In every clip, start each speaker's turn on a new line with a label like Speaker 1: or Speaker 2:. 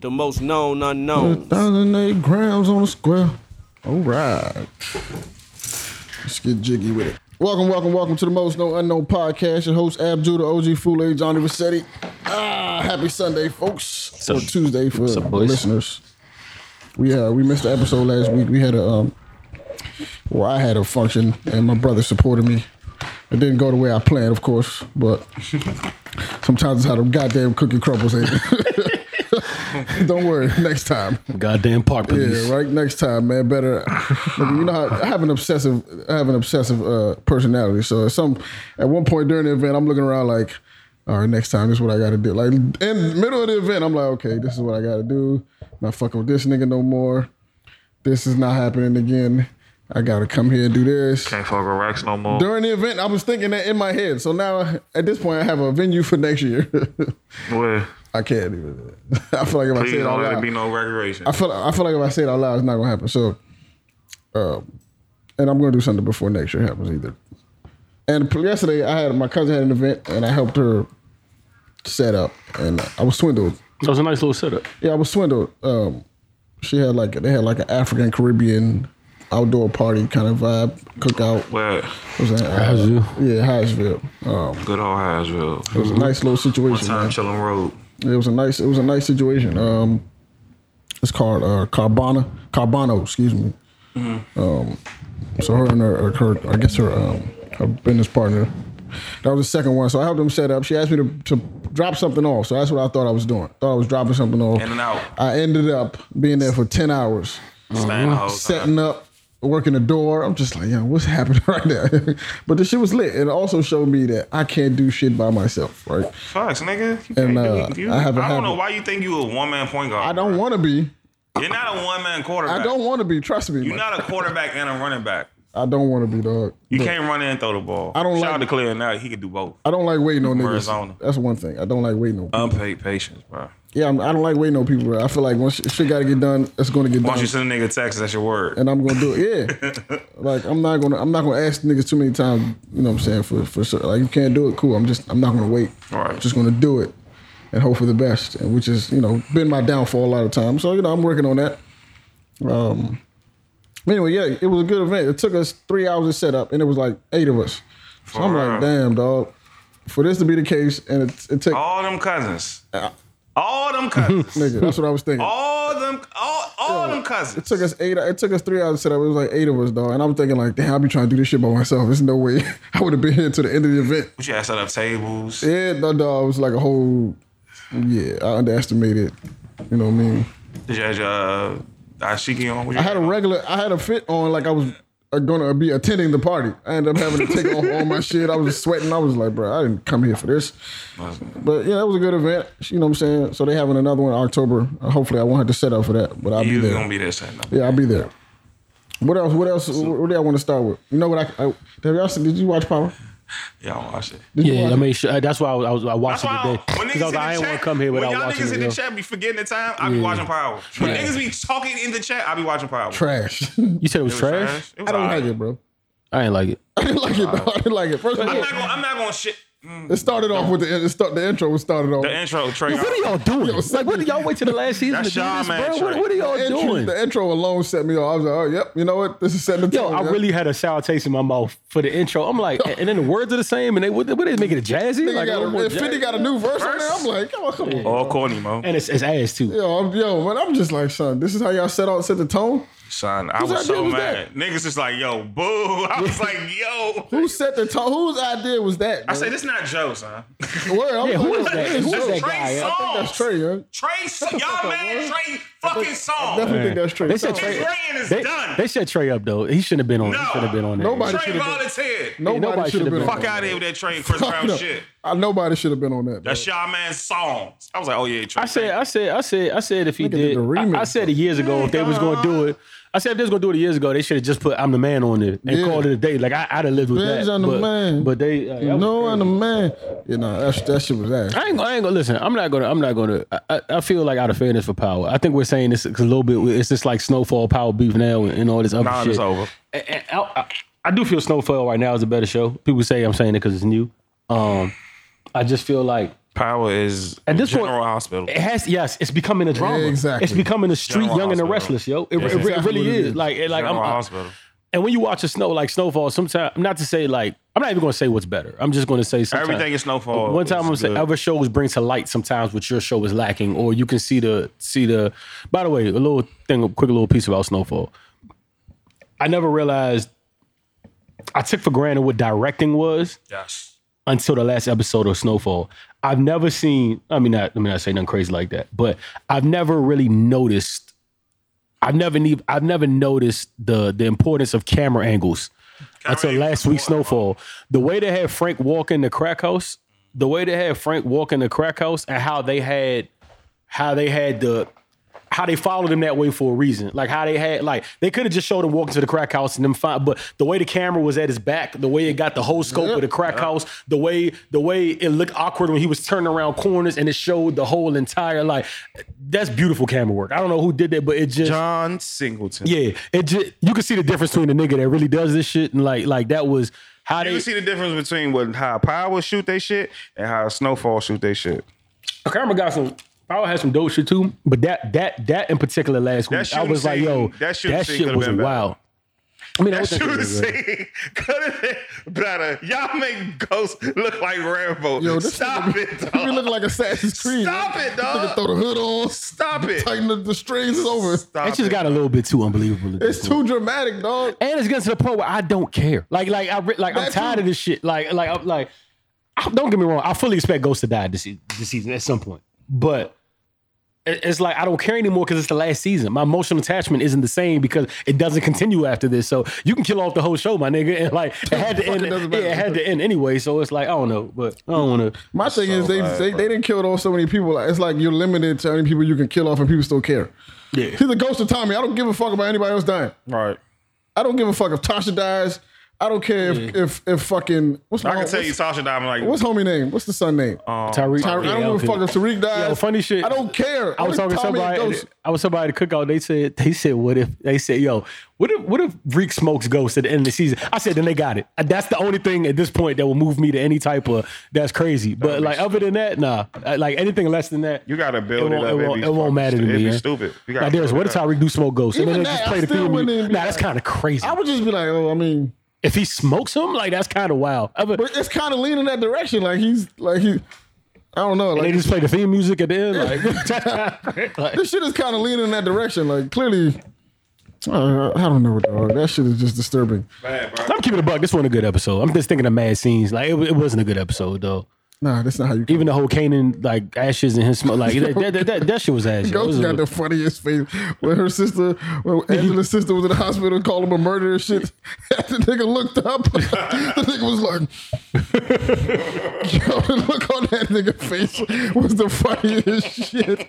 Speaker 1: the most known unknowns.
Speaker 2: 1,008 grams on the square. All right. Let's get jiggy with it. Welcome, welcome, welcome to the Most No Unknown podcast. Your host, Abdul, the OG Fule, Johnny Rossetti. Ah, happy Sunday, folks.
Speaker 3: up?
Speaker 2: or Tuesday for
Speaker 3: What's
Speaker 2: the
Speaker 3: up, boys?
Speaker 2: listeners. We uh, we missed the episode last week. We had a, um, well, I had a function, and my brother supported me. It didn't go the way I planned, of course, but sometimes it's how them goddamn cookie crumbles ain't. it? Don't worry, next time.
Speaker 3: Goddamn park police.
Speaker 2: Yeah, right. Next time, man. Better. Look, you know, how, I have an obsessive, I have an obsessive uh, personality. So at some, at one point during the event, I'm looking around like, all right, next time, this is what I got to do. Like in the middle of the event, I'm like, okay, this is what I got to do. Not fucking with this nigga no more. This is not happening again. I gotta come here and do this.
Speaker 4: Can't fuck with racks no more.
Speaker 2: During the event, I was thinking that in my head. So now, at this point, I have a venue for next year.
Speaker 4: Well,
Speaker 2: I can't even. I feel like if I
Speaker 4: please
Speaker 2: say it out
Speaker 4: don't let
Speaker 2: loud,
Speaker 4: it be no recreation.
Speaker 2: I feel I feel like if I say it out loud, it's not gonna happen. So, um, and I'm gonna do something before next year happens either. And pl- yesterday, I had my cousin had an event, and I helped her set up, and I was swindled.
Speaker 3: That was a nice little setup.
Speaker 2: Yeah, I was swindled. Um, she had like they had like an African Caribbean outdoor party kind of vibe cookout.
Speaker 4: Well,
Speaker 2: It was in, uh,
Speaker 3: Hyattsville.
Speaker 2: Yeah, Hyattsville. Um,
Speaker 4: good old Hasville.
Speaker 2: it was a nice little
Speaker 4: One
Speaker 2: situation.
Speaker 4: time
Speaker 2: man.
Speaker 4: chilling road.
Speaker 2: It was a nice. It was a nice situation. Um, it's called uh, Carbana Carbano. Excuse me.
Speaker 4: Mm-hmm.
Speaker 2: Um, so her and her, her, her I guess her um, her business partner. That was the second one. So I helped them set up. She asked me to, to drop something off. So that's what I thought I was doing. Thought I was dropping something off.
Speaker 4: In and out. Oh,
Speaker 2: I ended up being there for ten hours
Speaker 4: Staying the whole time.
Speaker 2: setting up, working the door. I'm just like, yo, what's happening right now? but the shit was lit. It also showed me that I can't do shit by myself, right?
Speaker 4: Facts, nigga. You
Speaker 2: And,
Speaker 4: can't do
Speaker 2: uh,
Speaker 4: it. If you-
Speaker 2: I
Speaker 4: I,
Speaker 2: have a
Speaker 4: don't
Speaker 2: habit.
Speaker 4: know why you think you a one man point guard.
Speaker 2: I don't want to be.
Speaker 4: You're not a one man quarterback.
Speaker 2: I don't want to be. Trust me.
Speaker 4: You're
Speaker 2: man.
Speaker 4: not a quarterback and a running back.
Speaker 2: I don't want to be dog.
Speaker 4: You
Speaker 2: Look,
Speaker 4: can't run in and throw the ball.
Speaker 2: I don't
Speaker 4: Shout
Speaker 2: like-
Speaker 4: out to Clear now. He can do both.
Speaker 2: I don't like waiting on niggas.
Speaker 4: Arizona.
Speaker 2: That's one thing. I don't like waiting on.
Speaker 4: Unpaid patience, bro.
Speaker 2: yeah, I'm, I do not like waiting on people. bro. I feel like once shit got to get done, it's going to get
Speaker 4: Once
Speaker 2: done,
Speaker 4: you send a nigga text, that's your word.
Speaker 2: and I'm going to do it. Yeah, like I'm not going to. I'm not going to ask niggas too many times. You know what I'm saying? For for cer- like you can't do it. Cool. I'm just. I'm not going to wait.
Speaker 4: All
Speaker 2: I'm
Speaker 4: right.
Speaker 2: just going to do it, and hope for the best. And which is you know been my downfall a lot of times. So you know I'm working on that. Um. Anyway, yeah, it was a good event. It took us three hours to set up, and it was like eight of us. So I'm like,
Speaker 4: Wow.
Speaker 2: damn, dog. For this to be the case, and it, it took
Speaker 4: All them cousins. All them cousins.
Speaker 2: nigga, that's what I was thinking.
Speaker 4: all them all, all them
Speaker 2: It
Speaker 4: cousins.
Speaker 2: took us eight. It took us three hours to set up. It was like eight of us, dog. And I'm thinking, like, damn, I'll be trying to do this shit by myself. There's no way I would have been here to the end of the event.
Speaker 4: But you had set up tables.
Speaker 2: Yeah, no, dog. It was like a whole. Yeah, I underestimated. You know what I mean?
Speaker 4: Did you have your uh, dashiki on? What you
Speaker 2: I had a regular. I had a fit on. Like I was uh, gonna be attending the party. I ended up having to take off all my shit. I was sweating. I was like, bro, I didn't come here for this.
Speaker 4: Uh,
Speaker 2: But yeah, that was a good event. You know what I'm saying? So they having another one in October. Uh, Hopefully, I won't have to set up for that. But I'll
Speaker 4: You
Speaker 2: be there.
Speaker 4: gonna be there setting up.
Speaker 2: Yeah, I'll be there. What else? What else? What do I want to start with? You know what? I, I have y'all seen, did you watch Power?
Speaker 4: Yeah, I don't watch it.
Speaker 2: Did you
Speaker 3: Yeah,
Speaker 2: watch
Speaker 3: I
Speaker 2: it?
Speaker 3: mean, sh- uh, that's why I, was, I, was, I watched
Speaker 4: That's
Speaker 3: it
Speaker 4: why I,
Speaker 3: today.
Speaker 4: when niggas
Speaker 3: Because I, was
Speaker 4: in
Speaker 3: like,
Speaker 4: the
Speaker 3: I ain't
Speaker 4: chat,
Speaker 3: want to come here
Speaker 4: when
Speaker 3: without
Speaker 4: y'all
Speaker 3: watching
Speaker 4: niggas
Speaker 3: it.
Speaker 4: in the
Speaker 3: yo.
Speaker 4: chat be forgetting the time. I be
Speaker 3: Yeah.
Speaker 4: watching Power. When
Speaker 3: Trash.
Speaker 4: niggas be talking in the chat, I be watching Power.
Speaker 2: trash.
Speaker 3: You said it was,
Speaker 4: It was
Speaker 3: trash?
Speaker 4: trash. It was
Speaker 2: I don't
Speaker 4: alright.
Speaker 2: like it, bro.
Speaker 3: I ain't like it.
Speaker 2: I didn't like it. Though. I didn't like it. First of
Speaker 4: I'm
Speaker 2: all,
Speaker 4: not gonna. I'm not gonna shit.
Speaker 2: it started off with the it start, the intro. Was started off.
Speaker 4: The intro, Trey.
Speaker 3: What are y'all doing? like, what did y'all wait till the last season to
Speaker 4: That's
Speaker 3: do
Speaker 4: y'all,
Speaker 3: this,
Speaker 4: man,
Speaker 3: bro? What,
Speaker 4: Trey.
Speaker 3: what are y'all
Speaker 2: The intro-
Speaker 3: doing?
Speaker 2: the intro alone set me off. I was like, oh, yep. You know what? This is setting the
Speaker 3: Yo,
Speaker 2: tone.
Speaker 3: I
Speaker 2: yeah.
Speaker 3: really had a sour taste in my mouth for the intro. I'm like, and then the words are the same, and they what, what they making it jazzy?
Speaker 2: Nigga
Speaker 3: Like, I
Speaker 2: got
Speaker 3: don't
Speaker 2: a,
Speaker 3: want
Speaker 2: if Fifty
Speaker 3: jazz.
Speaker 2: got a new verse on there.
Speaker 4: Verse?
Speaker 2: I'm like, yo, come on.
Speaker 4: All corny, mo.
Speaker 3: and it's, it's ass too.
Speaker 2: Yo, I'm, yo, man, I'm just like, son, this is how y'all set out, set the tone.
Speaker 4: Son, I
Speaker 2: Whose
Speaker 4: was
Speaker 2: idea
Speaker 4: so
Speaker 2: was
Speaker 4: mad. Niggas just like, yo, boo. I was like, yo.
Speaker 2: Who set the tone? Whose idea was that?
Speaker 4: I said, this not Joe, son.
Speaker 2: Word. I'm like,
Speaker 3: Yeah, who is
Speaker 2: what
Speaker 3: that?
Speaker 2: this?
Speaker 3: Who is
Speaker 2: Who-
Speaker 3: that
Speaker 4: Trey
Speaker 3: guy? I
Speaker 4: Songz.
Speaker 2: That's Trey, yo.
Speaker 4: Trey, Song- y'all mad Trey fucking song.
Speaker 2: Definitely think that's Trey.
Speaker 3: They said
Speaker 2: Songz.
Speaker 4: His
Speaker 3: Trey.
Speaker 4: reign is
Speaker 3: They,
Speaker 4: done.
Speaker 3: they set Trey up though. He shouldn't have been on. He
Speaker 4: No.
Speaker 3: should have been on. There.
Speaker 2: Nobody
Speaker 4: Trey
Speaker 2: should have been.
Speaker 4: volunteered.
Speaker 2: Nobody,
Speaker 3: nobody
Speaker 2: should have
Speaker 3: should've
Speaker 2: been. on
Speaker 3: been
Speaker 4: Fuck
Speaker 2: that.
Speaker 4: out of here with that Trey and Chris Brown
Speaker 2: No.
Speaker 4: shit.
Speaker 2: I, nobody should have been on that.
Speaker 4: That's y'all man's songs. I was like, oh yeah, Trey.
Speaker 3: I said, uh, I said, I said, I said, if he
Speaker 2: Nigga did
Speaker 3: did,
Speaker 2: the remix.
Speaker 3: I, I said it years ago. If they was going to do it, I said if they was going to do it years ago, they should have just put "I'm the man" on it and
Speaker 2: Yeah.
Speaker 3: called it a day. Like I, I'd have lived with
Speaker 2: Ben's
Speaker 3: that.
Speaker 2: on the
Speaker 3: but,
Speaker 2: man.
Speaker 3: but they, uh, that was
Speaker 2: no,
Speaker 3: crazy.
Speaker 2: I'm the man. You know, that's, that shit was ass.
Speaker 3: I ain't, gonna- I ain't gonna listen. I'm not gonna. I'm not gonna. I- I, I feel like out of fairness for power. I think we're saying this 'cause a little bit. It's just like snowfall, power beef now, and, and all this other
Speaker 4: Nah,
Speaker 3: shit.
Speaker 4: it's over.
Speaker 3: And- and I, I- I do feel snowfall right now is a better show. People say I'm saying it because it's new. Um, I just feel like
Speaker 4: Power is
Speaker 3: At this
Speaker 4: General
Speaker 3: point-
Speaker 4: Hospital.
Speaker 2: eh,
Speaker 3: It has yes, it's becoming a drama.
Speaker 2: Yeah, exactly.
Speaker 3: It's becoming a street
Speaker 4: General
Speaker 3: young and the
Speaker 4: Hospital.
Speaker 3: restless, yo. It, it,
Speaker 2: exactly
Speaker 3: it really
Speaker 2: what it
Speaker 3: is.
Speaker 2: is.
Speaker 3: Like it, like
Speaker 4: General
Speaker 2: uh,
Speaker 3: I'm,
Speaker 4: Hospital.
Speaker 3: and when you watch a snow like snowfall, sometimes not to say like I'm not even going to say what's better. I'm just going to say sometimes,
Speaker 4: Everything is Snowfall.
Speaker 3: One time I'm
Speaker 4: is
Speaker 3: going to say
Speaker 4: good.
Speaker 3: other shows bring to light sometimes what your show is lacking, or you can see the see the. By the way, a little thing, a quick little piece about snowfall. I never realized. I took for granted what directing was
Speaker 4: Yes.
Speaker 3: until the last episode of Snowfall. I've never seen, I mean, not, let me not say nothing crazy like that, but I've never really noticed. I've never need, I've never noticed the the importance of camera angles until
Speaker 4: angles
Speaker 3: last
Speaker 4: are
Speaker 3: week's
Speaker 4: important.
Speaker 3: Snowfall. The way they had Frank walk in the crack house, the way they had Frank walk in the crack house, and how they had how they had the how they followed him that way for a reason. Like how they had like they could have just showed him walking to the crack house and them fine, but the way the camera was at his back, the way it got the whole scope of the crack house, the way the way it looked awkward when he was turning around corners and it showed the whole entire like that's beautiful camera work. I don't know who did that, but it just
Speaker 4: John Singleton.
Speaker 3: yeah, it just you can see the difference between the nigga that really does this shit and like like that was how
Speaker 4: You
Speaker 3: they
Speaker 4: can see the difference between what how Power shoot they shit and how Snowfall shoot they shit.
Speaker 3: the camera got some Power had some dope shit too, but that that that in particular last week,
Speaker 4: That
Speaker 3: I
Speaker 4: shooting
Speaker 3: was like,
Speaker 4: scene-
Speaker 3: yo,
Speaker 4: that
Speaker 3: that,
Speaker 4: shooting scene
Speaker 3: shit
Speaker 4: could've
Speaker 3: was
Speaker 4: been better.
Speaker 3: wild. I mean, I
Speaker 4: That
Speaker 3: was
Speaker 4: shoot
Speaker 3: thinking-
Speaker 4: the scene could have been better. Y'all make Ghost look like Rambo.
Speaker 2: Yo, this
Speaker 4: Stop
Speaker 2: nigga,
Speaker 4: it,
Speaker 2: You be
Speaker 4: dog.
Speaker 2: looking like Assassin's Creed.
Speaker 4: Stop it, dog.
Speaker 2: Nigga throw the hood on,
Speaker 4: Stop it.
Speaker 2: tighten the, the strings. It's over.
Speaker 4: Stop
Speaker 3: That just
Speaker 4: it.
Speaker 3: got a little bit too unbelievable. at this
Speaker 2: It's
Speaker 3: point.
Speaker 2: too dramatic, dog.
Speaker 3: and it's getting to the point where I don't care. Like, like I re- like I'm
Speaker 2: That
Speaker 3: tired
Speaker 2: too.
Speaker 3: of this shit. Like, like I'm like, I- don't get me wrong. I fully expect Ghost to die this se- this season at some point, but. it- It's like I don't care anymore because it's the last season. My emotional attachment isn't the same because it doesn't continue after this. So you can kill off the whole show, my nigga, and like it had to end.
Speaker 2: Fucking doesn't
Speaker 3: Yeah,
Speaker 2: matter.
Speaker 3: it had to end anyway. So it's like I don't know, but I don't want to.
Speaker 2: My thing is they,
Speaker 4: bad,
Speaker 2: they
Speaker 4: bro.
Speaker 2: they didn't kill off so many people. Like, It's like you're limited to how many people you can kill off, and people still care.
Speaker 3: Yeah.
Speaker 2: He's the ghost of Tommy. I don't give a fuck about anybody else dying.
Speaker 4: Right.
Speaker 2: I don't give a fuck if Tasha dies. I don't care if if, if fucking what's my
Speaker 4: I can tell you,
Speaker 2: Oh,
Speaker 4: Um,
Speaker 2: what's,
Speaker 4: Tasha Diamond, like,
Speaker 2: what's homie name? What's the son name?
Speaker 3: Tyreek,
Speaker 2: Tyreek. I
Speaker 3: Yeah,
Speaker 2: don't give a
Speaker 3: okay.
Speaker 2: fuck if Tariq dies.
Speaker 3: Yo, funny shit.
Speaker 2: I don't care.
Speaker 3: I was
Speaker 2: Only
Speaker 3: talking to
Speaker 2: Tommy and
Speaker 3: somebody.
Speaker 2: Ghost.
Speaker 3: I was somebody at the cookout. They said they said what if they said yo what if what if Reek smokes Ghost at the end of the season? I said then they got it. That's the only thing at this point that will move me to any type of that's crazy. But like other than that, nah. I- Like anything less than that,
Speaker 4: you gotta build it,
Speaker 3: won't,
Speaker 4: up.
Speaker 3: It
Speaker 4: It'd
Speaker 3: won't,
Speaker 4: be
Speaker 3: it won't
Speaker 4: fucking
Speaker 3: matter to
Speaker 4: stu-
Speaker 3: me.
Speaker 4: It'd be
Speaker 3: yeah.
Speaker 4: stupid. You gotta
Speaker 3: Like there's
Speaker 4: build
Speaker 3: what
Speaker 4: it
Speaker 3: if
Speaker 4: up.
Speaker 3: Tyreek do smoke Ghost and
Speaker 2: Even
Speaker 3: then they
Speaker 2: that,
Speaker 3: just
Speaker 2: I
Speaker 3: play the
Speaker 2: still
Speaker 3: theme?
Speaker 2: wouldn't
Speaker 3: music?
Speaker 2: even be
Speaker 3: Nah, that's
Speaker 2: like-
Speaker 3: kind of crazy.
Speaker 2: I would just be like, oh, I mean,
Speaker 3: If he smokes him, like that's kind of wild. Other-
Speaker 2: but it's kind of leaning that direction. Like he's like he, I don't know.
Speaker 3: they
Speaker 2: Like
Speaker 3: just play the theme music at the end. Like, like
Speaker 2: this shit is kind of leaning in that direction. Like clearly, uh, I don't know, dog. That shit is just disturbing.
Speaker 4: Bad, bro.
Speaker 3: I'm keeping it a buck. This wasn't a good episode. I'm just thinking of mad scenes. Like it, it wasn't a good episode though.
Speaker 2: Nah, that's not how you.
Speaker 3: Even the whole Canaan like ashes and his smoke, like that, that, that, that, shit was ass. yo. It was
Speaker 2: Ghost
Speaker 3: a-
Speaker 2: got the funniest face when her sister, when Angela's sister was in the hospital, called him a murderer and shit. the nigga looked up. the nigga was like, Yo, the look on that nigga face was the funniest shit.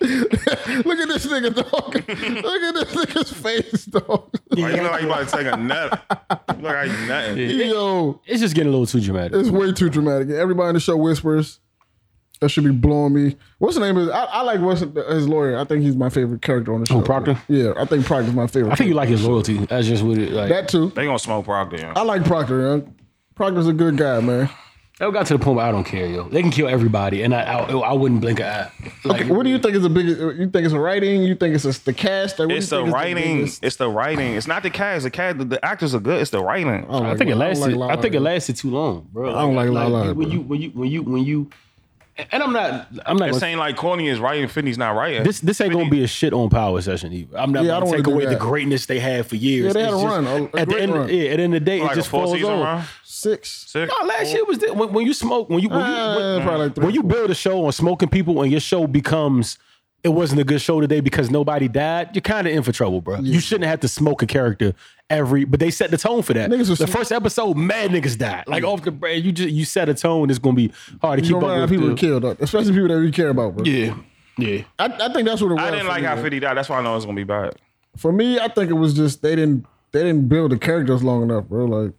Speaker 2: look at this nigga, dog. Look at this nigga's face, dog.
Speaker 4: Like, Oh, you look like you about to take a nut. You look like you nothing.
Speaker 2: Yo,
Speaker 3: it's just getting a little too dramatic.
Speaker 2: it's way too dramatic. Everybody in the show whispers. That should be blowing me. What's the name of? I, I like what's his lawyer. I think he's my favorite character on the show.
Speaker 3: Oh, Proctor?
Speaker 2: Yeah, I think Proctor's my favorite.
Speaker 3: I think you like his loyalty. That's just what it like. That,
Speaker 2: That too.
Speaker 4: They gonna smoke Proctor. yo.
Speaker 2: I like Proctor, young. Proctor's a good guy, man.
Speaker 3: got to the point where I don't care, yo. They can kill everybody, and I I, I wouldn't blink an eye. Like,
Speaker 2: What do you think is the biggest? You think it's the writing? You think it's the cast? Like, what do you
Speaker 4: It's the
Speaker 2: think is
Speaker 4: writing.
Speaker 2: biggest-
Speaker 4: it's the writing. It's not the cast. The cast. The, the actors are good. It's the writing.
Speaker 2: don't
Speaker 3: I
Speaker 2: like-
Speaker 3: think
Speaker 2: don't
Speaker 3: it lasted.
Speaker 2: like La
Speaker 3: I
Speaker 2: La
Speaker 3: think it
Speaker 2: Land.
Speaker 3: lasted too long, bro.
Speaker 2: I don't like La La,
Speaker 3: When
Speaker 2: bro.
Speaker 3: you when you when you when you, and I'm not I'm not.
Speaker 4: This
Speaker 3: gonna-
Speaker 4: ain't like Corny is writing. Finney's not writing.
Speaker 3: This this ain't gonna be a shit on power session either. I'm not
Speaker 2: Yeah, I
Speaker 3: gonna
Speaker 2: don't
Speaker 3: take
Speaker 2: wanna do
Speaker 3: away
Speaker 2: that.
Speaker 3: the greatness they had for years.
Speaker 2: Yeah, they had
Speaker 3: It's
Speaker 2: a
Speaker 3: just-
Speaker 2: run, a- a
Speaker 3: at the
Speaker 2: great
Speaker 3: end,
Speaker 2: run.
Speaker 3: yeah, at the end of the day,
Speaker 4: like
Speaker 3: it
Speaker 4: a
Speaker 3: just
Speaker 4: four
Speaker 3: falls
Speaker 4: season
Speaker 3: on.
Speaker 4: run.
Speaker 2: six.
Speaker 4: Sick.
Speaker 3: No, last year was that when, when you smoke when you when you,
Speaker 2: Uh,
Speaker 4: mm-hmm.
Speaker 3: when,
Speaker 2: probably like three.
Speaker 3: when you build a show on smoking people and your show becomes it wasn't a good show today because nobody died. You're kind of in for trouble, bro. You shouldn't have to smoke a character every. But they set the tone for that.
Speaker 2: Niggas was-
Speaker 3: the first episode, mad niggas died. Like off the brand, you just you set a tone. It's gonna be hard to
Speaker 2: you
Speaker 3: keep
Speaker 2: gonna run out
Speaker 3: up
Speaker 2: of people to
Speaker 3: with. the-
Speaker 2: kill, dog. especially people that we care about, bro.
Speaker 3: Yeah, yeah.
Speaker 2: I, I think that's what it was.
Speaker 4: I didn't
Speaker 2: for
Speaker 4: like
Speaker 2: me,
Speaker 4: how
Speaker 2: man.
Speaker 4: Fifty died. That's why I know it's gonna be bad.
Speaker 2: For me, I think it was just they didn't they didn't build the characters long enough, bro. Like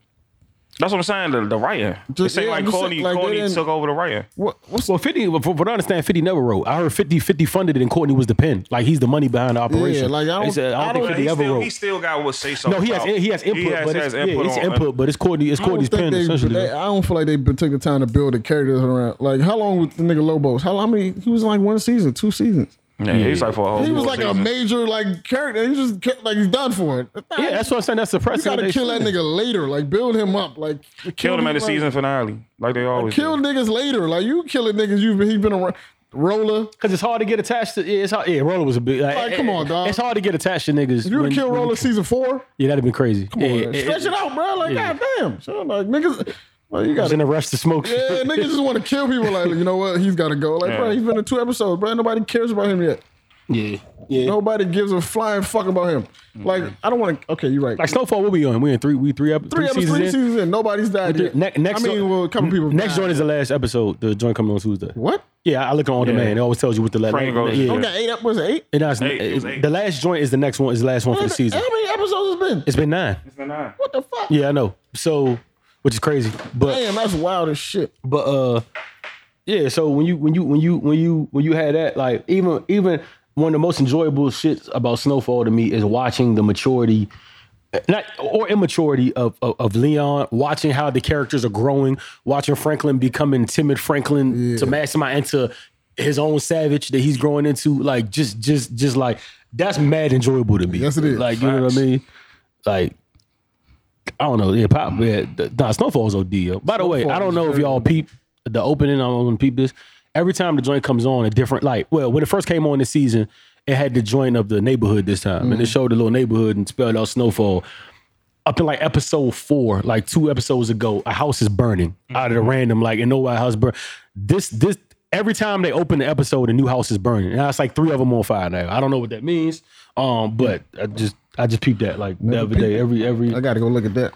Speaker 4: That's what I'm saying. The, the writer.
Speaker 2: Just-
Speaker 4: it seemed
Speaker 2: yeah,
Speaker 4: like
Speaker 2: I'm just
Speaker 4: Courtney,
Speaker 2: saying, like, they
Speaker 4: Courtney
Speaker 2: didn't-
Speaker 4: took over the writer.
Speaker 2: What, what's
Speaker 3: Well, 50, but what I understand, 50 never wrote. I heard 50, 50 funded it and Courtney was the pen. Like he's the money behind the
Speaker 2: Yeah,
Speaker 3: operation.
Speaker 2: like, I
Speaker 3: They
Speaker 2: don't-
Speaker 3: said,
Speaker 2: I
Speaker 3: think
Speaker 2: don't-
Speaker 3: 50
Speaker 4: he,
Speaker 3: ever
Speaker 4: still,
Speaker 3: wrote.
Speaker 4: he still got what say so.
Speaker 3: no, he has,
Speaker 4: about.
Speaker 3: he has input,
Speaker 4: He has,
Speaker 3: but
Speaker 4: has
Speaker 3: it's,
Speaker 4: input.
Speaker 3: yeah, it's
Speaker 4: on-
Speaker 3: input, but it's Courtney, it's
Speaker 2: I don't
Speaker 3: Courtney's
Speaker 2: think
Speaker 3: pen,
Speaker 2: they-
Speaker 3: essentially.
Speaker 2: they- I don't feel like they took the time to build the characters around. Like, how long was the nigga Lobos? How, how many? He was in, like one season, two seasons.
Speaker 4: Yeah, he's like for a whole.
Speaker 2: He was
Speaker 4: whole
Speaker 2: like a
Speaker 4: season.
Speaker 2: major like character. He just kept- like he's done for it.
Speaker 3: yeah, that's what I'm saying. That's the
Speaker 2: you
Speaker 3: precedent.
Speaker 2: gotta
Speaker 3: they
Speaker 2: kill that
Speaker 3: set.
Speaker 2: nigga later. Like build him up. Like
Speaker 4: killed him at the
Speaker 2: like-
Speaker 4: season finale, like they always
Speaker 2: Kill
Speaker 4: do.
Speaker 2: niggas later. Like you killing niggas. You've been, he been a roller.
Speaker 3: Cause it's hard to get attached to. Yeah, it's hard. Yeah, Roller was a big. Like,
Speaker 2: Like, come on, dog.
Speaker 3: It's hard to get attached to niggas.
Speaker 2: You
Speaker 3: when-
Speaker 2: would kill
Speaker 3: when-
Speaker 2: roller season four.
Speaker 3: Yeah, that'd have been crazy. Come yeah,
Speaker 2: Stretch
Speaker 3: yeah,
Speaker 2: it out, bro. Like
Speaker 3: yeah.
Speaker 2: goddamn. So like niggas. Like, you
Speaker 3: I
Speaker 2: got
Speaker 3: was in a rush to smoke.
Speaker 2: Yeah, niggas just want to kill people. Like, you know what? He's got to go. Like, bro, he's been in two episodes, bro. Nobody cares about him yet.
Speaker 3: yeah, yeah.
Speaker 2: Nobody gives a flying fuck about him. Like, I don't want to. Okay, you're right.
Speaker 3: Mm-hmm. Like Snowfall, what we on? We in three, we three, ep-
Speaker 2: three,
Speaker 3: three,
Speaker 2: episodes,
Speaker 3: seasons.
Speaker 2: three
Speaker 3: in?
Speaker 2: seasons in, nobody's died yet.
Speaker 3: Ne- next,
Speaker 2: I mean, well, a couple
Speaker 3: n-
Speaker 2: people.
Speaker 3: Next
Speaker 2: died.
Speaker 3: joint is the last episode. The joint coming on Tuesday.
Speaker 2: what?
Speaker 3: Yeah, I look on on demand. It always tells you what the last.
Speaker 4: Frank goes-
Speaker 3: yeah.
Speaker 4: Okay.
Speaker 2: Got eight episodes. Eight.
Speaker 3: And that's,
Speaker 4: Eight, it was eight.
Speaker 3: the last joint is the next one. Is the last one for the season.
Speaker 2: How many episodes has been?
Speaker 3: It's been nine.
Speaker 2: what the fuck?
Speaker 3: Yeah, I know. So, which is crazy, but
Speaker 2: Damn, that's wild as shit.
Speaker 3: But uh yeah, so when you when you when you when you when you had that, like even even one of the most enjoyable shits about Snowfall to me is watching the maturity not or immaturity of, of of Leon, watching how the characters are growing, watching Franklin becoming timid Franklin to Mastermind into his own savage that he's growing into, like just just just like that's mad enjoyable to me.
Speaker 2: Yes, it is.
Speaker 3: Like you know what I mean? Like I don't know. Yeah, pop. Yeah, the, nah, Snowfall's OD. Yo. By the way, I don't know if y'all peep the opening. I'm gonna peep this. Every time the joint comes on, a different like. Well, when it first came on this season, it had the joint of the neighborhood this time, and it showed the little neighborhood and spelled out Snowfall. Up in like episode four, like two episodes ago, a house is burning out of the random, like and nowhere house burn. This this every time they open the episode, a new house is burning, and it's like three of them on fire now. I don't know what that means, um, but I just I just peeped that like the other day. Every every
Speaker 2: I gotta go look at that.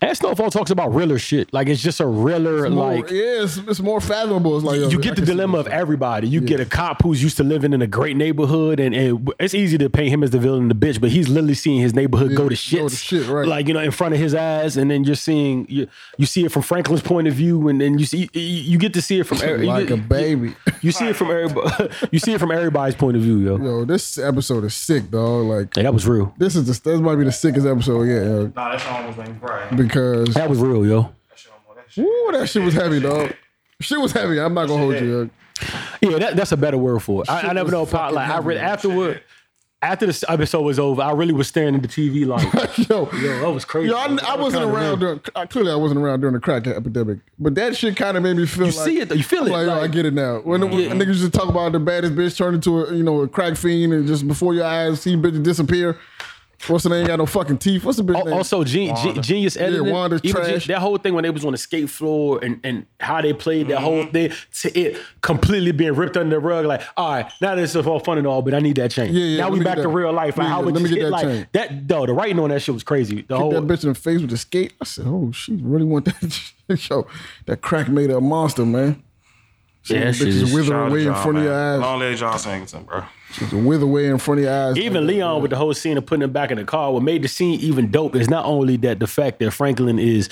Speaker 3: and Snowfall talks about realer shit. Like it's just a realer,
Speaker 2: More-
Speaker 3: like
Speaker 2: yeah, it's, it's more fathomable. It's like
Speaker 3: you get the dilemma of everybody. You get a cop who's used to living in a great neighborhood, and, and it's easy to paint him as the villain, and the bitch, but he's literally seeing his neighborhood go to shit,
Speaker 2: go to shit, right.
Speaker 3: Like you know, in front of his eyes, and then you're seeing you you see it from Franklin's point of view, and then you see you, you get to see it from every- you
Speaker 2: like
Speaker 3: get-
Speaker 2: a baby.
Speaker 3: You see it from everybody. you see it from everybody's point of view, yo.
Speaker 2: Yo, this episode is sick, dog. Like
Speaker 3: Hey, that was real.
Speaker 2: this is the, this might be the sickest episode yet, yo,
Speaker 4: Nah, that song was named Brian.
Speaker 2: because
Speaker 3: That was real, yo.
Speaker 2: ooh, that shit was heavy, dog. Shit was heavy. I'm not gonna hold you. Yo.
Speaker 3: Yeah, that, that's a better word for it. I, I
Speaker 2: Shit
Speaker 3: never
Speaker 2: was
Speaker 3: know. Pop,
Speaker 2: fucking
Speaker 3: like I
Speaker 2: heavy,
Speaker 3: read
Speaker 2: man.
Speaker 3: afterward, after this episode was over, I really was staring at the TV like,
Speaker 2: yo,
Speaker 3: yo, that was crazy.
Speaker 2: yo, I, I wasn't
Speaker 3: kinda
Speaker 2: around
Speaker 3: real.
Speaker 2: during. I, clearly, I wasn't around during the crack epidemic, but that shit kind of made me feel.
Speaker 3: You
Speaker 2: like,
Speaker 3: see it, though. You feel
Speaker 2: I'm
Speaker 3: it,
Speaker 2: Like, yo, I
Speaker 3: like-
Speaker 2: get it now. When the, when niggas just talk about the baddest bitch turn into a you know a crack fiend and just before your eyes see bitches disappear. What's the name? Got no fucking teeth. What's the bitch
Speaker 3: Al-
Speaker 2: name?
Speaker 3: Also, gen- gen- genius editing.
Speaker 2: Wanda's
Speaker 3: even gen-
Speaker 2: trash.
Speaker 3: that whole thing when they was on the skate floor and, and how they played that whole
Speaker 2: Mm-hmm.
Speaker 3: thing to it completely being ripped under the rug. Like, all right, now this is all fun and all, but I need that change.
Speaker 2: Yeah, yeah,
Speaker 3: now
Speaker 2: let
Speaker 3: we
Speaker 2: me get
Speaker 3: back to
Speaker 2: that.
Speaker 3: real life. Like,
Speaker 2: Yeah,
Speaker 3: how
Speaker 2: yeah,
Speaker 3: would
Speaker 2: let
Speaker 3: you
Speaker 2: me get
Speaker 3: get
Speaker 2: that
Speaker 3: like
Speaker 2: change.
Speaker 3: that? Though the writing on that shit was crazy. The whole
Speaker 2: that bitch in the face with the skate. I said, "Oh, she really want that." Yo, that crack made her a monster, man. She
Speaker 3: Yeah,
Speaker 2: yeah,
Speaker 3: she just
Speaker 2: bitches wither
Speaker 4: Shout out to
Speaker 2: away in
Speaker 4: John,
Speaker 2: front of your
Speaker 4: man.
Speaker 2: eyes.
Speaker 4: Long live John Singleton, bro.
Speaker 2: Just wither away in front of your eyes.
Speaker 3: Oh. Even Leon with the whole scene of putting him back in the car, what made the scene even dope is not only that the fact that Franklin is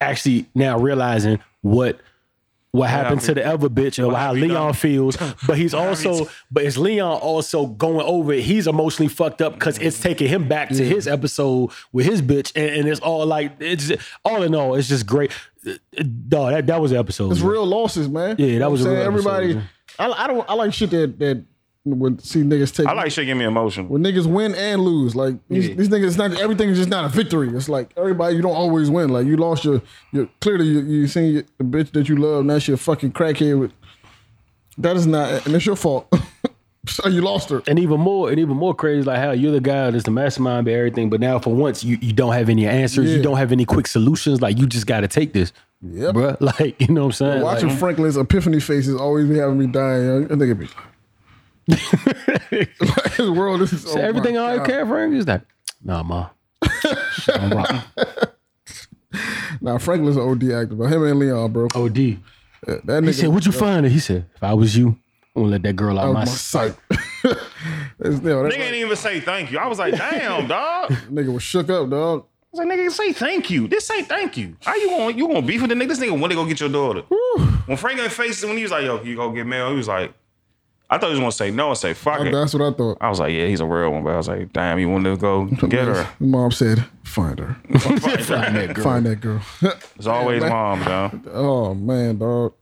Speaker 3: actually now realizing what what happened to the other bitch and how
Speaker 4: have you
Speaker 3: Leon
Speaker 4: done?
Speaker 3: feels, but he's also but it's Leon also going over it. He's emotionally fucked up because it's taking him back to his episode with his bitch, and, and it's all like it's all in all, it's just great. Dog, that, that was the episode.
Speaker 2: It's real losses, man.
Speaker 3: Yeah, that was a
Speaker 2: I'm
Speaker 3: real episode,
Speaker 2: everybody.
Speaker 3: yeah.
Speaker 2: I, I don't. I like shit that that would see niggas take.
Speaker 4: I like shit. Give me emotion.
Speaker 2: when niggas win and lose. Like these, these niggas, it's not everything is just not a victory. It's like everybody, you don't always win. Like you lost your, your clearly you, you seen your, the bitch that you love. Now she a fucking crackhead. With, that is not, and it's your fault. so you lost her.
Speaker 3: and even more and even more crazy like how you're the guy that's the mastermind but everything but now for once you, you don't have any answers you
Speaker 2: Yeah.
Speaker 3: don't have any quick solutions like you just got to take this yeah bruh. like you know what i'm saying Like, mm-hmm.
Speaker 2: Watching Franklin's epiphany faces always be having me dying. I think it'd be like, the world is oh my
Speaker 3: everything i
Speaker 2: God.
Speaker 3: care frank is that nah ma I'm rock.
Speaker 2: Nah, Franklin's an OD actor, but him and Leon, bro.
Speaker 3: od he
Speaker 2: That nigga
Speaker 3: said what'd you find her? he said if i was you i'm gonna let that girl out
Speaker 2: out
Speaker 3: my
Speaker 2: Oh, my
Speaker 3: s-
Speaker 2: sight. That's- yo, that
Speaker 4: Nigga ain't even say thank you. I was like, damn, dog.
Speaker 2: nigga was shook up, dog.
Speaker 4: I was like, nigga, say thank you. This ain't thank you. How you going? You gonna beef with the nigga? This nigga when they go get your daughter? When Frank ain't faced it, when he was like, yo, you go get mail, he was like, I thought he was gonna say no and say fuck it.
Speaker 2: That's what I thought.
Speaker 4: I was like, yeah, he's a real one, but I was like, damn, he wanted to go get her.
Speaker 2: Mom said, "Find her,
Speaker 4: Find that girl.
Speaker 2: find that girl."
Speaker 4: It's always mom, dog.
Speaker 2: oh man, dog.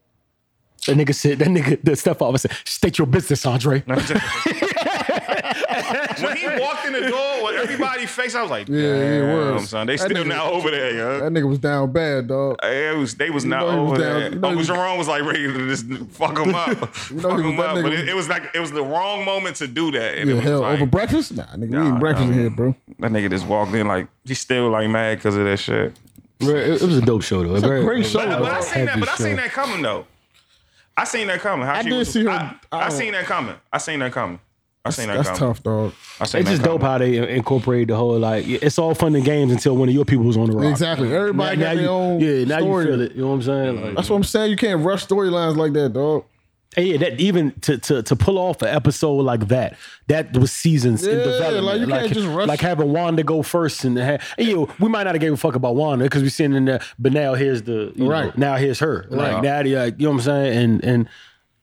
Speaker 3: That nigga said, that nigga, the stepfather said, state your business, Andre.
Speaker 4: when he walked in the door with everybody face, I was like, damn,
Speaker 2: Yeah, yeah, it was.
Speaker 4: son, they
Speaker 2: That
Speaker 4: still
Speaker 2: nigga-
Speaker 4: not over there, yo.
Speaker 2: That nigga was down bad, dog.
Speaker 4: It was, they was not
Speaker 2: know he was
Speaker 4: over
Speaker 2: down- you know
Speaker 4: there.
Speaker 2: he
Speaker 4: Uncle
Speaker 2: was-
Speaker 4: Jerome was like ready to just fuck him up,
Speaker 2: know
Speaker 4: fuck
Speaker 2: he was-
Speaker 4: him
Speaker 2: that
Speaker 4: up.
Speaker 2: nigga
Speaker 4: But
Speaker 2: was-
Speaker 4: it, it was like it was the wrong moment to do that. And it
Speaker 2: Yeah,
Speaker 4: was
Speaker 2: hell,
Speaker 4: like,
Speaker 2: over breakfast? Nah, nigga, we
Speaker 4: Nah,
Speaker 2: eating breakfast
Speaker 4: nah.
Speaker 2: here, bro.
Speaker 4: That nigga just walked in like he's still like mad because of that shit.
Speaker 3: It, was a dope show, though. It's
Speaker 2: great show,
Speaker 4: But, but I seen that. But I seen
Speaker 3: that.
Speaker 4: that coming though. I seen that coming. How
Speaker 2: I
Speaker 4: she
Speaker 2: did
Speaker 4: was-
Speaker 2: see her-
Speaker 4: I,
Speaker 2: I
Speaker 4: I
Speaker 2: don't-
Speaker 4: seen that coming. I seen that coming. I seen that
Speaker 2: That's
Speaker 4: coming.
Speaker 2: tough, dog.
Speaker 4: I seen
Speaker 3: It's
Speaker 4: that
Speaker 3: just dope
Speaker 4: coming.
Speaker 3: how they incorporate the whole, like, it's all fun and games until one of your people was on the rock.
Speaker 2: Exactly. Everybody got their
Speaker 3: you,
Speaker 2: own
Speaker 3: yeah, now
Speaker 2: story.
Speaker 3: you feel it. You know what I'm saying? Like,
Speaker 2: That's what I'm saying. You can't rush storylines like that, dog.
Speaker 3: and yeah, that even to, to to pull off an episode like that, that was seasons in
Speaker 2: Yeah,
Speaker 3: development.
Speaker 2: like, you can't just rush-
Speaker 3: like having Wanda go first and, ha- and you know, we might not have gave a fuck about Wanda because we seen in there, but now here's the you know,
Speaker 2: Right.
Speaker 3: now here's her.
Speaker 2: Right.
Speaker 3: Like now, they, like, you know what I'm saying? And and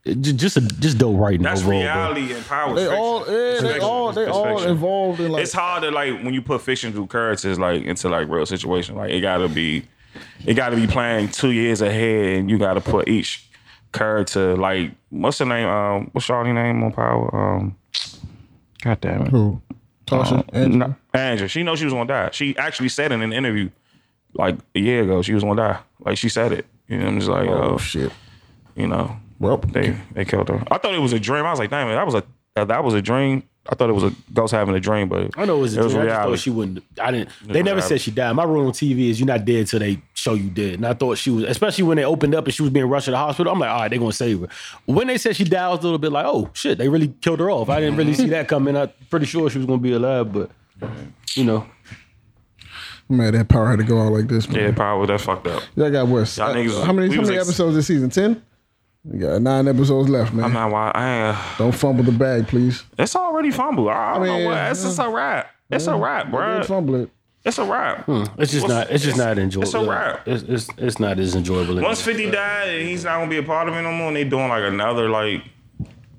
Speaker 3: it ju- just a, just dope writing
Speaker 4: That's
Speaker 3: overall. bro.
Speaker 4: reality and power.
Speaker 2: They all, yeah, they all, they all involved in like.
Speaker 4: it's hard to like when you put fiction through characters like into like real situation. Like it gotta be, it gotta be playing two years ahead, and you gotta put each character like what's her name? Um, what's Charlie name on Power? Um, God damn it,
Speaker 2: Who? Tasha.
Speaker 3: Oh,
Speaker 2: Andrew.
Speaker 4: No, Andrew. She knows she was gonna die. She actually said in an interview like a year ago she was gonna die. Like she said it. You know, I'm just like,
Speaker 2: Oh
Speaker 4: oh,
Speaker 2: shit.
Speaker 4: you know,
Speaker 2: Well,
Speaker 4: they they killed her. I thought it was a dream. I was like, damn, that was a that was a dream. I thought it was a ghost having a dream, but
Speaker 3: I know it was a dream. I just
Speaker 4: reality.
Speaker 3: thought she wouldn't. I didn't. They never
Speaker 4: was reality.
Speaker 3: said she died. My rule on TV is you're not dead till they show you dead. And I thought she was, especially when they opened up and she was being rushed to the hospital. I'm like, all right, they're gonna save her. When they said she died, I was a little bit like, oh shit, they really killed her off. I didn't really see that coming. I'm pretty sure she was gonna be alive, but you know,
Speaker 2: man, that power had to go out like this.
Speaker 4: Yeah,
Speaker 2: Man.
Speaker 4: probably that's fucked up.
Speaker 2: Yeah. Y'all got West.
Speaker 4: Y'all niggas was-
Speaker 2: how many,
Speaker 4: we
Speaker 2: how
Speaker 4: was
Speaker 2: many
Speaker 4: ex-
Speaker 2: episodes this season? Ten. We got nine episodes left, man.
Speaker 4: I'm not why. I ain't,
Speaker 2: Don't fumble the bag, please.
Speaker 4: it's already fumbled. I don't
Speaker 2: mean,
Speaker 4: know what. It's just a wrap. It's a wrap,
Speaker 2: Don't
Speaker 4: bro.
Speaker 2: fumble Hmm. it.
Speaker 4: It's a wrap.
Speaker 3: it's just
Speaker 4: What's-
Speaker 3: not. It's just
Speaker 4: it's-
Speaker 3: not enjoyable.
Speaker 4: it's a wrap.
Speaker 3: It's, it's it's not as enjoyable. anymore.
Speaker 4: Once Fifty died, and he's not gonna be a part of it no more. And they doing like another like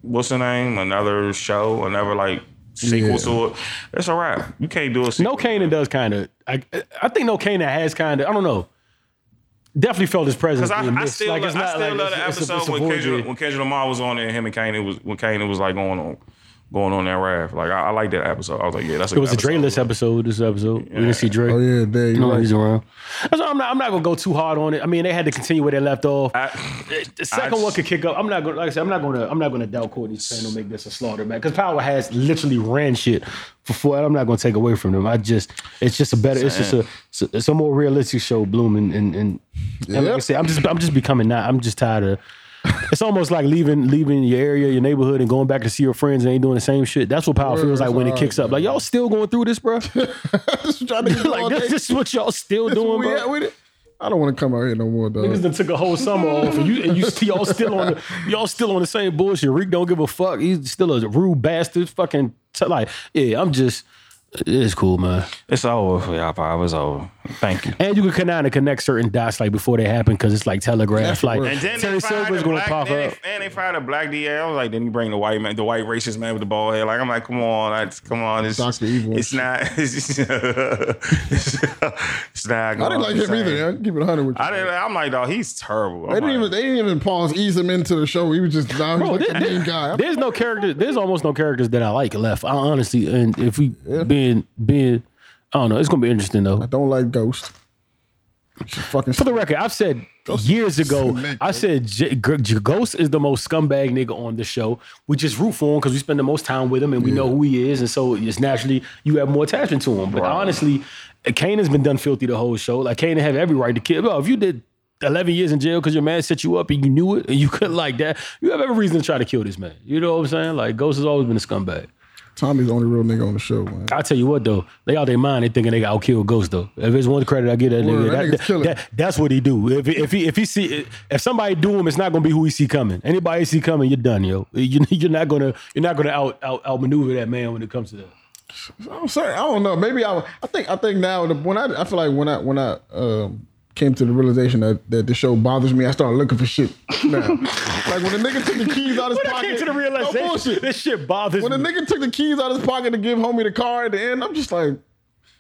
Speaker 4: what's the name? Another show, another like sequel
Speaker 2: Yeah.
Speaker 4: to it. It's a wrap. You can't do a sequel.
Speaker 3: No Kanan does kind of. I I think No Kanan has kind of. I don't know. Definitely felt his presence.
Speaker 4: Because I,
Speaker 3: being
Speaker 4: I
Speaker 3: missed.
Speaker 4: still,
Speaker 3: Like,
Speaker 4: love,
Speaker 3: it's
Speaker 4: I
Speaker 3: not
Speaker 4: still
Speaker 3: like
Speaker 4: love the
Speaker 3: it's- it's a-
Speaker 4: episode
Speaker 3: it's a
Speaker 4: when Kendrick,
Speaker 3: void.
Speaker 4: when Kendrick Lamar was on there, and him and Kane was when Kane was like going on, going on that raft. Like I, I like that episode. I was like, yeah, that's a
Speaker 3: It was a Dre list episode. This episode, we didn't see Dre.
Speaker 2: Oh yeah, there you
Speaker 3: No,
Speaker 2: right.
Speaker 3: he's around. That's why I'm not. I'm not gonna go too hard on it. I mean, they had to continue where they left off. the second
Speaker 4: I-
Speaker 3: one could kick up. I'm not gonna. Like I said, I'm not gonna. I'm not gonna doubt Courtney's plan to make this a slaughter, man. Because Power has literally ran shit for four. I'm not gonna take away from them. I just. It's just a better. It's just a. It's a, it's a more realistic show, Bloom, and and, and, and like I
Speaker 2: Yep.
Speaker 3: said, I'm just. I'm just becoming. Not. I'm just tired of. It's almost like leaving leaving your area, your neighborhood, and going back to see your friends and ain't doing the same shit. That's what power
Speaker 2: Word,
Speaker 3: feels like
Speaker 2: that's
Speaker 3: when it
Speaker 2: all
Speaker 3: kicks
Speaker 2: right,
Speaker 3: up. Like y'all still going through this, bro.
Speaker 2: That's what y'all niggas do all
Speaker 3: like
Speaker 2: day.
Speaker 3: this, this is what y'all still
Speaker 2: That's where
Speaker 3: doing,
Speaker 2: we
Speaker 3: bro.
Speaker 2: at with it. I don't want to come out here no more, dog.
Speaker 3: Niggas done took a whole summer off, and you and you st- y'all still on the, y'all still on the same bullshit. Reek don't give a fuck. He's still a rude bastard. Fucking t- like, yeah, I'm just. It's cool, man.
Speaker 4: It's over for y'all, Pop. It's over. Thank you.
Speaker 3: And you can kind of connect certain dots like before they happen because it's like telegraph.
Speaker 2: That's the
Speaker 3: Like
Speaker 2: word.
Speaker 4: And then
Speaker 3: Terry
Speaker 4: they fired
Speaker 3: Silver's
Speaker 4: a
Speaker 3: gonna
Speaker 4: black-
Speaker 3: pop
Speaker 4: then
Speaker 3: up.
Speaker 4: They, and they fired a black DA. I was like, then you bring the white man, the white racist man with the bald head. Like I'm like, come on, I, come on, it's
Speaker 2: Dr. Evil.
Speaker 4: It's not. It's, it's
Speaker 2: I
Speaker 4: not.
Speaker 2: didn't like him either. yeah. Give it hundred with you.
Speaker 4: I didn't. I'm like, dog, he's terrible. I'm
Speaker 2: They didn't
Speaker 4: like,
Speaker 2: even they didn't even pause ease him into the show. He was just down. He
Speaker 3: Bro,
Speaker 2: was like
Speaker 3: there-
Speaker 2: a
Speaker 3: there-
Speaker 2: mean guy.
Speaker 3: there's no character. There's almost no characters that I like left. I honestly, and if we being being, I don't know. It's gonna be interesting though.
Speaker 2: I don't like Ghost. It's a Fucking
Speaker 3: For the record, I've said years ago, I said J- G- G- Ghost is the most scumbag nigga on the show. We just root for him because we spend the most time with him and we know who he is, and so it's naturally you have more attachment to him. But honestly, Kanan's been done filthy the whole show. Like Kanan have every right to kill. Well, if you did. 11 years in jail because your man set you up and you knew it and you couldn't like that. You have every reason to try to kill this man. You know what I'm saying? Like, Ghost has always been a scumbag.
Speaker 2: Tommy's the only real nigga on the show, man.
Speaker 3: I tell you what though, they out their mind. They thinking they got kill Ghost though. If it's one credit I get that
Speaker 2: Word,
Speaker 3: nigga,
Speaker 2: that
Speaker 3: that,
Speaker 2: nigga's killing.
Speaker 3: that- that's what he do. If if he if he see if somebody do him, it's not gonna be who he see coming. Anybody see coming, you're done, yo. You, you're not gonna you're not gonna out out outmaneuver that man when it comes to that.
Speaker 2: I'm sorry. I don't know. Maybe I. I think. I think now the- when I. I feel like when I when I um, came to the realization that, that the show bothers me, I started looking for shit. Now. like when the nigga took the keys out of his
Speaker 3: I
Speaker 2: pocket.
Speaker 3: came to the
Speaker 2: No
Speaker 3: realization
Speaker 2: bullshit.
Speaker 3: this shit bothers
Speaker 2: When the
Speaker 3: me.
Speaker 2: nigga took the keys out of his pocket to give homie the car at the end, I'm just like,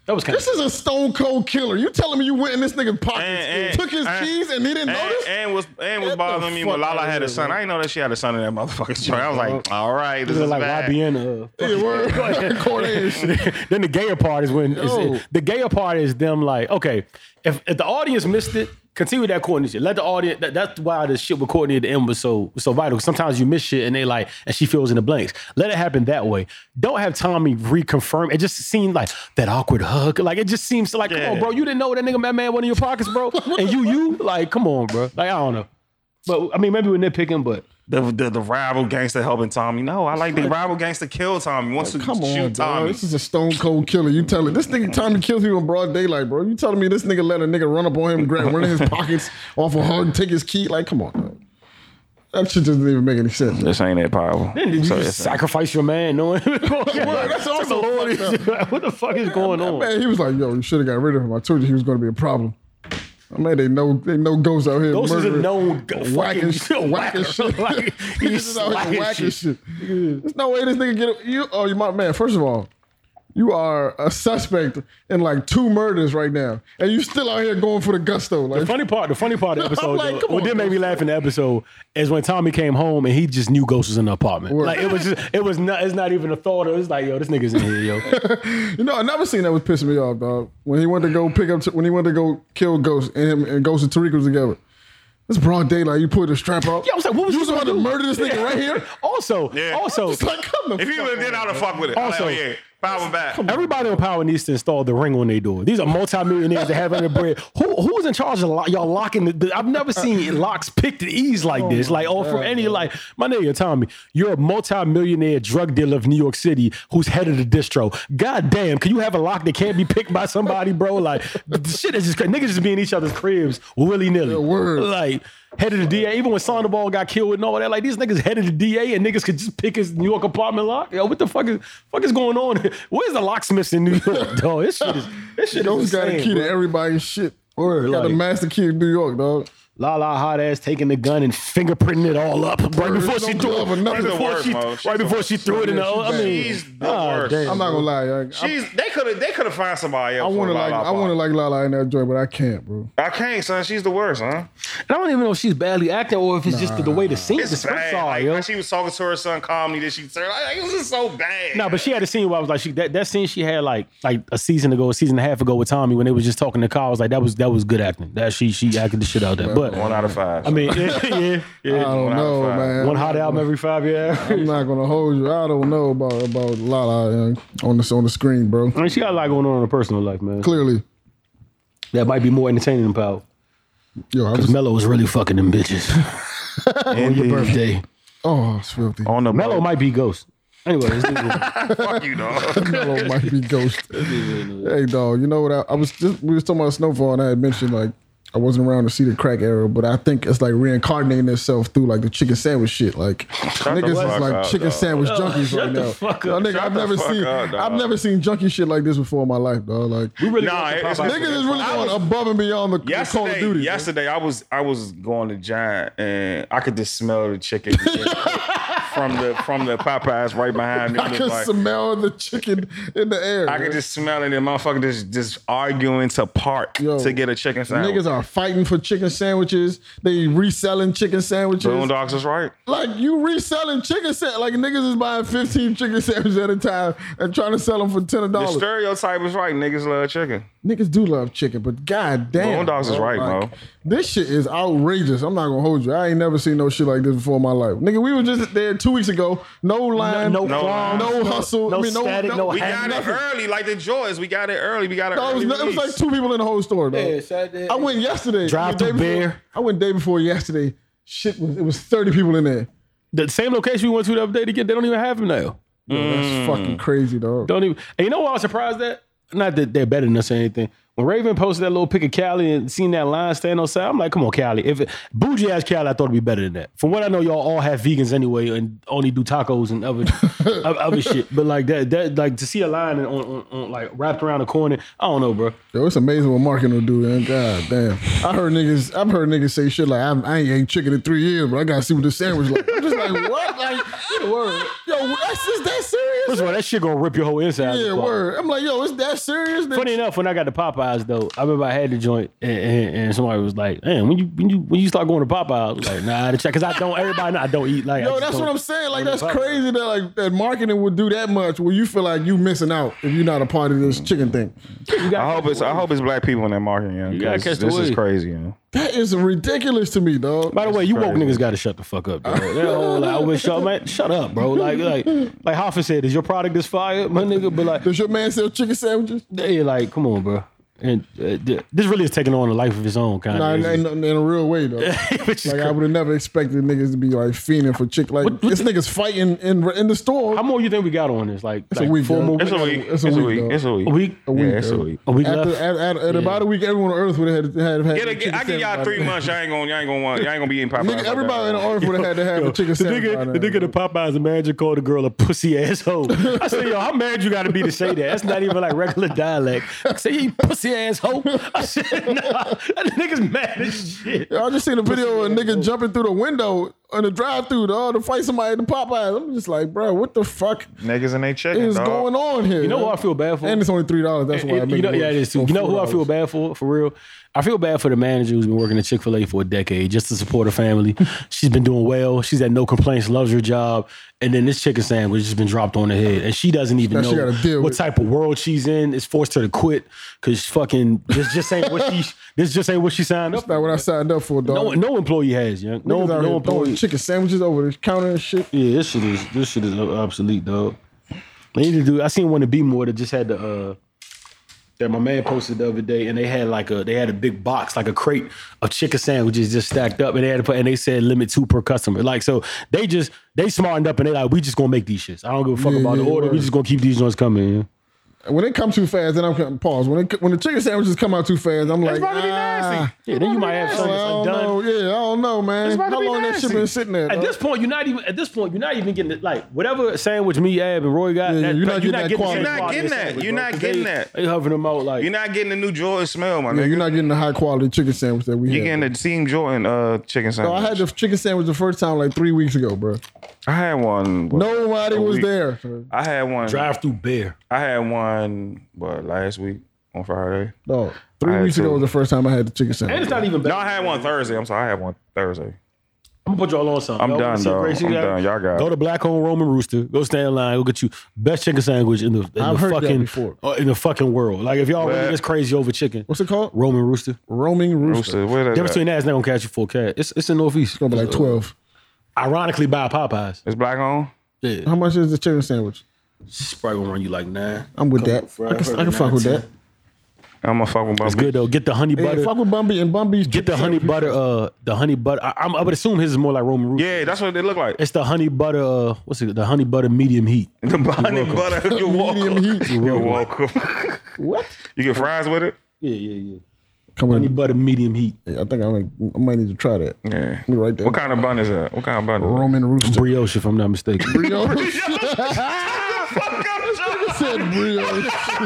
Speaker 3: that was kind
Speaker 2: this is a stone cold killer. You telling me you went in this nigga's pocket,
Speaker 4: And- and-
Speaker 2: took his
Speaker 4: and-
Speaker 2: keys, and he didn't
Speaker 4: And,
Speaker 2: notice?
Speaker 4: and was and was
Speaker 2: Get
Speaker 4: bothering
Speaker 2: the
Speaker 4: me when
Speaker 2: fuck
Speaker 4: Lala
Speaker 2: outta
Speaker 4: had a
Speaker 2: here,
Speaker 4: son. I didn't know that she had a son in that motherfucking truck. I was like, all right, this
Speaker 3: of
Speaker 4: is
Speaker 3: like
Speaker 4: bad.
Speaker 3: YBN. Uh,
Speaker 2: Yeah, word. Corny as shit.
Speaker 3: then the gayer part is when is
Speaker 2: Yo.
Speaker 3: the gayer part is them like okay if, if the audience missed it continue that Courtney shit let the audience that, that's why the shit with Courtney at the end was so was so vital sometimes you miss shit and they like and she fills in the blanks let it happen that way don't have Tommy reconfirm it just seemed like that awkward hug like it just seems like come on
Speaker 4: Yeah.
Speaker 3: bro you didn't know that nigga that man went in your pockets bro and you you like come on bro like I don't know but I mean maybe we're nitpicking but
Speaker 4: The, the the rival gangster helping Tommy. No, I like the rival gangster kill Tommy. Wants to
Speaker 2: Come on,
Speaker 4: shoot
Speaker 2: dog.
Speaker 4: Tommy.
Speaker 2: This is a stone cold killer. You telling this nigga Tommy kills people in broad daylight, bro? You telling me this nigga let a nigga run up on him, grab one of his pockets, off a hug, take his key? Like, come on, dog. that shit doesn't even make any sense.
Speaker 4: This ain't that powerful.
Speaker 3: Did you
Speaker 4: So
Speaker 3: just
Speaker 4: it's-
Speaker 3: sacrifice your man knowing
Speaker 2: that's also fucked
Speaker 3: what the fuck is going on?
Speaker 2: Man, he was like, yo, you should have got rid of him. I told you he was going to be a problem. I mean, they know they know ghosts out here.
Speaker 3: Ghost is a
Speaker 2: murdering,
Speaker 3: known g-
Speaker 2: whacking,
Speaker 3: fucking
Speaker 2: whacking shit.
Speaker 3: whacker. Like,
Speaker 2: he's
Speaker 3: he's
Speaker 2: just out
Speaker 3: slacking
Speaker 2: here whacking
Speaker 3: shit.
Speaker 2: shit. There's no way this nigga get a- you. Oh, you my man. First of all, you are a suspect in like two murders right now, and you still out here going for the gusto. Like,
Speaker 3: Funny part, the funny part of the episode,
Speaker 2: like,
Speaker 3: though,
Speaker 2: come
Speaker 3: what
Speaker 2: on,
Speaker 3: did make me
Speaker 2: Ghost.
Speaker 3: laugh in the episode is when Tommy came home and he just knew Ghost was in the apartment.
Speaker 2: Word.
Speaker 3: Like it was just, it was not, it's not even a thought. It was like, yo, this nigga's in here, yo.
Speaker 2: you know, another scene that was pissing me off, dog. When he went to go pick up, when he went to go kill Ghost and him and Ghost and Tariq was together. It's broad daylight. You pull the strap out.
Speaker 3: Yeah, I was like, what was
Speaker 2: you
Speaker 3: you
Speaker 2: was about to
Speaker 3: gonna do?
Speaker 2: murder this nigga right here?
Speaker 3: Also,
Speaker 4: Yeah.
Speaker 3: also,
Speaker 2: It's like, come the
Speaker 4: If he
Speaker 2: fuck
Speaker 4: would have did, I'd have fucked with it.
Speaker 3: Also-
Speaker 4: Also, like, oh, yeah, power back.
Speaker 3: Everybody on power needs to install the ring on their door. These are multimillionaires that have under bread. Who who's in charge of lo- y'all locking? The, the- I've never seen locks picked at ease like this. Like or from any like my nigga Tommy, you're a multimillionaire drug dealer of New York City who's head of the distro. God damn, can you have a lock that can't be picked by somebody, bro? Like the, the shit is just cra- niggas just be in each other's cribs willy nilly.
Speaker 2: word.
Speaker 3: Like head of the DA. Even when Sandoval got killed and all that, like these niggas head of the DA and niggas could just pick his New York apartment lock. Yo, what the fuck is fuck is going on? Where's the locksmiths in New York, dog? This shit is this shit
Speaker 2: Ghost
Speaker 3: is
Speaker 2: got a
Speaker 3: insane.
Speaker 2: key
Speaker 3: bro.
Speaker 2: to everybody's shit. Or got the
Speaker 3: like-
Speaker 2: master key to New York, dog.
Speaker 3: La la hot ass taking the gun and fingerprinting it all up right before
Speaker 2: no
Speaker 3: she threw
Speaker 2: glove or
Speaker 3: it. Right
Speaker 2: nothing.
Speaker 3: before
Speaker 4: She's
Speaker 3: she
Speaker 4: the worst, Mo.
Speaker 3: right
Speaker 4: She's
Speaker 3: before she threw it in the.
Speaker 2: Yeah,
Speaker 3: I mean,
Speaker 4: She's the
Speaker 3: ah,
Speaker 4: worst.
Speaker 3: damn.
Speaker 2: I'm not gonna lie, y'all. I,
Speaker 4: She's they could have they could have found somebody
Speaker 2: I
Speaker 4: else.
Speaker 2: want to
Speaker 4: for
Speaker 2: like
Speaker 4: Lala
Speaker 2: I want to
Speaker 4: Parton.
Speaker 2: like Lala in that joint, but I can't, bro.
Speaker 4: I can't, son. She's the worst, huh?
Speaker 3: and I don't even know if she's badly acting or if it's just the, the way the scenes the
Speaker 4: It's
Speaker 3: scripts
Speaker 4: bad.
Speaker 3: are,
Speaker 4: like,
Speaker 3: yo.
Speaker 4: how she was talking to her son calmly. That she said, like, this is so bad.
Speaker 3: No, but she had a scene where I was like, she, that, that scene she had like like a season ago, a season and a half ago with Tommy when they was just talking to Kyle. I was like, that was that was good acting. That she she acted the shit out there. But
Speaker 4: one out of five.
Speaker 3: I mean, yeah, yeah,
Speaker 2: I
Speaker 3: yeah.
Speaker 2: don't
Speaker 4: one out
Speaker 2: know,
Speaker 4: of five.
Speaker 2: man.
Speaker 3: One hot album every five years.
Speaker 2: I'm not gonna hold you. I don't know about about Lala young, on the on the screen, bro.
Speaker 3: I mean, she got a lot going on in her personal life, man.
Speaker 2: Clearly,
Speaker 3: That might be more entertaining than Powell.
Speaker 2: yo, I was,
Speaker 3: Mello was really fucking them bitches.
Speaker 4: on
Speaker 3: Your birthday.
Speaker 2: oh, it's filthy.
Speaker 4: on the
Speaker 3: Mello might be ghost. Anyway, this nigga-
Speaker 4: Fuck you, dog.
Speaker 2: Mellow might be ghost. hey, dog. You know what? I, I was just we was talking about Snowfall, and I had mentioned like I wasn't around to see the crack era, but I think it's like reincarnating itself through like the chicken sandwich shit. Like
Speaker 4: the
Speaker 2: niggas
Speaker 4: fuck
Speaker 2: is like
Speaker 4: up,
Speaker 2: chicken
Speaker 4: dog.
Speaker 2: sandwich junkies right now. Yo, nigga, I've
Speaker 4: the
Speaker 2: never
Speaker 4: fuck
Speaker 2: seen
Speaker 4: up, dog.
Speaker 2: I've never seen junkie shit like this before in my life, dog. Like
Speaker 3: really
Speaker 4: Nah,
Speaker 3: gonna
Speaker 4: it's-
Speaker 3: pop out.
Speaker 2: niggas is really
Speaker 4: I
Speaker 2: going
Speaker 4: was-
Speaker 2: above and beyond the the Call of
Speaker 4: Yesterday,
Speaker 2: Duty. bro.
Speaker 4: yesterday I was I was going to Giant and I could just smell the chicken from the from the Popeyes right behind me.
Speaker 2: I
Speaker 4: It was
Speaker 2: could
Speaker 4: like-
Speaker 2: smell the chicken in the air.
Speaker 4: I could
Speaker 2: bro.
Speaker 4: just smell it and motherfucker just just arguing to park
Speaker 2: Yo,
Speaker 4: to get a chicken sandwich.
Speaker 2: Niggas are fighting for chicken sandwiches. They reselling chicken sandwiches.
Speaker 4: Boondocks is right.
Speaker 2: Like you reselling chicken set, like niggas is buying fifteen chicken sandwiches at a time and trying to sell them for ten
Speaker 4: The
Speaker 2: dollars.
Speaker 4: stereotype is right. Niggas love chicken.
Speaker 2: Niggas do love chicken, but god damn,
Speaker 4: Boondocks is right,
Speaker 2: like,
Speaker 4: bro.
Speaker 2: This shit is outrageous. I'm not gonna hold you. I ain't never seen no shit like this before in my life, nigga. We were just there two weeks ago. No line,
Speaker 3: no,
Speaker 4: No,
Speaker 3: qualms,
Speaker 4: no
Speaker 3: no
Speaker 2: hustle.
Speaker 3: no
Speaker 2: I mean, no-
Speaker 3: static,
Speaker 2: no-
Speaker 3: no,
Speaker 4: We
Speaker 2: We
Speaker 3: hang-
Speaker 4: got it early, like the Joys. We got it early. We got it
Speaker 2: It was,
Speaker 4: early.
Speaker 2: it was like
Speaker 4: release.
Speaker 2: two people in the whole store, though.
Speaker 5: Yeah, Saturday.
Speaker 2: I went yesterday.
Speaker 3: Drive
Speaker 2: the day
Speaker 3: through
Speaker 2: before-
Speaker 3: beer.
Speaker 2: I went day before yesterday. Shit was it was thirty people in there.
Speaker 3: The same location we went to the other day to get, they don't even have him now.
Speaker 4: Mm.
Speaker 2: Yo, that's fucking crazy, dog.
Speaker 3: Don't even. And you know what I was surprised at? not that they're better than us or anything. When Raven posted that little pic of Cali and seen that line stand outside, I'm like, come on, Cali. If it, bougie ass Cali, I thought it'd be better than that. From what I know, y'all all have vegans anyway and only do tacos and other o- other shit. But like that, that like to see a line on, on, on like wrapped around the corner, I don't know, bro.
Speaker 2: Yo, it's amazing what marketing will do, man. God damn. I heard niggas, I've heard niggas say shit like, I, I ain't ate chicken in three years, but I gotta see what this sandwich like. I'm just like, what? Like, word. Yo, that's is that serious?
Speaker 3: First of all, that shit gonna rip your whole inside.
Speaker 2: Yeah, word. I'm like, yo, it's that serious? Nigga?
Speaker 3: Funny enough, when I got to Popeyes though, I remember I had the joint and, and, and somebody was like, "Man, when you when you when you start going to Popeyes?" I was like, "Nah, to check because I don't. Everybody, know I don't eat like." I
Speaker 2: Yo,
Speaker 3: just
Speaker 2: that's
Speaker 3: don't.
Speaker 2: what I'm saying. Like,
Speaker 3: don't
Speaker 2: that's
Speaker 3: fuck with
Speaker 2: crazy that like that marketing would do that much where you feel like you missing out if you're not a part of this chicken thing.
Speaker 4: I hope it's I hope it's black people in that market. Yeah,
Speaker 3: gotta
Speaker 4: 'cause
Speaker 3: catch the
Speaker 4: this is
Speaker 3: wave.
Speaker 4: crazy. You know?
Speaker 2: That is ridiculous to me, dog.
Speaker 3: By the way, you woke
Speaker 4: crazy.
Speaker 3: niggas got to shut the fuck up, dog. That whole, like, I wish y'all, man, shut up, bro. Like, like, like Hoffa said, is your product is fire, my nigga? But like,
Speaker 2: Does your man sell chicken sandwiches?
Speaker 3: they like, come on, bro. And uh, th- this really is taking on a life of its own, kind
Speaker 2: Nah,
Speaker 3: of.
Speaker 2: in, in, in a real way though. like I would have never expected niggas to be like fiending for chicken. Like this niggas fighting in in the store.
Speaker 3: How more you think we got on this? Like,
Speaker 2: It's a
Speaker 3: like
Speaker 2: week,
Speaker 3: four
Speaker 2: yo.
Speaker 3: more
Speaker 4: It's
Speaker 3: weeks?
Speaker 4: a week. It's a week. It's a week.
Speaker 3: A week?
Speaker 2: a week.
Speaker 4: Yeah, it's a
Speaker 2: though.
Speaker 4: week.
Speaker 3: A week
Speaker 2: After,
Speaker 3: left?
Speaker 2: at, at, at about a week, everyone on earth would have had, had, had
Speaker 4: Yeah, they-
Speaker 2: chicken
Speaker 4: I give y'all
Speaker 2: sandwich
Speaker 4: three
Speaker 2: by now.
Speaker 4: months. Y'all ain't gonna y'all ain't gonna want y'all ain't gonna be in Popeyes.
Speaker 2: Nigga,
Speaker 4: like
Speaker 2: everybody
Speaker 4: that.
Speaker 2: in the earth would have had to have
Speaker 3: Yo,
Speaker 2: a chicken
Speaker 3: the
Speaker 2: sandwich. by
Speaker 3: nigga, the
Speaker 2: now.
Speaker 3: nigga, the Popeyes, the manager called the girl a pussy asshole. I said, yo, how mad you got to be to say that? That's not even like regular dialect. I said, you pussy asshole. I said, nah, that nigga's mad as shit.
Speaker 2: I just seen a video of a nigga jumping through the window on the drive through to fight somebody at the Popeyes. I'm just like, bro, what the fuck
Speaker 4: Niggas and they chicken.
Speaker 2: is
Speaker 4: dog.
Speaker 2: going on here?
Speaker 3: You know what I feel bad for?
Speaker 2: And it's only three dollars. That's why I
Speaker 3: It-
Speaker 2: make
Speaker 3: you know,
Speaker 2: it
Speaker 3: yeah, it
Speaker 2: worse.
Speaker 3: is too.
Speaker 2: So
Speaker 3: You know who I feel
Speaker 2: $4.
Speaker 3: bad for? For real, I feel bad for the manager who's been working at Chick Fil A for a decade just to support her family. She's been doing well. She's had no complaints, loves her job, and then this chicken sandwich has been dropped on her head, and she doesn't even
Speaker 2: Now she
Speaker 3: know
Speaker 2: gotta deal
Speaker 3: what
Speaker 2: with-
Speaker 3: type of world she's in. It's forced her to quit because fucking this just ain't what she this just ain't what she signed up.
Speaker 2: That's not what I signed up for, dog.
Speaker 3: No, no employee has young. No,
Speaker 2: Niggas out
Speaker 3: no
Speaker 2: here throwing
Speaker 3: employee.
Speaker 2: chicken sandwiches over the counter and shit.
Speaker 3: Yeah, this shit is this shit is obsolete, dog. They need to do. I seen one to be more that just had the uh that my man posted the other day, and they had like a they had a big box like a crate of chicken sandwiches just stacked up, and they had to put and they said limit two per customer. Like so, they just they smartened up and they like we just gonna make these shits. I don't give a fuck
Speaker 2: Yeah,
Speaker 3: about the
Speaker 2: yeah,
Speaker 3: order. We
Speaker 2: word.
Speaker 3: just gonna keep these joints coming. Yeah.
Speaker 2: When it comes too fast, then I'm gonna pause. When it, when the chicken sandwiches come out too fast, I'm like,
Speaker 4: about to be nasty.
Speaker 2: ah,
Speaker 3: Yeah, then you might have
Speaker 2: I
Speaker 3: something that's
Speaker 2: don't
Speaker 3: undone.
Speaker 2: know. Yeah, I don't know, man.
Speaker 4: about to
Speaker 2: How
Speaker 4: be
Speaker 2: long that shit
Speaker 4: nasty.
Speaker 2: been sitting there?
Speaker 3: At
Speaker 2: dog?
Speaker 3: this point, you're not even. At this point, you're not even getting it. Like whatever sandwich me, Ab, and Roy got.
Speaker 2: Yeah,
Speaker 3: that,
Speaker 2: you're not getting that
Speaker 3: the
Speaker 2: quality.
Speaker 3: same
Speaker 2: You're not
Speaker 3: quality
Speaker 4: getting
Speaker 3: of
Speaker 4: that.
Speaker 3: sandwich,
Speaker 4: You're
Speaker 3: bro,
Speaker 4: not
Speaker 3: 'cause
Speaker 4: getting
Speaker 3: they-
Speaker 4: that.
Speaker 3: They hovering them out like
Speaker 4: You're not getting the new Jordan smell, my
Speaker 2: Yeah,
Speaker 4: nigga.
Speaker 2: Oh, you're not getting the high quality chicken sandwich that we
Speaker 4: You're
Speaker 2: had.
Speaker 4: getting the Team Jordan uh, chicken
Speaker 2: Bro,
Speaker 4: sandwich.
Speaker 2: I had the chicken sandwich the first time like three weeks ago, bro.
Speaker 4: I had one. what,
Speaker 2: Nobody
Speaker 4: a
Speaker 2: was
Speaker 4: week-
Speaker 2: there.
Speaker 4: I had one.
Speaker 3: drive through bear.
Speaker 4: I had one. What last week on Friday?
Speaker 2: No,
Speaker 4: I
Speaker 2: three
Speaker 4: had
Speaker 2: weeks ago
Speaker 4: two.
Speaker 2: was the first time I had the chicken sandwich.
Speaker 3: And it's not even bad.
Speaker 4: No, I had one Thursday. I'm sorry, I had one Thursday.
Speaker 3: I'm gonna put y'all on something.
Speaker 4: I'm
Speaker 3: Y'all wanna
Speaker 4: done,
Speaker 3: see a
Speaker 4: dog.
Speaker 3: great
Speaker 4: I'm
Speaker 3: shit?
Speaker 4: done. Y'all got
Speaker 3: Go
Speaker 4: it.
Speaker 3: to Black Home Roman Rooster. Go stand in line. Go get you best chicken sandwich in the, in the
Speaker 2: I've heard that
Speaker 3: fucking
Speaker 2: before.
Speaker 3: uh, in the fucking world. Like if y'all
Speaker 4: Well-
Speaker 3: really this crazy over chicken,
Speaker 2: What's it called?
Speaker 3: Roman Rooster.
Speaker 2: Roaming rooster.
Speaker 4: Rooster, where that?
Speaker 3: Difference
Speaker 4: at?
Speaker 3: between that is not gonna catch you full cat. It's it's in Northeast.
Speaker 2: Gonna be like twelve.
Speaker 3: Ironically, by Popeyes.
Speaker 4: It's black on.
Speaker 3: Yeah,
Speaker 2: How much is the chicken sandwich?
Speaker 3: it's probably gonna run you like nine.
Speaker 2: I'm with that.
Speaker 3: fry,
Speaker 2: I can, I
Speaker 3: fry,
Speaker 2: can fuck with that.
Speaker 4: I'm a fucking
Speaker 3: It's good though. Get the honey
Speaker 2: Yeah,
Speaker 3: butter.
Speaker 2: fuck with Bumby and Bumby's.
Speaker 3: Get the honey butter. Uh, the honey butter. I, I'm, I would assume his is more like Roman Rooster.
Speaker 4: Yeah, that's what they look like.
Speaker 3: It's the honey butter. Uh, what's it? The honey butter medium heat.
Speaker 4: The honey butter. You're welcome.
Speaker 2: medium heat.
Speaker 4: You're welcome.
Speaker 2: What?
Speaker 4: you get fries with it?
Speaker 3: Yeah, yeah, yeah.
Speaker 2: Come
Speaker 3: Honey
Speaker 2: on.
Speaker 3: butter medium heat.
Speaker 2: I think I'm gonna, I might need to try that.
Speaker 4: Yeah.
Speaker 2: Me right there.
Speaker 4: What kind of bun is that? What kind of bun? Is that?
Speaker 2: Roman rooster.
Speaker 3: Brioche, if I'm not mistaken.
Speaker 2: Brioche.
Speaker 4: Fuck up, Jordan.
Speaker 2: said brioche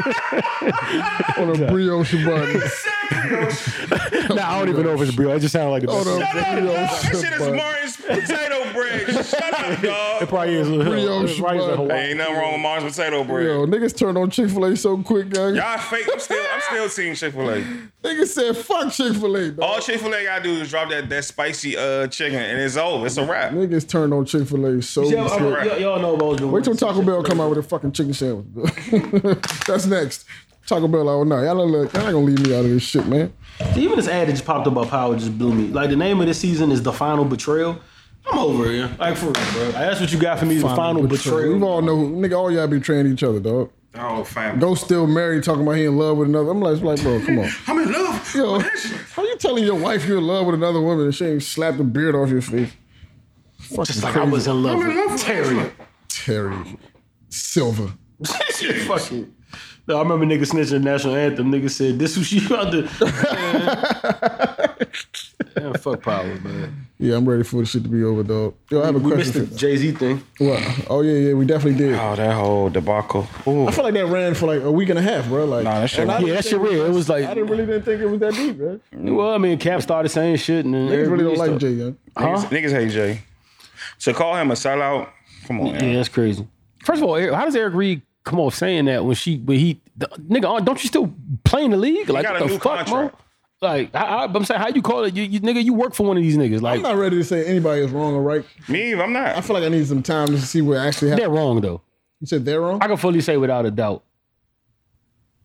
Speaker 2: on a brioche bun.
Speaker 3: Nah, I don't even know if it's brioche. It just sounds like the
Speaker 2: On
Speaker 3: best.
Speaker 2: a brioche
Speaker 4: This shit is
Speaker 2: bun.
Speaker 4: Martin's potato bread. Shut up,
Speaker 3: It
Speaker 4: dog.
Speaker 3: probably is. It
Speaker 2: Brioche
Speaker 3: probably is a
Speaker 2: bun.
Speaker 3: Hawaii.
Speaker 4: Ain't nothing wrong with Martin's potato bread.
Speaker 2: Yo, niggas turned on Chick Fil A so quick, gang.
Speaker 4: Y'all fake. I'm still. I'm still team Chick Fil A.
Speaker 2: Niggas said fuck Chick Fil A. dog.
Speaker 4: All Chick Fil A gotta do is drop that that spicy uh chicken, and it's over. It's a wrap.
Speaker 2: Niggas turned on Chick Fil A so
Speaker 3: Yeah, I'm-
Speaker 2: quick.
Speaker 4: right.
Speaker 3: uh, y- y'all know about
Speaker 2: Wait till Taco Bell come out with a fucking chicken sandwich. bro. That's next. Taco Bell, like, no, y'all, look, y'all ain't gonna leave me out of this shit, man.
Speaker 3: Even this ad that just popped up about power just blew me. Like the name of this season is the final betrayal. I'm over it. yeah. Like for real, bro. Like, that's what you got for me. is The final, betrayal.
Speaker 2: We all know, who- nigga, all y'all be betraying each other, dog.
Speaker 4: Oh, fam.
Speaker 2: Go still married, talking about he in love with another. I'm like, it's like bro, come on.
Speaker 4: I'm in love.
Speaker 2: Yo, how you telling your wife you're in love with another woman and she ain't slapped the beard off your face?
Speaker 3: Just like I was in love with Terry.
Speaker 2: Terry Silver.
Speaker 3: Fucking No, I remember nigga snitching the national anthem. Nigga said, "This who she about to." Man, fuck power, man.
Speaker 2: Yeah, I'm ready for this shit to be over, dog. Yo, I have a
Speaker 3: We missed the
Speaker 2: question.
Speaker 3: Jay Z thing.
Speaker 2: For, what? Oh yeah, yeah, we definitely did.
Speaker 4: Oh, that whole debacle. Ooh.
Speaker 2: I feel like that ran for like a week and a half, bro. Like,
Speaker 4: Nah, that shit
Speaker 2: and I
Speaker 4: ran-
Speaker 2: didn't
Speaker 3: Yeah, that shit
Speaker 2: think
Speaker 3: ran. It was like-
Speaker 2: I didn't really didn't think it was that deep, man.
Speaker 3: Well, I mean, Cap started saying shit, and then
Speaker 2: Niggas really
Speaker 3: everybody
Speaker 2: don't like
Speaker 3: started-
Speaker 2: Jay Young.
Speaker 4: Niggas, niggas hate Jay. So call him a sellout. Come on,
Speaker 3: Yeah,
Speaker 4: yeah.
Speaker 3: that's crazy. First of all, Eric- how does Eric Reed come on saying that when she when he the, nigga? uh, Don't you still play in the league? Like
Speaker 4: got
Speaker 3: what
Speaker 4: a
Speaker 3: the
Speaker 4: new
Speaker 3: fuck, bro?
Speaker 4: contract.
Speaker 3: Like I, I, I'm saying, how you call it? You, you nigga, you work for one of these niggas. Like
Speaker 2: I'm not ready to say anybody is wrong or right.
Speaker 4: Me, I'm
Speaker 2: I
Speaker 4: not.
Speaker 2: feel like I need some time to see what actually happened.
Speaker 3: they're wrong though.
Speaker 2: You said they're wrong.
Speaker 3: I can fully say without a doubt.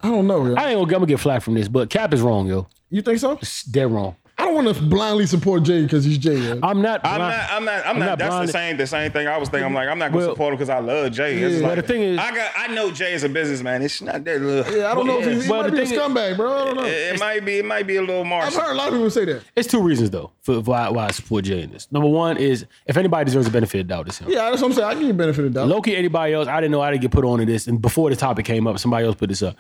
Speaker 2: I don't know. Yo.
Speaker 3: I ain't gonna, I'm gonna get flack from this, but Cap is wrong, yo.
Speaker 2: You think so?
Speaker 3: It's- They're wrong.
Speaker 2: I don't want to blindly support Jay because he's Jay. Yo.
Speaker 3: I'm not. blind-
Speaker 4: I'm not. I'm not. I'm, not.
Speaker 3: not
Speaker 4: That's
Speaker 3: blinded.
Speaker 4: the same. The same thing. I was thinking. I'm like. I'm not gonna
Speaker 3: Well-
Speaker 4: support him because I love Jay.
Speaker 2: Yeah.
Speaker 4: It's like,
Speaker 3: But the thing is-
Speaker 4: I got. I know Jay is a businessman. It's not that little.
Speaker 2: Yeah, I don't know if he's, he
Speaker 3: Well,
Speaker 2: might
Speaker 3: the
Speaker 2: be a
Speaker 3: thing is-
Speaker 2: scumbag, bro. I don't know.
Speaker 4: It, it might be. It might be a little
Speaker 2: I've
Speaker 4: marginal.
Speaker 2: heard a lot of people say that.
Speaker 3: It's two reasons though for for why, why I support Jay in this. Number one is if anybody deserves a benefit of doubt, it's him.
Speaker 2: Yeah, that's what I'm saying. I give you benefit of doubt.
Speaker 3: Loki, anybody else, I didn't know I didn't get put onto this. And before the topic came up, somebody else put this up.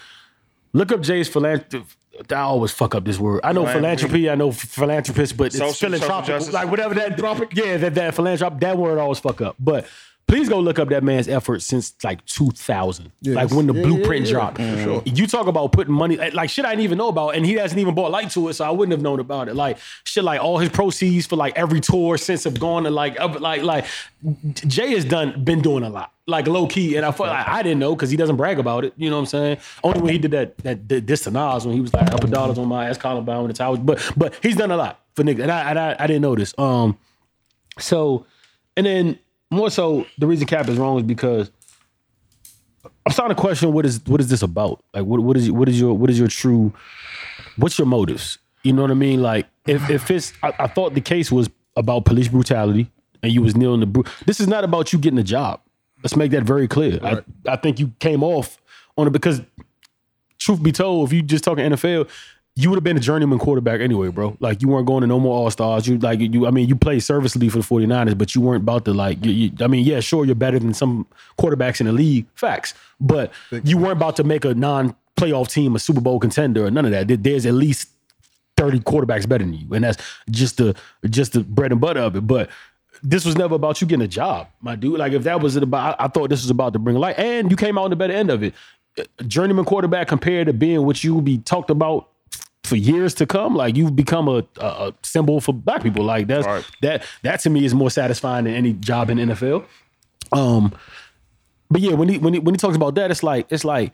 Speaker 3: Look up Jay's philanthropy. I always fuck up this word. I know
Speaker 4: Philanthropy.
Speaker 3: philanthropy, I know ph- philanthropist, but
Speaker 4: Social-
Speaker 3: it's
Speaker 4: social
Speaker 3: philanthropic.
Speaker 4: justice.
Speaker 3: Like whatever that Yeah, that, that philanthropic, that word I always fuck up. But please go look up that man's efforts since like 2000. Like when the
Speaker 2: Yeah, yeah,
Speaker 3: blueprint
Speaker 2: yeah.
Speaker 3: dropped. You talk about putting money, eh, like shit I didn't even know about. And he hasn't even bought light to it, so I wouldn't have known about it. Like shit, like all his proceeds for like every tour since have gone to like, up, like, like Jay has done, been doing a lot. Like low key, and I felt like I didn't know because he doesn't brag about it. You know what I'm saying? Only when he did that that, that this to Nas when he was like up a dollars on my ass, Columbine when the towers. But but he's done a lot for niggas, and I and I, I didn't know this. Um, so, and then more so, the reason Cap is wrong is because I'm starting to question what is what is this about? Like, what what is what is your what is your true? What's your motives? You know what I mean? Like, if if it's, I, I thought the case was about police brutality, and you was kneeling the. Bru- this is not about you getting a job. Let's make that very clear. I, I think you came off on it because, truth be told, if you just talking NFL. You would have been a journeyman quarterback anyway, bro. Like you weren't going to no more All Stars. You like you. I mean, you played serviceably for the 49ers, but you weren't about to like. You, you, I mean, yeah, sure, you're better than some quarterbacks in the league. Facts, but you weren't about to make a non-playoff team, a Super Bowl contender, or none of that. There- There's at least 30 quarterbacks better than you. And that's just the just the bread and butter of it. But this was never about you getting a job, my dude. Like if that was it about I, I thought this was about to bring light. And you came out on the better end of it. A Journeyman quarterback compared to being what you will be talked about for years to come, like you've become a, a, a symbol for black people. Like that's
Speaker 4: Right.
Speaker 3: that that to me is more satisfying than any job in the NFL. Um, but yeah, when he when he when he talks about that, it's like it's like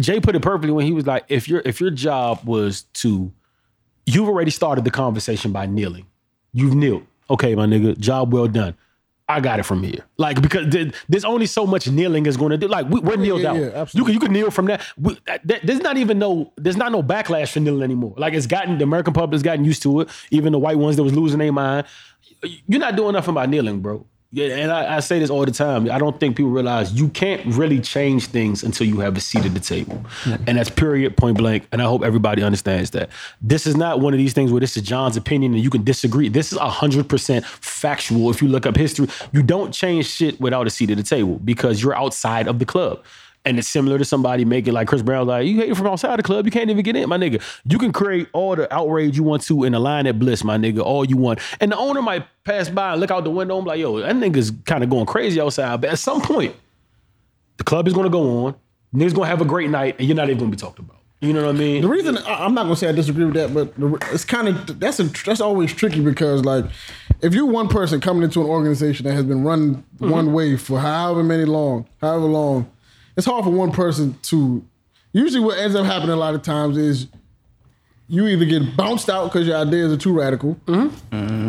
Speaker 3: Jay put it perfectly when he was like, if your if your job was to, you've already started the conversation by kneeling. You've kneeled. Okay, my nigga, job well done. I got it from here. Like because there- there's only so much kneeling is going to do. Like we, we're kneeled
Speaker 2: yeah,
Speaker 3: out.
Speaker 2: yeah,
Speaker 3: you
Speaker 2: absolutely.
Speaker 3: can you can kneel from that. We, that, that- There's not even no there's not no backlash for kneeling anymore. Like it's gotten the American public's gotten used to it. Even the white ones that was losing their mind. You're not doing nothing by kneeling, bro. Yeah, and I, I say this all the time. I don't think people realize you can't really change things until you have a seat at the table. And that's period, point blank. And I hope everybody understands that. This is not one of these things where this is John's opinion and you can disagree. This is 100% factual. If you look up history, you don't change shit without a seat at the table because you're outside of the club. And it's similar to somebody making like Chris Brown, like, you hated from outside the club, you can't even get in, my nigga. You can create all the outrage you want to in a line at Bliss, my nigga, all you want. And the owner might pass by and look out the window and be like, yo, that nigga's kind of going crazy outside. But at some point, the club is gonna go on, niggas gonna have a great night, and you're not even gonna be talked about. You know what I mean?
Speaker 2: The reason I, I'm not gonna say I disagree with that, but the, re- it's kind of that's a, that's always tricky because like if you're one person coming into an organization that has been run one way for however many long, however long, it's hard for one person to. Usually, what ends up happening a lot of times is you either get bounced out because your ideas are too radical,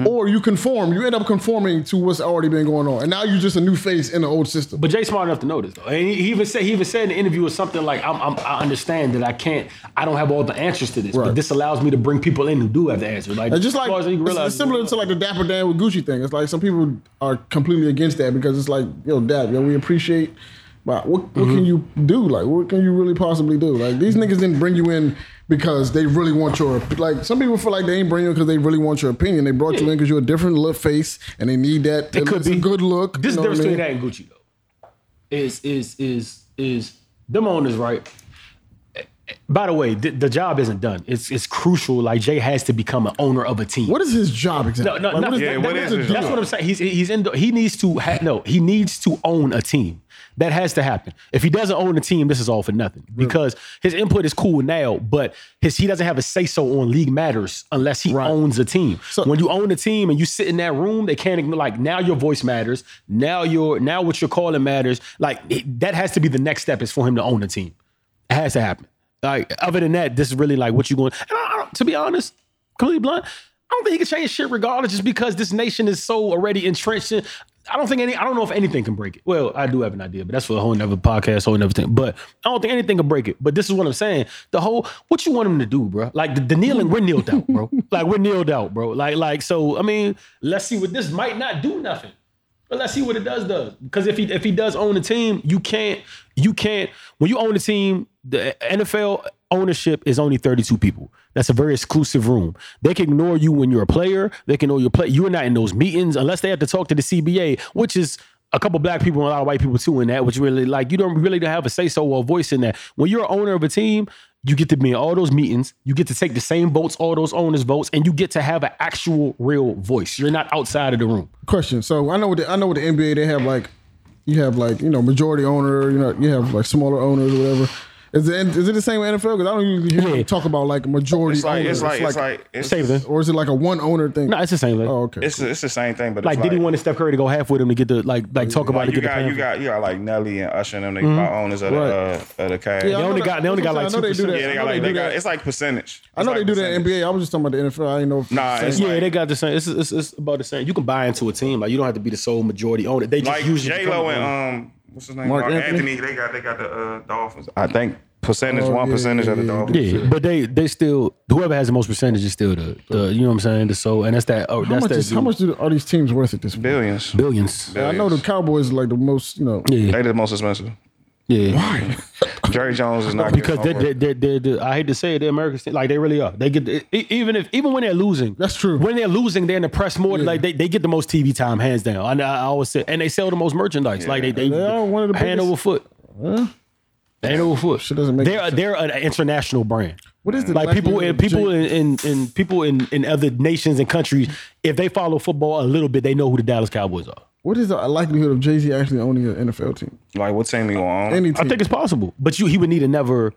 Speaker 2: or you conform. You end up conforming to what's already been going on, and now you're just a new face in the old system.
Speaker 3: But Jay smart enough to know this though, and he he even said he even said in the interview or something like, I'm, I'm, "I understand that I can't, I don't have all the answers to this, but
Speaker 2: Right.
Speaker 3: this allows me to bring people in who do have the answers." Like,
Speaker 2: It's just
Speaker 3: as
Speaker 2: like
Speaker 3: far as he
Speaker 2: it's,
Speaker 3: realized-
Speaker 2: it's similar to like the Dapper Dan with Gucci thing. It's like some people are completely against that because it's like, yo, Dap, yo, we appreciate, but what, what
Speaker 3: Mm-hmm.
Speaker 2: can you do? Like, what can you really possibly do? Like, these niggas didn't bring you in because they really want your like. Some people feel like they ain't bring you because they really want your opinion. They brought you in because you're a different look face and they need that.
Speaker 3: It could
Speaker 2: it's a
Speaker 3: be
Speaker 2: good look.
Speaker 3: This
Speaker 2: you
Speaker 3: is the
Speaker 2: know what
Speaker 3: difference
Speaker 2: I mean?
Speaker 3: between that and Gucci though. Is is is is them owners right? By the way, the, the job isn't done. It's it's crucial. Like Jay has to become an owner of a team.
Speaker 2: What is his job
Speaker 3: No,
Speaker 2: exactly?
Speaker 3: no,
Speaker 2: Like,
Speaker 3: no.
Speaker 2: what is-
Speaker 4: Yeah,
Speaker 2: what
Speaker 4: what
Speaker 2: is
Speaker 4: is
Speaker 2: the
Speaker 4: his
Speaker 2: job?
Speaker 3: That's what I'm saying. He's he's in. He needs to ha- no. He needs to own a team. That has to happen. If he doesn't own a team, this is all for nothing because his input is cool now, but his he doesn't have a say so on league matters unless he
Speaker 2: Right.
Speaker 3: owns a team.
Speaker 2: So-
Speaker 3: when you own a team and you sit in that room, they can't ignore. Like now, your voice matters. Now your now what you're calling matters. Like it- that has to be the next step is for him to own a team. It has to happen. Like other than that, this is really like what you going. And I, I don't, to be honest, completely blunt, I don't think he can change shit regardless, just because this nation is so already entrenched. In, I don't think any. I don't know if anything can break it. Well, I do have an idea, but that's for a whole nother podcast, whole nother thing. But I don't think anything can break it. But this is what I'm saying. The whole what you want him to do, bro. Like the, the kneeling, we're kneeled out, bro. Like we're kneeled out, bro. Like like so. I mean, let's see what this might not do nothing. But let's see what it does does. Because if he if he does own the team, you can't you can't when you own the team, the NFL ownership is only 32 people. That's a very exclusive room. They can ignore you when you're a player. They can ignore your play. You're not in those meetings unless they have to talk to the CBA, which is a couple black people and a lot of white people too in that, which really like you don't really don't have a say so or a voice in that. When you're an owner of a team, you get to be in all those meetings. You get to take the same votes, all those owners' votes, and you get to have an actual real voice. You're not outside of the room.
Speaker 2: question. So I know with the, I know with the NBA they have like you have like you know majority owner. You know you have like smaller owners or whatever. Is it is it the same with NFL? Because I don't usually hear
Speaker 3: Yeah.
Speaker 2: you talk about like majority.
Speaker 4: It's like
Speaker 2: owner.
Speaker 4: it's like it's like it's,
Speaker 3: Same thing.
Speaker 2: or is it like a one owner thing?
Speaker 3: No, it's the same thing.
Speaker 2: oh, okay.
Speaker 4: it's, it's the same thing, but it's
Speaker 3: like, did he want Steph Curry to go half with him to get the like like talk about
Speaker 4: Like,
Speaker 3: it?
Speaker 4: Oh,
Speaker 3: Get the
Speaker 4: you got
Speaker 3: pound
Speaker 4: you
Speaker 3: for-
Speaker 4: got you got like Nelly and Usher and them they owners of the
Speaker 2: Mm-hmm. Right.
Speaker 4: uh, of the cast.
Speaker 2: I
Speaker 4: Yeah,
Speaker 2: know
Speaker 3: only
Speaker 2: that-
Speaker 3: got- they only got,
Speaker 2: that's what
Speaker 3: like,
Speaker 2: I'm saying. I know
Speaker 3: 2%.
Speaker 4: they
Speaker 2: do that.
Speaker 4: got
Speaker 2: I know
Speaker 4: like they
Speaker 2: do
Speaker 4: got
Speaker 2: that.
Speaker 4: it's like percentage.
Speaker 2: I know
Speaker 4: It's
Speaker 2: they
Speaker 4: like
Speaker 2: do that in
Speaker 4: percentage.
Speaker 2: NBA. I was just talking about the NFL. I didn't know. If
Speaker 4: Nah, it's
Speaker 3: Yeah,
Speaker 4: like-
Speaker 3: they got the same. It's, it's, it's about the same. You can buy into a team. Like you don't have to be the sole majority owner. They just
Speaker 4: Like
Speaker 3: usually
Speaker 4: J
Speaker 3: become
Speaker 4: Lo
Speaker 3: the owner.
Speaker 4: and um what's his name?
Speaker 2: Mark
Speaker 4: Mark,
Speaker 2: Anthony.
Speaker 4: Anthony. They got they got the uh, Dolphins. I think percentage
Speaker 2: Oh,
Speaker 4: one
Speaker 2: yeah,
Speaker 4: percentage
Speaker 2: yeah,
Speaker 4: of the
Speaker 2: yeah, yeah.
Speaker 4: Dolphins.
Speaker 3: yeah, but they they still whoever has the most percentage is still the, the you know what I'm saying. The sole and that's that. Oh,
Speaker 2: how
Speaker 3: that's
Speaker 2: much
Speaker 3: that
Speaker 2: is, how much do, are these teams worth at this point?
Speaker 4: Billions.
Speaker 3: billions.
Speaker 2: I know the Cowboys are like the most. You know,
Speaker 4: They the most expensive.
Speaker 3: Yeah,
Speaker 4: Jerry Jones is not
Speaker 3: because they
Speaker 4: getting
Speaker 3: they they they the, I hate to say it, they're Americans. Like they really are. They get e- even if even when they're losing.
Speaker 2: That's true.
Speaker 3: When they're losing, they're in the press more. Like they, they get the most TV time, hands down. I, I always say, and they sell the most merchandise. Like they they,
Speaker 2: They are one of the
Speaker 3: hand
Speaker 2: biggest-
Speaker 3: over foot. Hand over foot.
Speaker 2: Shit doesn't make
Speaker 3: they're
Speaker 2: sense.
Speaker 3: they're an international brand.
Speaker 2: what is the
Speaker 3: Like
Speaker 2: black
Speaker 3: people,
Speaker 2: league
Speaker 3: in,
Speaker 2: of
Speaker 3: people
Speaker 2: J-
Speaker 3: in, in, in people in, in other nations and countries, if they follow football a little bit, they know who the Dallas Cowboys are.
Speaker 2: What is the likelihood of Jay Z actually owning an NFL team?
Speaker 4: like what team you on?
Speaker 2: Any
Speaker 3: I
Speaker 2: team?
Speaker 3: think it's possible, but you he would need another.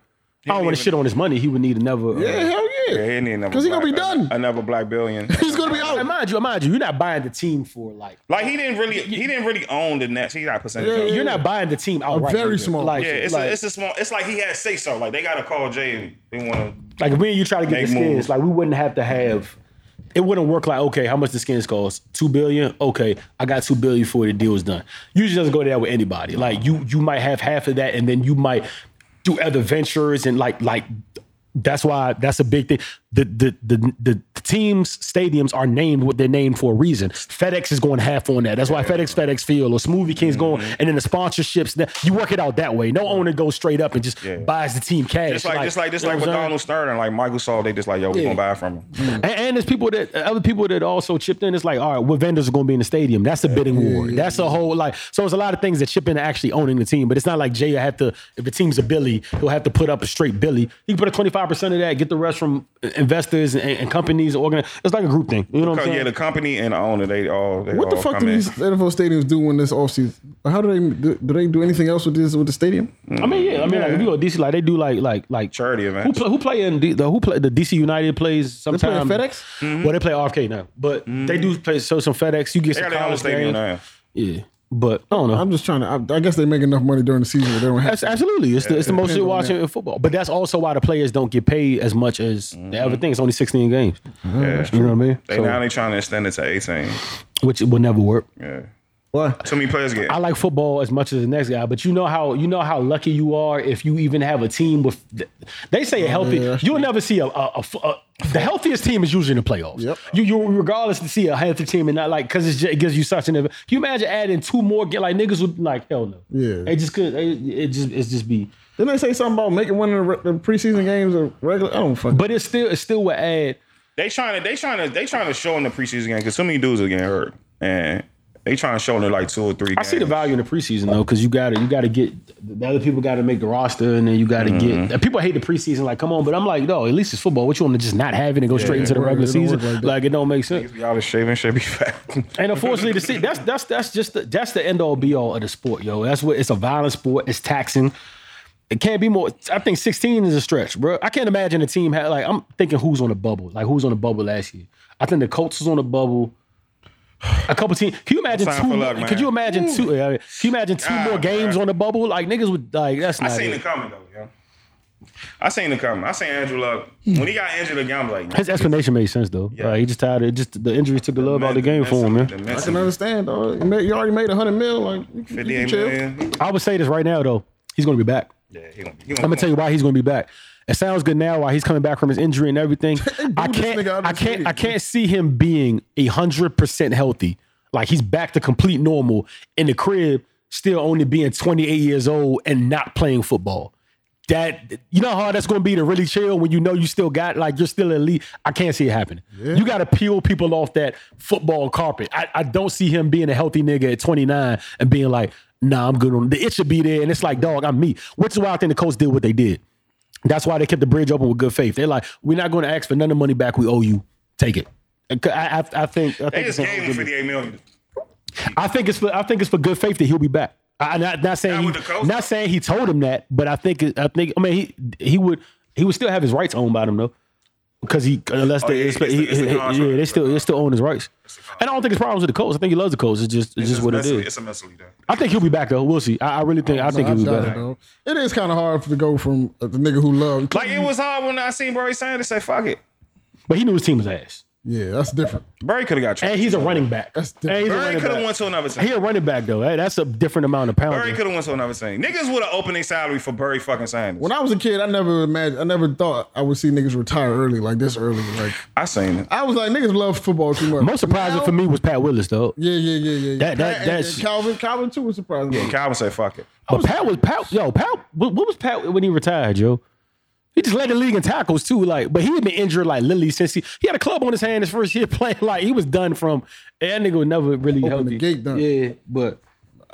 Speaker 3: I don't want to shit on his money. He would need another. uh,
Speaker 2: yeah, hell
Speaker 4: Yeah,
Speaker 2: yeah.
Speaker 4: he need another
Speaker 2: 'Cause he gonna
Speaker 4: black-
Speaker 2: be done.
Speaker 4: Another black billion.
Speaker 2: He's gonna be
Speaker 3: And
Speaker 2: out.
Speaker 3: mind you, mind you, you're not buying the team for like
Speaker 4: like he didn't really he didn't really own the Nets. He got percentage.
Speaker 2: Yeah,
Speaker 4: of it.
Speaker 2: yeah,
Speaker 3: you're not buying the team outright.
Speaker 2: very
Speaker 3: nigga.
Speaker 2: small.
Speaker 3: Like,
Speaker 4: Yeah, it's
Speaker 3: like,
Speaker 4: a, it's a small. It's like he had say so. Like they gotta call Jay. They wanna.
Speaker 3: like if me and you try to get the
Speaker 4: Make
Speaker 3: skins,
Speaker 4: moves.
Speaker 3: like we wouldn't have to have. It wouldn't work like okay, how much the skins cost? Two billion. Okay, I got two billion for the deal's done. Usually doesn't go there with anybody. Like you, you might have half of that, and then you might do other ventures and like like. That's why that's a big thing. The the the the teams stadiums are named what they're named for a reason. FedEx is going half on that. That's why FedEx FedEx Field or Smoothie King's
Speaker 4: Mm-hmm.
Speaker 3: going, and then the sponsorships. that- You work it out that way. No owner goes straight up and just buys the team cash.
Speaker 4: Just like, just like just
Speaker 3: you know
Speaker 4: like
Speaker 3: what
Speaker 4: with
Speaker 3: I'm saying?
Speaker 4: Donald Stern and like Michael Saul, they just like yo, we
Speaker 3: Yeah.
Speaker 4: gonna buy from him.
Speaker 3: And, and there's people that other people that also chipped in. It's like, all right, what vendors are going to be in the stadium? That's a bidding war. That's a whole like. So it's a lot of things that chip in to actually owning the team. But it's not like Jay will have to. If the team's a Billy, he'll have to put up a straight Billy. He can put up 25 percent of that, get the rest from investors and, and companies. and Organize. It's like a group thing. You know what I'm
Speaker 4: Because,
Speaker 3: saying?
Speaker 4: yeah, the company and the owner, they all. They
Speaker 2: What the
Speaker 4: all
Speaker 2: fuck do
Speaker 4: come in.
Speaker 2: these NFL stadiums do when this offseason? How do they do, do they do anything else with this with the stadium?
Speaker 4: Mm.
Speaker 3: I mean, yeah. I mean, like if you go to DC, like they do like like like
Speaker 4: Charity
Speaker 3: Who
Speaker 4: events.
Speaker 3: play, who play in D, the who play the DC United plays
Speaker 2: play at
Speaker 3: sometimes
Speaker 2: FedEx?
Speaker 3: Well, they play RFK now, but they do play so some FedEx. You get
Speaker 4: Mm-hmm. They
Speaker 3: some
Speaker 4: got their own
Speaker 3: college
Speaker 4: stadium
Speaker 3: games.
Speaker 4: now.
Speaker 3: Yeah, but I don't know.
Speaker 2: I'm just trying to. I, I guess they make enough money during the season where they don't have.
Speaker 3: That's absolutely. It's the it's the most shit
Speaker 2: depends on
Speaker 3: watching
Speaker 2: that.
Speaker 3: in football. But that's also why the players don't get paid as much as
Speaker 2: Mm-hmm.
Speaker 3: the other thing. It's only sixteen games.
Speaker 4: Yeah.
Speaker 3: You know what I mean?
Speaker 4: They
Speaker 3: So-
Speaker 4: now they trying to extend it to eighteen.
Speaker 3: which will never work.
Speaker 4: Yeah.
Speaker 2: Why?
Speaker 4: Too many players get.
Speaker 3: I like football as much as the next guy, but you know how you know how lucky you are if you even have a team with. They say a healthy.
Speaker 2: that's
Speaker 3: you'll never see a, a- a f- a- the healthiest team is usually in the playoffs.
Speaker 2: Yep.
Speaker 3: You you regardless to see a healthy team and not like because it gives you such an. Can you imagine adding two more? Get like niggas would be like hell no.
Speaker 2: Yeah.
Speaker 3: It just could. It, it just it's just be.
Speaker 2: Didn't they say something about making one of the, re- the preseason games a regular? I don't fucking.
Speaker 3: But it's still it still would add.
Speaker 4: They trying to. They trying to. They trying to show in the preseason game because so many dudes are getting hurt and. They trying to show them like two or three.
Speaker 3: I see the value in the preseason though, because you got to you got to get the other people got to make the roster, and then you got to get and people hate the preseason. Like, come on, but I'm like, no, at least it's football. What you want to just not have it and go straight into the
Speaker 2: right,
Speaker 3: regular
Speaker 2: it don't work
Speaker 3: season?
Speaker 2: like
Speaker 3: Like,
Speaker 2: that.
Speaker 3: it don't make sense.
Speaker 4: Y'all the shaving should be fat.
Speaker 3: And unfortunately, the city, that's that's that's just the, that's the end all be all of the sport, yo. That's what it's a violent sport. It's taxing. It can't be more. I think 16 is a stretch, bro. I can't imagine a team had like I'm thinking who's on the bubble, like who's on the bubble last year. I think the Colts was on the bubble. A couple teams. Can you imagine
Speaker 4: Time
Speaker 3: two?
Speaker 4: for luck, man.
Speaker 3: could you imagine two? yeah, Can you imagine two
Speaker 4: Ah,
Speaker 3: more games
Speaker 4: man.
Speaker 3: on the bubble? Like niggas would like that's
Speaker 4: I
Speaker 3: not
Speaker 4: seen it
Speaker 3: it.
Speaker 4: coming though. Yeah. I seen it coming. I seen Andrew Luck when he got Andrew Luck. I'm like,
Speaker 3: His explanation made sense though. Like, he just tired. Of, just the injuries took the love out of the game for him, man.
Speaker 2: I can understand, dog. You ma- you already made a hundred mil, like you can- you can
Speaker 4: Fifty-eight
Speaker 2: chill.
Speaker 4: million.
Speaker 3: I would say this right now though. He's gonna be back.
Speaker 4: Yeah, he gonna, he gonna,
Speaker 3: I'm gonna tell you why he's gonna be back. It sounds good now why he's coming back from his injury and everything. I
Speaker 2: this
Speaker 3: can't,
Speaker 2: nigga out of
Speaker 3: I
Speaker 2: the
Speaker 3: can't,
Speaker 2: city.
Speaker 3: I can't see him being hundred percent healthy. Like he's back to complete normal in the crib, still only being 28 years old and not playing football. That you know how hard that's gonna be to really chill when you know you still got like you're still elite. I can't see it happening. You gotta peel people off that football carpet. I, I don't see him being a healthy nigga at 29 and being like, nah, I'm good on it. It should be there. And it's like, dog, I'm me. Which is why I think the coach did what they did. That's why they kept the bridge open with good faith. They're like, we're not going to ask for none of the money back we owe you. Take it. And c- I, I- I think I
Speaker 4: they
Speaker 3: think, it's
Speaker 4: just gave him fifty-eight million.
Speaker 3: I think it's for I think it's for good faith that he'll be back. I, I'm not not
Speaker 4: Not
Speaker 3: saying
Speaker 4: with the
Speaker 3: he,
Speaker 4: coach.
Speaker 3: not saying he told him that, but I think it- I think I mean he he would he would still have his rights owned by them though. Because he, unless
Speaker 4: Oh,
Speaker 3: they,
Speaker 4: yeah,
Speaker 3: it's-
Speaker 4: it's the-
Speaker 3: he-
Speaker 4: it's the
Speaker 3: he-
Speaker 4: contract.
Speaker 3: yeah, they still, they still own his rights. And I don't think it's problems with the Colts. I think he loves the Colts. It's just, it's just what it
Speaker 4: mentally,
Speaker 3: is.
Speaker 4: It's a mentally thing.
Speaker 3: I think he'll be back though. We'll see. I, I really think, I think
Speaker 2: I
Speaker 3: he'll be
Speaker 2: doubt it,
Speaker 3: back.
Speaker 2: though. It is kind of hard for to go from uh, the nigga who loved.
Speaker 4: Like it was hard when I seen Barry Sanders say, "Fuck it."
Speaker 3: But he knew his team was ass,
Speaker 2: yeah, that's different.
Speaker 4: Barry could have got
Speaker 3: and
Speaker 4: traded.
Speaker 3: he's a running back.
Speaker 2: That's
Speaker 3: And he's a
Speaker 4: Barry
Speaker 3: running
Speaker 4: could have
Speaker 3: back.
Speaker 4: went to another team.
Speaker 3: He a running back though. Hey, that's a different amount of
Speaker 4: Burry
Speaker 3: pounds.
Speaker 4: could have went to another thing. Niggas would have opened their salary for Burry fucking Sanders.
Speaker 2: When I was a kid, I never imagined, I never thought I would see niggas retire early like this early. Like
Speaker 4: I seen it.
Speaker 2: I was like, niggas love football too much.
Speaker 3: Most surprising
Speaker 2: Now-
Speaker 3: for me was Pat Willis though.
Speaker 2: Yeah, yeah, yeah, yeah. yeah.
Speaker 3: That- that-
Speaker 2: Pat and-
Speaker 3: that's-
Speaker 2: and Calvin. Calvin too was surprising.
Speaker 4: Yeah, Calvin said, "Fuck it."
Speaker 3: But Pat was Pat. Yo, Pat. What, what was Pat when he retired, yo? He just led the league in tackles too. Like, but he had been injured like literally since he he had a club on his hand his first year playing. Like he was done from. and That nigga was never really
Speaker 2: Open
Speaker 3: healthy.
Speaker 2: the gate done.
Speaker 3: Yeah, but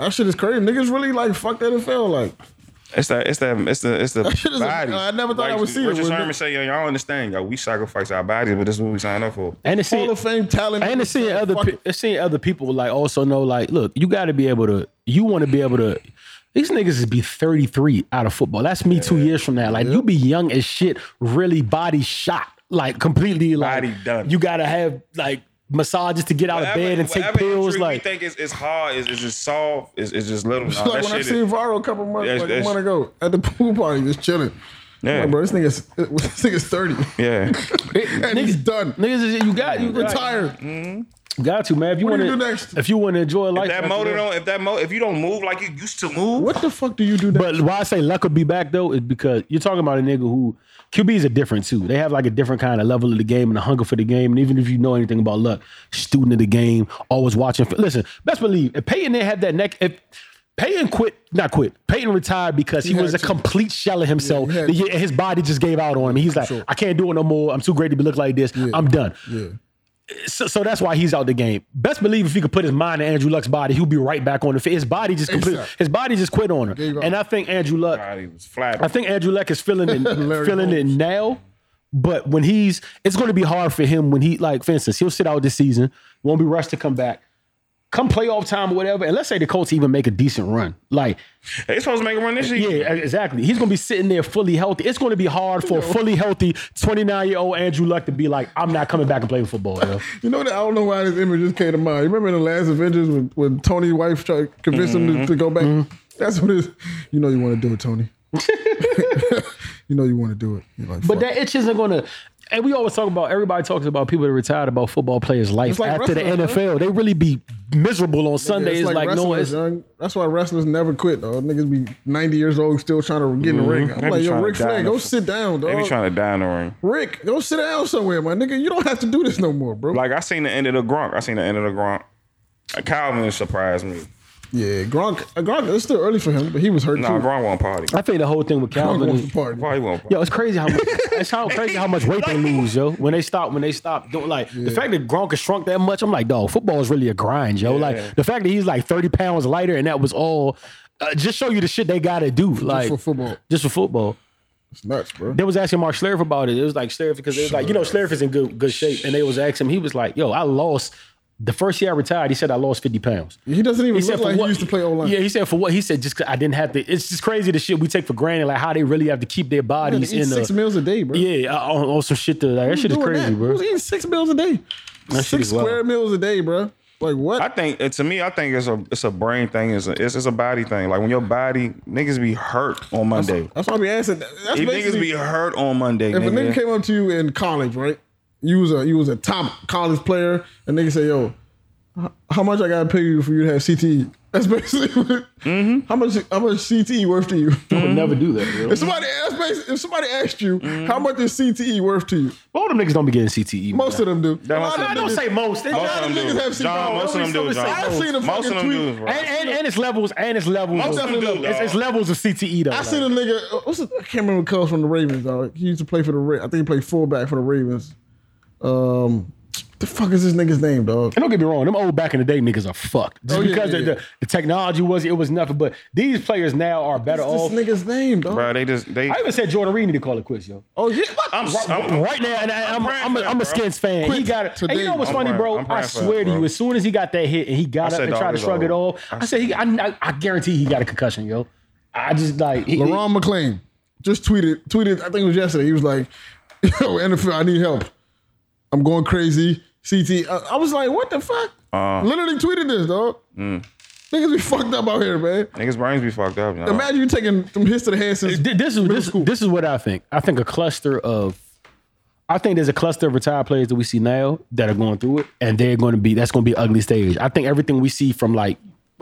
Speaker 2: That shit is crazy. Niggas really like fuck NFL. Like
Speaker 4: It's that. It's that. It's the. It's the
Speaker 2: shit is a-
Speaker 4: body.
Speaker 2: I never thought I would see it
Speaker 4: Richard
Speaker 2: with
Speaker 4: Sherman
Speaker 2: it.
Speaker 4: said, "Yo, y'all understand? Yo, we sacrifice our bodies, but this is what we signed up for."
Speaker 3: and it's
Speaker 2: Hall of Fame talent.
Speaker 3: And it's seeing other
Speaker 2: Fuck
Speaker 3: pe-
Speaker 2: it.
Speaker 3: it's seeing other people like also know like, look, you got to be able to. You want to be able to. These niggas is be 33 out of football. That's me two years from now. Like you be young as shit, really body shot, like completely like
Speaker 4: Body done.
Speaker 3: You gotta have like massages to get out of bed and take
Speaker 4: whatever
Speaker 3: pills.
Speaker 4: injury we
Speaker 3: Like
Speaker 4: think it's, it's hard. It's, it's just soft. It's, it's just little.
Speaker 2: It's
Speaker 4: No,
Speaker 2: like
Speaker 4: that
Speaker 2: when I
Speaker 4: shit
Speaker 2: seen
Speaker 4: is,
Speaker 2: Varo a couple months,
Speaker 4: That's-
Speaker 2: like a
Speaker 4: that's-
Speaker 2: month ago at the pool party, just chilling.
Speaker 4: Yeah.
Speaker 2: Like, bro, this nigga's this nigga's thirty,
Speaker 4: yeah.
Speaker 2: and he's done.
Speaker 3: niggas, is- you got you got,
Speaker 2: Retired.
Speaker 3: got to man. If you
Speaker 2: What
Speaker 3: want
Speaker 2: do you do
Speaker 3: to,
Speaker 2: next?
Speaker 3: if you want to enjoy life,
Speaker 4: that
Speaker 3: after
Speaker 4: motor don't. If that mo, if you don't move like you used to move,
Speaker 2: What the fuck do you do? That?
Speaker 3: But why I say luck will be back though is because you're talking about a nigga who QBs are different too. They have like a different kind of level of the game and a hunger for the game. And even if you know anything about luck, student of the game, always watching. Listen, best believe if Peyton didn't have that neck, if Peyton quit, not quit. Peyton retired because he,
Speaker 2: had
Speaker 3: was a
Speaker 2: to.
Speaker 3: complete shell of himself.
Speaker 2: he had
Speaker 3: The year- and his body just gave out on him. He's like, I can't do it no more. I'm too great to be look like this. I'm done.
Speaker 2: yeah.
Speaker 3: So, so that's why he's out the game. Best believe if he could put his mind in Andrew Luck's body, he'll be right back on the field. His body just completely,
Speaker 2: ASAP.
Speaker 3: his body just quit on
Speaker 2: Gave
Speaker 3: him.
Speaker 2: up.
Speaker 3: And I think Andrew Luck,
Speaker 4: Body was flat.
Speaker 3: I think Andrew Luck is feeling it,
Speaker 2: Larry
Speaker 3: feeling it now. But when he's, it's going to be hard for him when he, like, for instance, he'll sit out this season, won't be rushed to come back. Come playoff time or whatever, and let's say the Colts even make a decent run. Like,
Speaker 4: they supposed to make a run this year.
Speaker 3: yeah, e- exactly. He's going to be sitting there fully healthy. It's going to be hard for a fully healthy 29 year old Andrew Luck to be like, I'm not coming back and playing football. Yo.
Speaker 2: You know that I don't know why this image just came to mind. You remember in the last Avengers when, when Tony's wife tried to convince him
Speaker 4: Mm-hmm.
Speaker 2: to, to go back? That's what it is. You know you want to do it, Tony. you know you want to do it. You're like,
Speaker 3: But
Speaker 2: fuck.
Speaker 3: that itch isn't gonna. And we always talk about everybody talks about people that retired about football players' life
Speaker 2: like
Speaker 3: after the
Speaker 2: wrestling,
Speaker 3: NFL. They really be miserable on
Speaker 2: Yeah,
Speaker 3: Sundays,
Speaker 2: it's
Speaker 3: like, no
Speaker 2: wrestlers,
Speaker 3: one's.
Speaker 2: young. That's why wrestlers never quit, though. Niggas be 90 years old still trying to get in the ring. I'm
Speaker 4: Mm-hmm. They be
Speaker 2: like, yo,
Speaker 4: trying to
Speaker 2: Rick
Speaker 4: die
Speaker 2: Flair,
Speaker 4: in
Speaker 2: go
Speaker 4: the-
Speaker 2: sit down,
Speaker 4: They be
Speaker 2: dog.
Speaker 4: trying to die in the ring.
Speaker 2: Rick, go sit down somewhere, my nigga. You don't have to do this no more, bro.
Speaker 4: Like I seen the end of the Gronk. I seen the end of the Gronk. Calvin surprised me.
Speaker 2: Yeah, Gronk. uh, Gronk. It's still early for him, but he was hurt
Speaker 4: Nah,
Speaker 2: too.
Speaker 4: Gronk won't party.
Speaker 3: I think the whole thing with
Speaker 2: Gronk
Speaker 3: Calvin
Speaker 2: wants
Speaker 3: is-
Speaker 2: to party.
Speaker 4: Why he won't party?
Speaker 3: Yo, it's crazy how much it's how crazy how much weight they lose, yo. When they stop, when they stop doing like the fact that Gronk has shrunk that much, I'm like, dog, football is really a grind, yo. Like the fact that he's like 30 pounds lighter and that was all uh, just show you the shit they gotta do. Like
Speaker 2: for football.
Speaker 3: Just for football.
Speaker 2: It's nuts, bro.
Speaker 3: They was asking Mark Schlereth about it. It was like Schlereth because it was like, you know, Schlereth is in good good shape. And they was asking him, he was like, yo, I lost the first year I retired, he said I lost 50 pounds.
Speaker 2: He doesn't even
Speaker 3: He
Speaker 2: look
Speaker 3: said for
Speaker 2: like
Speaker 3: what
Speaker 2: he used to play online.
Speaker 3: Yeah, he said for what he said just 'cause I didn't have to. It's just crazy the shit we take for granted, like how they really have to keep their bodies
Speaker 2: eating
Speaker 3: in the
Speaker 2: six meals a day, bro.
Speaker 3: yeah, uh, on, on some shit to like, that shit is
Speaker 2: Doing
Speaker 3: crazy,
Speaker 2: that.
Speaker 3: bro.
Speaker 2: Who's eating six meals a day?
Speaker 3: That shit
Speaker 2: six
Speaker 3: is wild.
Speaker 2: square meals a day, bro. Like what?
Speaker 4: I think uh, to me, I think it's a it's a brain thing. It's a, it's, it's a body thing. Like when your body niggas be hurt on Monday.
Speaker 2: That's why I be asking. That's
Speaker 4: If niggas
Speaker 2: basically-
Speaker 4: be hurt on Monday,
Speaker 2: if a
Speaker 4: nigga,
Speaker 2: nigga came up to you in college, right? You was a you was a top college player, and nigga say, "Yo, h- how much I gotta pay you for you to have CTE?" That's basically what,
Speaker 3: Mm-hmm.
Speaker 2: how much how much CTE worth to you.
Speaker 3: would never do that, bro.
Speaker 2: If somebody asked basi- if somebody asked you
Speaker 3: Mm-hmm.
Speaker 2: how much is CTE worth to you,
Speaker 3: All them niggas don't be getting E, CTE. man.
Speaker 2: most of them do. A lot
Speaker 4: what
Speaker 2: of
Speaker 4: I'm
Speaker 2: niggas-
Speaker 4: saying.
Speaker 3: most. They-
Speaker 4: most
Speaker 2: lot
Speaker 4: of them
Speaker 2: of niggas
Speaker 4: do.
Speaker 2: have seen
Speaker 4: John,
Speaker 2: all
Speaker 4: most of them
Speaker 2: these
Speaker 4: do.
Speaker 2: numbers.
Speaker 4: John,
Speaker 2: I've seen a
Speaker 4: most of
Speaker 2: fucking
Speaker 4: them do.
Speaker 2: tweet.
Speaker 4: bro.
Speaker 3: and, and, and it's levels. And it's levels.
Speaker 4: Most
Speaker 3: though.
Speaker 4: of them do,
Speaker 3: It's,
Speaker 4: dog.
Speaker 3: it's levels of CTE though.
Speaker 2: I
Speaker 3: like.
Speaker 2: seen a nigga. uh, What's the, I can't remember who comes from the Ravens. Dog. He used to play for the. Ra- I think he played fullback for the Ravens. Um, the fuck is this nigga's name, dog?
Speaker 3: And don't get me wrong, them old back in the day niggas are fucked. Just
Speaker 2: Oh, yeah,
Speaker 3: because
Speaker 2: yeah,
Speaker 3: the,
Speaker 2: yeah.
Speaker 3: The, the technology was it was nothing, but these players now are better
Speaker 2: What's
Speaker 3: off.
Speaker 2: this nigga's name, dog?
Speaker 4: Bro, they just they.
Speaker 3: I even said Jordan Reed need to call it quits, yo.
Speaker 2: Oh yeah.
Speaker 4: I'm, I'm,
Speaker 3: right now, and I, I'm,
Speaker 4: praying
Speaker 3: I'm, a,
Speaker 4: for that,
Speaker 3: I'm a
Speaker 4: bro.
Speaker 3: Skins fan. He
Speaker 2: Quit
Speaker 3: got it. And
Speaker 2: today.
Speaker 3: you know what's
Speaker 4: I'm
Speaker 3: funny,
Speaker 4: praying-
Speaker 3: bro?
Speaker 4: I'm
Speaker 3: I
Speaker 4: praying for
Speaker 3: swear
Speaker 4: that,
Speaker 3: to you,
Speaker 4: bro.
Speaker 3: as soon as he got that hit and he got
Speaker 4: I
Speaker 3: up
Speaker 4: said,
Speaker 3: and
Speaker 4: dog,
Speaker 3: tried to
Speaker 4: it's
Speaker 3: shrug it
Speaker 4: over.
Speaker 3: off, I said, he, I, I, I guarantee he got a concussion, yo. I just like he,
Speaker 2: LaRon McClain just tweeted, tweeted, I think it was yesterday. He was like, yo, NFL, I need help. I'm going crazy. CT. I, I was like, what the fuck?
Speaker 3: Uh.
Speaker 2: Literally tweeted this, dog.
Speaker 3: Mm.
Speaker 2: Niggas be fucked up out here, man.
Speaker 4: niggas' brains be fucked up.
Speaker 3: Uh.
Speaker 4: You know?
Speaker 2: Imagine you taking some hits to the head since
Speaker 3: Th- this is this,
Speaker 2: school.
Speaker 3: this is what I think. I think a cluster of I think there's a cluster of retired players that we see now that are going through it, and they're going to be that's going to be an ugly stage. I think everything we see from like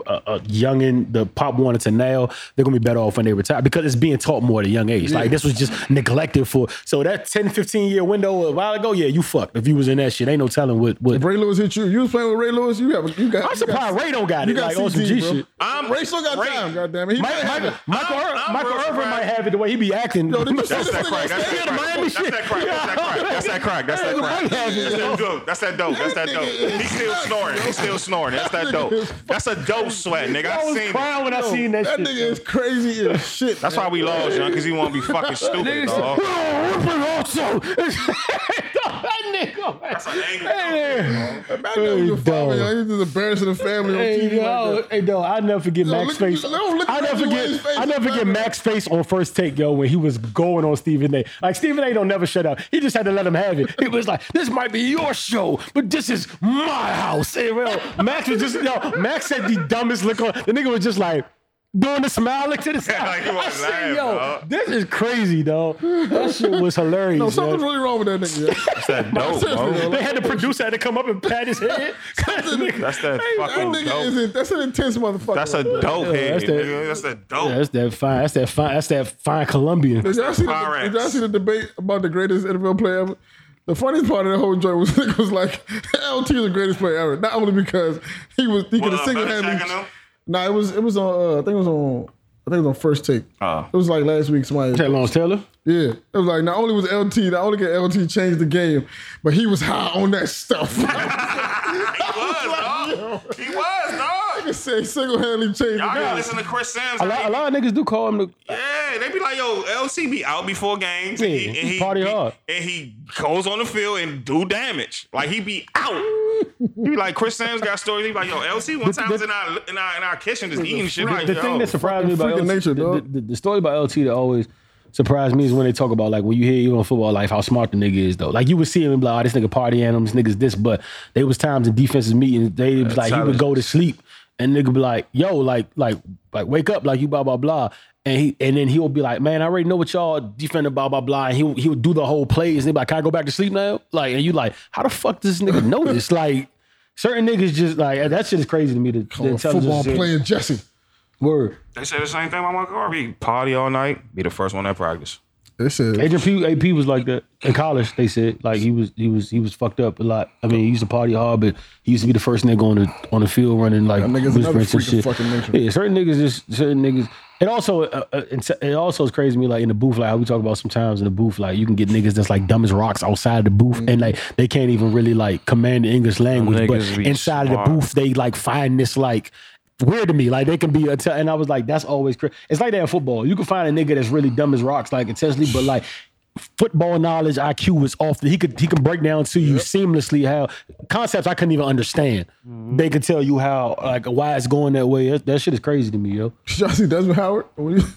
Speaker 3: a, a youngin, the pop warner to now, they're going to be better off when they retire because it's being taught more at a young age. Like this was just neglected for so that 10, 15 year window a while ago. Yeah, you fucked if you was in that shit. Ain't no telling what what.
Speaker 2: Ray Lewis hit you. You was playing with Ray Lewis. You got, you got.
Speaker 3: I'm surprised Ray don't got
Speaker 2: You
Speaker 3: it.
Speaker 2: got, you
Speaker 3: Like
Speaker 2: got
Speaker 3: on some
Speaker 2: CT,
Speaker 3: G
Speaker 2: bro.
Speaker 3: shit.
Speaker 4: I'm-
Speaker 2: Ray still got
Speaker 4: Ray-
Speaker 2: time. Goddamn it. He
Speaker 3: Mike-
Speaker 2: might have
Speaker 3: Michael,
Speaker 2: it.
Speaker 3: Michael,
Speaker 4: I'm-
Speaker 3: Irvin-
Speaker 4: I'm
Speaker 3: Michael
Speaker 4: real
Speaker 3: Irvin
Speaker 4: surprised.
Speaker 3: might have it the way he be acting.
Speaker 2: Yo, them-
Speaker 4: That's that crack. That's
Speaker 2: Stay out
Speaker 4: that
Speaker 2: of
Speaker 4: crack.
Speaker 3: Miami
Speaker 4: That's that
Speaker 3: shit.
Speaker 4: crack. That's that crack. That's that crack. That's that dope. That's that dope. That's that dope. He's still snoring. He's still snoring. That's that dope. That's a dope sweat, nigga.
Speaker 3: I
Speaker 4: I
Speaker 3: was
Speaker 4: seen it.
Speaker 3: crying when I
Speaker 2: Yo,
Speaker 3: seen that,
Speaker 2: that
Speaker 3: shit.
Speaker 2: nigga is crazy as shit.
Speaker 4: That's why we lost, young, because he want to be fucking stupid, dog.
Speaker 3: also. that nigga.
Speaker 4: That's an angry
Speaker 3: Hey,
Speaker 2: Imagine that was your
Speaker 3: Hey,
Speaker 2: father.
Speaker 3: dog.
Speaker 2: yo. He's just embarrassing the family on
Speaker 3: Hey,
Speaker 2: TV. like that.
Speaker 3: yo, hey, dog, I never forget
Speaker 2: Yo,
Speaker 3: Max's
Speaker 2: look at-
Speaker 3: face.
Speaker 2: yo, look at
Speaker 3: I never
Speaker 2: Reggie Wayne's
Speaker 3: forget.
Speaker 2: face,
Speaker 3: I never forget
Speaker 2: man.
Speaker 3: Max's face on first take, yo, when he was going on Stephen A. Like Stephen A. don't never shut up. He just had to let him have it. He was like, "This might be your show, but this is my house." And, yo, Max was just yo. Max had the dumbest look on. The nigga was just like. Doing the smile look to the side.
Speaker 4: Like he
Speaker 3: I
Speaker 4: wasn't
Speaker 3: said,
Speaker 4: laughing,
Speaker 3: yo,
Speaker 4: dog.
Speaker 3: this is crazy, dog. That shit was hilarious.
Speaker 2: No,
Speaker 3: yo.
Speaker 2: something's really wrong with that nigga. yo.
Speaker 4: That's that dope,
Speaker 2: Seriously,
Speaker 4: bro.
Speaker 2: though.
Speaker 3: They had the producer had to come up and pat his head.
Speaker 4: That's that
Speaker 2: That
Speaker 4: fucking
Speaker 2: nigga is
Speaker 4: dope.
Speaker 2: a, that's an intense motherfucker.
Speaker 4: That's a dope head,
Speaker 3: that's that-
Speaker 4: nigga. That's that
Speaker 3: Yeah,
Speaker 4: dope.
Speaker 3: that's that fine. That's that fine. That's that fine Colombian.
Speaker 2: Did y'all, see the,
Speaker 4: Pyrex.
Speaker 2: did y'all see the debate about the greatest NFL player ever? The funniest part of the whole joint was was like LT is the greatest player ever. Not only because he was he could
Speaker 4: What,
Speaker 2: have
Speaker 4: uh,
Speaker 2: single
Speaker 4: Belichick and
Speaker 2: handedly.
Speaker 4: them?
Speaker 2: Nah, it was it was on uh, I think it was on I think it was on first take.
Speaker 4: Oh.
Speaker 2: It was like last week somebody
Speaker 3: That Lawrence Taylor.
Speaker 2: Yeah. It was like not only was LT, not only could LT change the game, but he was high on that stuff.
Speaker 4: He was, dog. He was, dog.
Speaker 2: I say single handedly changed
Speaker 4: Y'all
Speaker 2: the
Speaker 4: gotta
Speaker 2: game.
Speaker 4: listen to Chris Sims.
Speaker 3: A lot, a lot of niggas do call him. The,
Speaker 4: Yeah, they be like, yo, LC be out before games. and
Speaker 3: Yeah,
Speaker 4: he, and he
Speaker 3: party
Speaker 4: he-
Speaker 3: hard.
Speaker 4: And he goes on the field and do damage. Like he be out. he be like, Chris Sam's got stories. He be like, yo, LC one
Speaker 3: The-
Speaker 4: time
Speaker 3: the-
Speaker 4: was in our in our, in our kitchen just eating shit. Like,
Speaker 3: the
Speaker 4: yo,
Speaker 3: thing that surprised me about
Speaker 2: freak
Speaker 3: LT,
Speaker 2: of nature,
Speaker 3: the,
Speaker 2: dog.
Speaker 3: the- the story about LT that always surprised me is when they talk about like when you hear even on football life how smart the nigga is though. Like you would see him and be like, oh, this nigga party animals, niggas this, but they was times in defensive meetings they was like he would go to sleep and nigga be like, yo, like like like wake up, like you blah blah blah. And he and then he'll be like, man, I already know what y'all defending, blah blah blah. And he he would do the whole plays. And they be like, can I go back to sleep now? Like, and you like, how the fuck does this nigga know this? Like, certain niggas just like that shit is crazy to me. The, the intelligence
Speaker 2: Football
Speaker 3: is-
Speaker 2: playing Jesse.
Speaker 3: Word.
Speaker 4: they say the same thing about Michael Harvey. Party all night, be the first one at practice.
Speaker 2: They said
Speaker 3: Agent P, AP was like that in college. They said like he was he was he was fucked up a lot. I mean, he used to party hard, but he used to be the first nigga on the on the field running like
Speaker 2: nigga's another
Speaker 3: whispering some
Speaker 2: freak of fucking nature.
Speaker 3: Yeah, certain niggas just certain niggas. And also, uh, uh, it's- it also is crazy to me like in the booth, like we talk about sometimes in the booth, like you can get niggas that's like dumb as rocks outside the booth, and like they can't even really like command the English language, but
Speaker 4: niggas be
Speaker 3: inside
Speaker 4: smart.
Speaker 3: of the booth they like find this like weird to me. Like they can be a t- and I was like, that's always crazy. It's like that in football. You can find a nigga that's really dumb as rocks, like intentionally, but like football knowledge IQ is off. the- He could he can break down to you seamlessly how concepts I couldn't even understand. They could tell you how like why it's going that way. That, that shit is crazy to me, yo.
Speaker 2: Did y'all see Desmond Howard? What do you-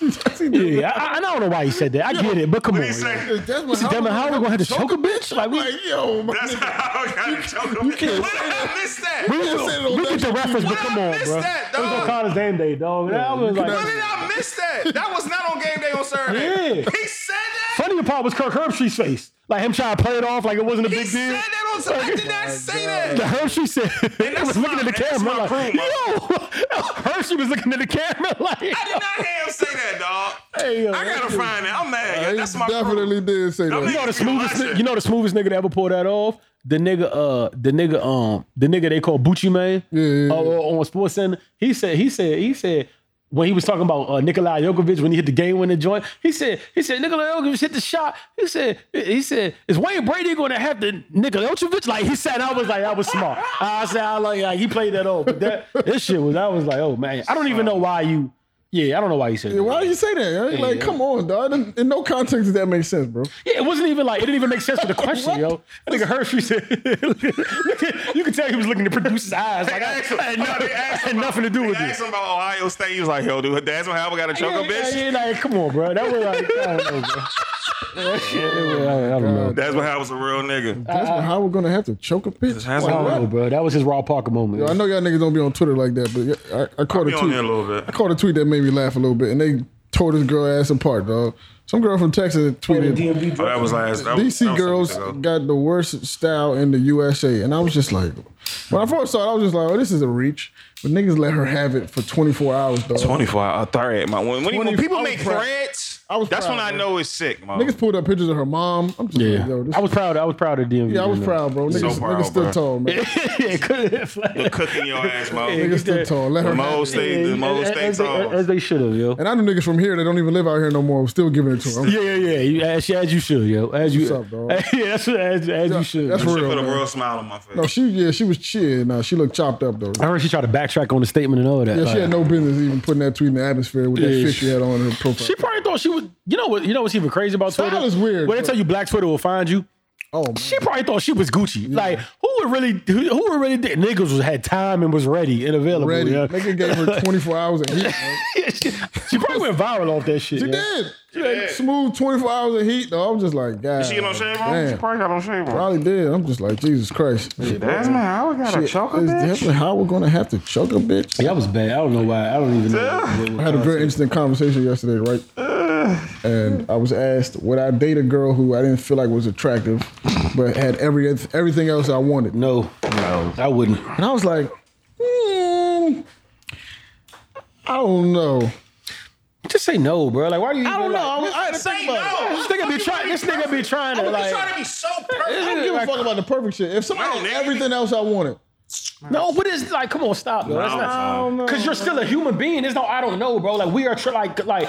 Speaker 2: Did y'all see Desmond-
Speaker 3: Yeah, I, I- I don't know why he said that. I get it, but come on.
Speaker 4: he
Speaker 3: yo.
Speaker 4: say?
Speaker 2: Is Desmond
Speaker 3: See, Desmond Howard gonna have to choke a bitch? Like, we-
Speaker 2: Like, yo, my
Speaker 4: That's
Speaker 2: nigga.
Speaker 4: how I got choking. What did I miss that?
Speaker 3: We,
Speaker 4: What
Speaker 2: said it on
Speaker 3: we get the
Speaker 2: that-
Speaker 3: reference, but
Speaker 4: Why
Speaker 3: come
Speaker 4: I
Speaker 3: on,
Speaker 4: miss
Speaker 3: bro.
Speaker 4: that,
Speaker 3: It was on
Speaker 4: dog?
Speaker 3: College Game Day, dog. That was like,
Speaker 4: did I miss that? That was not on game day on Saturday.
Speaker 3: Yeah.
Speaker 4: He said that.
Speaker 3: Funnier part was Kirk Herbstreit's face. Like him trying to play it off like it wasn't a
Speaker 4: he
Speaker 3: big
Speaker 4: said
Speaker 3: deal.
Speaker 4: that on Saturday. I did not say
Speaker 3: The
Speaker 4: that.
Speaker 3: Hershey said,
Speaker 4: that's
Speaker 3: was looking at the
Speaker 4: my- and that's
Speaker 3: camera
Speaker 4: my
Speaker 3: like,
Speaker 4: crew, man.
Speaker 3: yo, Hershey was looking at the camera like,
Speaker 4: I did not hear him say that, dog.
Speaker 3: hey, yo,
Speaker 4: I gotta find that. I'm mad.
Speaker 2: He
Speaker 4: yo. That's my crew.
Speaker 2: Uh, definitely did say
Speaker 4: I'm
Speaker 2: that.
Speaker 3: You know the
Speaker 4: Nigga,
Speaker 3: smoothest,
Speaker 4: watch it.
Speaker 3: you know the smoothest nigga to ever pull that off. The nigga, uh, the nigga, um, the nigga they call Bucci Man,
Speaker 2: yeah,
Speaker 3: uh, on Sports Center. He said, he said, he said. When he was talking about uh, Nikolai Jokovic when he hit the game winning joint, he said he said Nikolai Jokovic hit the shot. He said he said is Wayne Brady going to have the Nikolai Jokovic? Like he said, I was like I was smart. I said I like, like he played that off, but that this shit was I was like oh man I don't even know why you yeah I don't know why you said that.
Speaker 2: Why do you say that? Right? Like, come on, dog. In, in no context does that make sense, bro.
Speaker 3: Yeah, it wasn't even like it didn't even make sense for the question, yo. I think Hershey said you can tell he was looking to produce his eyes. Like
Speaker 4: They
Speaker 3: I,
Speaker 4: asked him-
Speaker 3: I had,
Speaker 4: no,
Speaker 3: no-
Speaker 4: they asked
Speaker 3: I had
Speaker 4: him
Speaker 3: nothing to
Speaker 4: about-
Speaker 3: do with
Speaker 4: They
Speaker 3: it.
Speaker 4: asked him about Ohio State. He was like, "Yo, dude, that's what happened. Got a choke
Speaker 3: Yeah,
Speaker 4: a bitch."
Speaker 3: yeah, like, come on, bro. That was like I don't know, bro. I don't know.
Speaker 4: That's what howard's a real nigga.
Speaker 2: Desmond Howard gonna have to choke a pitch.
Speaker 4: That's
Speaker 3: I
Speaker 4: what-
Speaker 3: don't know, bro. That was his raw Parker moment.
Speaker 2: I know y'all niggas don't be on Twitter like that, but yeah, I, I caught
Speaker 4: Be
Speaker 2: a
Speaker 4: on
Speaker 2: tweet.
Speaker 4: there a little
Speaker 2: I
Speaker 4: bit.
Speaker 2: caught a tweet that made me laugh a little bit, and they tore this girl ass apart, dog. Some girl from Texas tweeted,
Speaker 4: Oh, that was last. That was, that
Speaker 2: "DC
Speaker 4: was
Speaker 2: girls
Speaker 4: something ago.
Speaker 2: got the worst style in the USA," and I was just like, when I first saw it, I was just like, "Oh, this is a reach." But niggas let her have it for 24 hours, dog.
Speaker 4: 24 hour thread, man. When, when,
Speaker 2: 20
Speaker 4: when people
Speaker 2: I was
Speaker 4: make
Speaker 2: proud.
Speaker 4: threads,
Speaker 2: I was
Speaker 4: that's
Speaker 2: proud,
Speaker 4: when I
Speaker 2: bro.
Speaker 4: know it's sick, man.
Speaker 2: Niggas pulled up pictures of her mom. I'm just like, yo,
Speaker 3: Yeah,
Speaker 2: this
Speaker 3: I was proud. I was proud of DMV.
Speaker 2: Yeah, I was
Speaker 3: doing
Speaker 2: proud, bro. Niggas,
Speaker 4: So proud,
Speaker 2: niggas stood
Speaker 4: bro.
Speaker 2: tall, man.
Speaker 3: that. yeah, couldn't
Speaker 4: They're cooking your ass, man.
Speaker 2: niggas stood tall. Let her
Speaker 4: The
Speaker 2: have
Speaker 4: mole
Speaker 2: it.
Speaker 4: stayed, the mole
Speaker 3: as,
Speaker 4: stayed
Speaker 3: as they,
Speaker 4: tall.
Speaker 3: as they should have, yo.
Speaker 2: And I know niggas from here that don't even live out here no more. Still giving it to them.
Speaker 3: Yeah, yeah, yeah. You, as, as you should, yo. As you,
Speaker 2: What's up, dog?
Speaker 3: yeah, that's, as, as you should.
Speaker 2: That's
Speaker 4: She
Speaker 2: real.
Speaker 4: put a
Speaker 2: man.
Speaker 4: real smile on my face.
Speaker 2: No, she yeah, she was chill. Nah, she looked chopped up though.
Speaker 3: I heard she tried to backtrack on the statement and all that.
Speaker 2: Yeah,
Speaker 3: Like-
Speaker 2: she had no business even putting that tweet in the atmosphere with that
Speaker 3: Yeah,
Speaker 2: shit
Speaker 3: she-
Speaker 2: she had on her profile.
Speaker 3: She probably thought she was. You know what? You know what's even crazy about
Speaker 2: Style
Speaker 3: Twitter?
Speaker 2: is weird,
Speaker 3: When they
Speaker 2: but-
Speaker 3: tell you Black Twitter will find you,
Speaker 2: oh man.
Speaker 3: she probably thought she was Gucci. Like who would really? Who, who would really? Did? Niggas was, had time and was ready and available.
Speaker 2: ready.
Speaker 3: Yeah.
Speaker 2: Nigga gave her 24 hours of heat. man.
Speaker 3: she, she probably went viral off that shit.
Speaker 2: She
Speaker 3: yeah.
Speaker 2: did. She
Speaker 4: Yeah.
Speaker 2: had smooth 24 hours of heat though. I'm just like, God.
Speaker 4: She get on shave on? She
Speaker 2: damn.
Speaker 4: probably got on shave on.
Speaker 2: Probably did. I'm just like, Jesus Christ.
Speaker 4: Desmond Howard got a
Speaker 2: Is definitely how we're gonna have to choke a bitch.
Speaker 3: That was bad. I don't know why. I don't even
Speaker 2: I
Speaker 3: know.
Speaker 2: had a very interesting conversation yesterday, right? And I was asked, would I date a girl who I didn't feel like was attractive, but had every everything else I wanted?
Speaker 3: No, no, I wouldn't.
Speaker 2: And I was like, hmm, I don't know.
Speaker 3: Just say no, bro. Like, why do you?
Speaker 2: I don't know. I, was- I had to
Speaker 4: Say
Speaker 2: think about
Speaker 4: no.
Speaker 2: it.
Speaker 3: This nigga be trying. This nigga be trying to
Speaker 4: I'm
Speaker 3: like.
Speaker 4: trying to be so
Speaker 2: I
Speaker 4: perfect.
Speaker 2: don't give a
Speaker 3: Like-
Speaker 2: fuck about the perfect shit. If somebody had
Speaker 4: No, nigga.
Speaker 2: everything else I wanted,
Speaker 3: No, but it's like, come on, stop, bro. That's
Speaker 4: No,
Speaker 3: not-
Speaker 4: I don't
Speaker 3: Cause you're still a human being. There's no, I don't know, bro. Like we are, tr- like, like,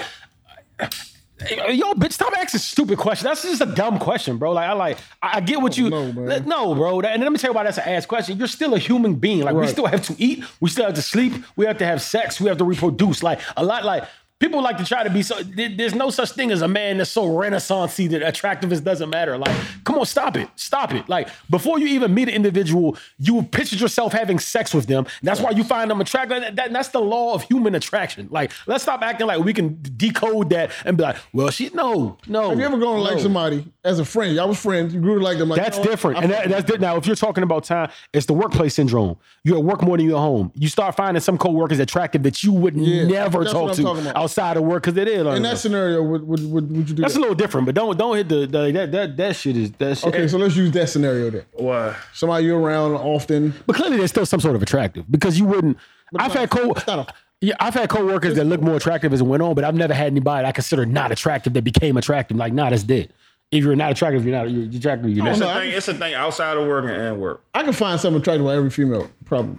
Speaker 3: yo, bitch, stop asking stupid questions. That's just a dumb question, bro. Like, I like, I I get what you,
Speaker 2: know, man.
Speaker 3: Let- no, bro. That- and let me tell you why that's an ass question. You're still a human being. Like we
Speaker 2: Right.
Speaker 3: still have to eat. We still have to sleep. We have to have sex. We have to reproduce. Like a lot, like. People like to try to be so. there- There's no such thing as a man that's so renaissancey that attractiveness doesn't matter. Like, come on, stop it, stop it. Like, before you even meet an individual, you have pictured yourself having sex with them. That's why you find them attractive. That- that- that's the law of human attraction. Like, let's stop acting like we can decode that and be like, well, she no, no.
Speaker 2: if you ever gonna like
Speaker 3: no.
Speaker 2: somebody as a friend, y'all was friends, you grew to like them. Like,
Speaker 3: That's
Speaker 2: you know what?
Speaker 3: different.
Speaker 2: I
Speaker 3: And
Speaker 2: fuck
Speaker 3: that, that's
Speaker 2: with
Speaker 3: different. Now, if you're talking about time, it's the workplace syndrome. You're at work more than you're at home. You start finding some coworkers attractive that you would
Speaker 2: Yeah,
Speaker 3: never
Speaker 2: that's what
Speaker 3: talk
Speaker 2: I'm talking
Speaker 3: to
Speaker 2: about.
Speaker 3: outside of work because it is.
Speaker 2: you. in that scenario, would would, would, would you do
Speaker 3: that's a
Speaker 2: that?
Speaker 3: little different, but don't don't hit the, the that that that shit is that shit.
Speaker 2: okay, so let's use that scenario then.
Speaker 4: What?
Speaker 2: Somebody you're around often.
Speaker 3: but clearly, there's still some sort of attractive because you wouldn't. I've had co.
Speaker 2: It's not a
Speaker 3: Yeah, I've had coworkers that look more attractive as it went on, but I've never had anybody that I consider not attractive that became attractive. Like, nah, that's dead. If you're not attractive, you're not you're attractive. You're
Speaker 4: It's
Speaker 3: not.
Speaker 2: no,
Speaker 4: a
Speaker 2: I-
Speaker 4: thing. It's a thing outside of work and at work.
Speaker 2: I can find something attractive about every female, probably,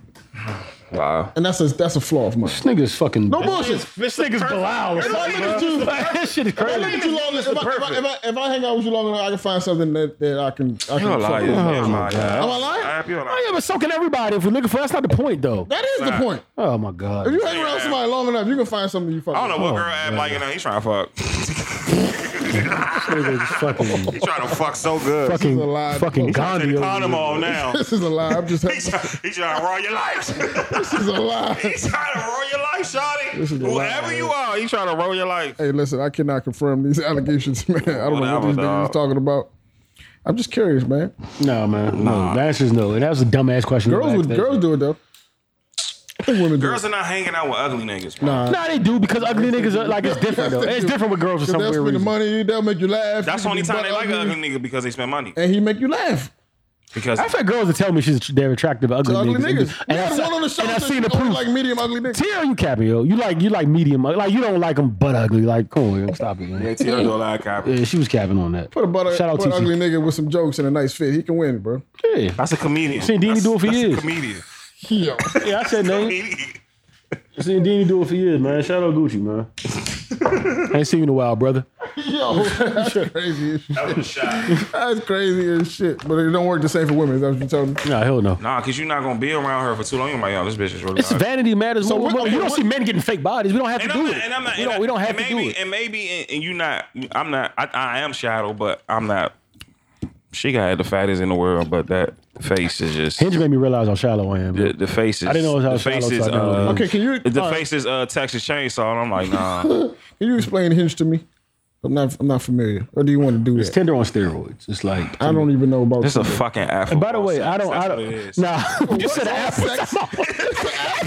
Speaker 4: Wow.
Speaker 2: and that's a that's a flaw of mine.
Speaker 3: This nigga's fucking.
Speaker 2: No bullshit.
Speaker 4: This
Speaker 3: This nigga's Bilal. or
Speaker 2: If I
Speaker 3: something,
Speaker 2: look at
Speaker 3: bro.
Speaker 2: you-
Speaker 3: Like, that shit is
Speaker 2: If I look
Speaker 3: crazy.
Speaker 2: at you long enough- if I- if I- if I- if I hang out with you long enough, I can find something that, that I can. I
Speaker 4: You're
Speaker 2: can
Speaker 4: a
Speaker 2: fuck
Speaker 4: liar.
Speaker 2: with.
Speaker 4: Am
Speaker 2: Am I lying?
Speaker 4: You're a
Speaker 3: Oh,
Speaker 4: liar.
Speaker 3: yeah, but so can everybody if we're looking for. That's not the point, though.
Speaker 2: That is the
Speaker 4: Nah.
Speaker 2: point.
Speaker 3: Oh my god.
Speaker 2: If you hang around somebody long enough, you can find something you fuck.
Speaker 4: I don't know what
Speaker 3: Oh,
Speaker 4: girl act like, and he's trying to fuck.
Speaker 3: This nigga's fucking
Speaker 4: He's trying to fuck so good.
Speaker 3: fucking
Speaker 2: a lie.
Speaker 3: fucking
Speaker 2: This is a
Speaker 3: Gandhi.
Speaker 4: Fucking
Speaker 3: over
Speaker 4: condom
Speaker 3: here.
Speaker 4: on now.
Speaker 2: This is a lie. I'm just.
Speaker 4: He's
Speaker 2: this
Speaker 4: trying, he trying to ruin your life.
Speaker 2: is a lie.
Speaker 4: He's trying to ruin your life, Shotty.
Speaker 2: This is a lie,
Speaker 4: Whoever you are, he's trying to ruin your life.
Speaker 2: Hey, listen, I cannot confirm these allegations, man. I don't know what
Speaker 4: Whatever,
Speaker 2: these niggas
Speaker 4: dog.
Speaker 2: is talking about. I'm just curious, man.
Speaker 3: No man, no. The answer is no. And that was a dumbass question.
Speaker 2: Girls would
Speaker 3: Back
Speaker 2: girls do it though. I think women do.
Speaker 4: Girls
Speaker 2: it.
Speaker 4: are not hanging out with ugly niggas. bro.
Speaker 3: then. Nah, they do because ugly niggas are, like it's different though. It's different with girls for some
Speaker 2: They'll
Speaker 3: weird
Speaker 2: spend the
Speaker 3: reason.
Speaker 2: money. They'll make you laugh.
Speaker 4: That's
Speaker 2: You
Speaker 4: the
Speaker 2: can
Speaker 4: only
Speaker 2: be
Speaker 4: time
Speaker 2: butt
Speaker 4: they like an
Speaker 2: ugly,
Speaker 4: ugly nigga because they spend money.
Speaker 2: And he make you laugh.
Speaker 4: Because
Speaker 3: I've had girls that tell me she's they're attractive to ugly,
Speaker 2: The ugly
Speaker 3: niggas.
Speaker 2: niggas. we
Speaker 3: And, I,
Speaker 2: had
Speaker 3: saw-
Speaker 2: one on the show.
Speaker 3: and I
Speaker 2: that
Speaker 3: seen the
Speaker 2: only
Speaker 3: proof.
Speaker 2: Like medium ugly niggas.
Speaker 3: Tell you, Caprio, you like you like medium, like you don't like them butt ugly. Like, come on, man, stop it. Man.
Speaker 4: they tell you a lot of copy.
Speaker 3: Yeah, she was capping on that.
Speaker 2: Put a butt,
Speaker 3: Shout out
Speaker 2: butt
Speaker 3: TC.
Speaker 2: ugly nigga with some jokes and a nice fit. He can win, bro.
Speaker 3: Yeah.
Speaker 4: That's a comedian.
Speaker 3: Seen Dini
Speaker 4: That's-
Speaker 3: do it for
Speaker 4: that's a
Speaker 3: years.
Speaker 4: comedian.
Speaker 2: Yo.
Speaker 3: yeah, I said name.
Speaker 4: Comedian.
Speaker 3: Seen Dini do it for years, man. Shout out Gucci, man. I ain't seen you in a while, brother.
Speaker 2: Yo. That's crazy as shit.
Speaker 4: That was a shot.
Speaker 2: That's crazy as shit. But it don't work the same for women. Is that what you telling me?
Speaker 3: Nah, hell no.
Speaker 4: Nah, cause you're not gonna be around her for too long. You're like, yo, this bitch is really.
Speaker 3: It's
Speaker 4: ugly.
Speaker 3: vanity matters. more.
Speaker 2: what-
Speaker 3: Well, you don't
Speaker 2: what-
Speaker 3: see men getting fake bodies. We don't have to
Speaker 4: And
Speaker 3: do
Speaker 4: I'm not,
Speaker 3: it.
Speaker 4: and I'm not.
Speaker 3: we
Speaker 4: and
Speaker 3: don't.
Speaker 4: I-
Speaker 3: We don't have
Speaker 4: and
Speaker 3: to
Speaker 4: maybe,
Speaker 3: do it.
Speaker 4: And maybe, and, and you not. I'm not. I, I am shadow, but I'm not. She got the fattest in the world, but that face is just.
Speaker 3: Hinge made me realize how shallow I am.
Speaker 4: The, the face is. I
Speaker 3: didn't know it was how
Speaker 4: the
Speaker 3: shallow,
Speaker 4: face
Speaker 3: so I
Speaker 4: is.
Speaker 3: didn't know.
Speaker 4: uh,
Speaker 2: Okay, can you-
Speaker 4: The
Speaker 2: all right.
Speaker 4: face is uh, Texas Chainsaw, and I'm like, nah.
Speaker 2: Can you explain Hinge to me? I'm not. I'm not familiar. Or do you want to do
Speaker 3: It's
Speaker 2: that?
Speaker 3: Tinder on steroids. It's like.
Speaker 2: I don't even know about.
Speaker 4: This is a
Speaker 2: Tinder.
Speaker 4: fucking afro.
Speaker 3: And by the way,
Speaker 4: process.
Speaker 3: I don't.
Speaker 4: That's
Speaker 3: I
Speaker 4: what it
Speaker 3: don't.
Speaker 4: is.
Speaker 3: Nah, you said apple.
Speaker 2: Sex.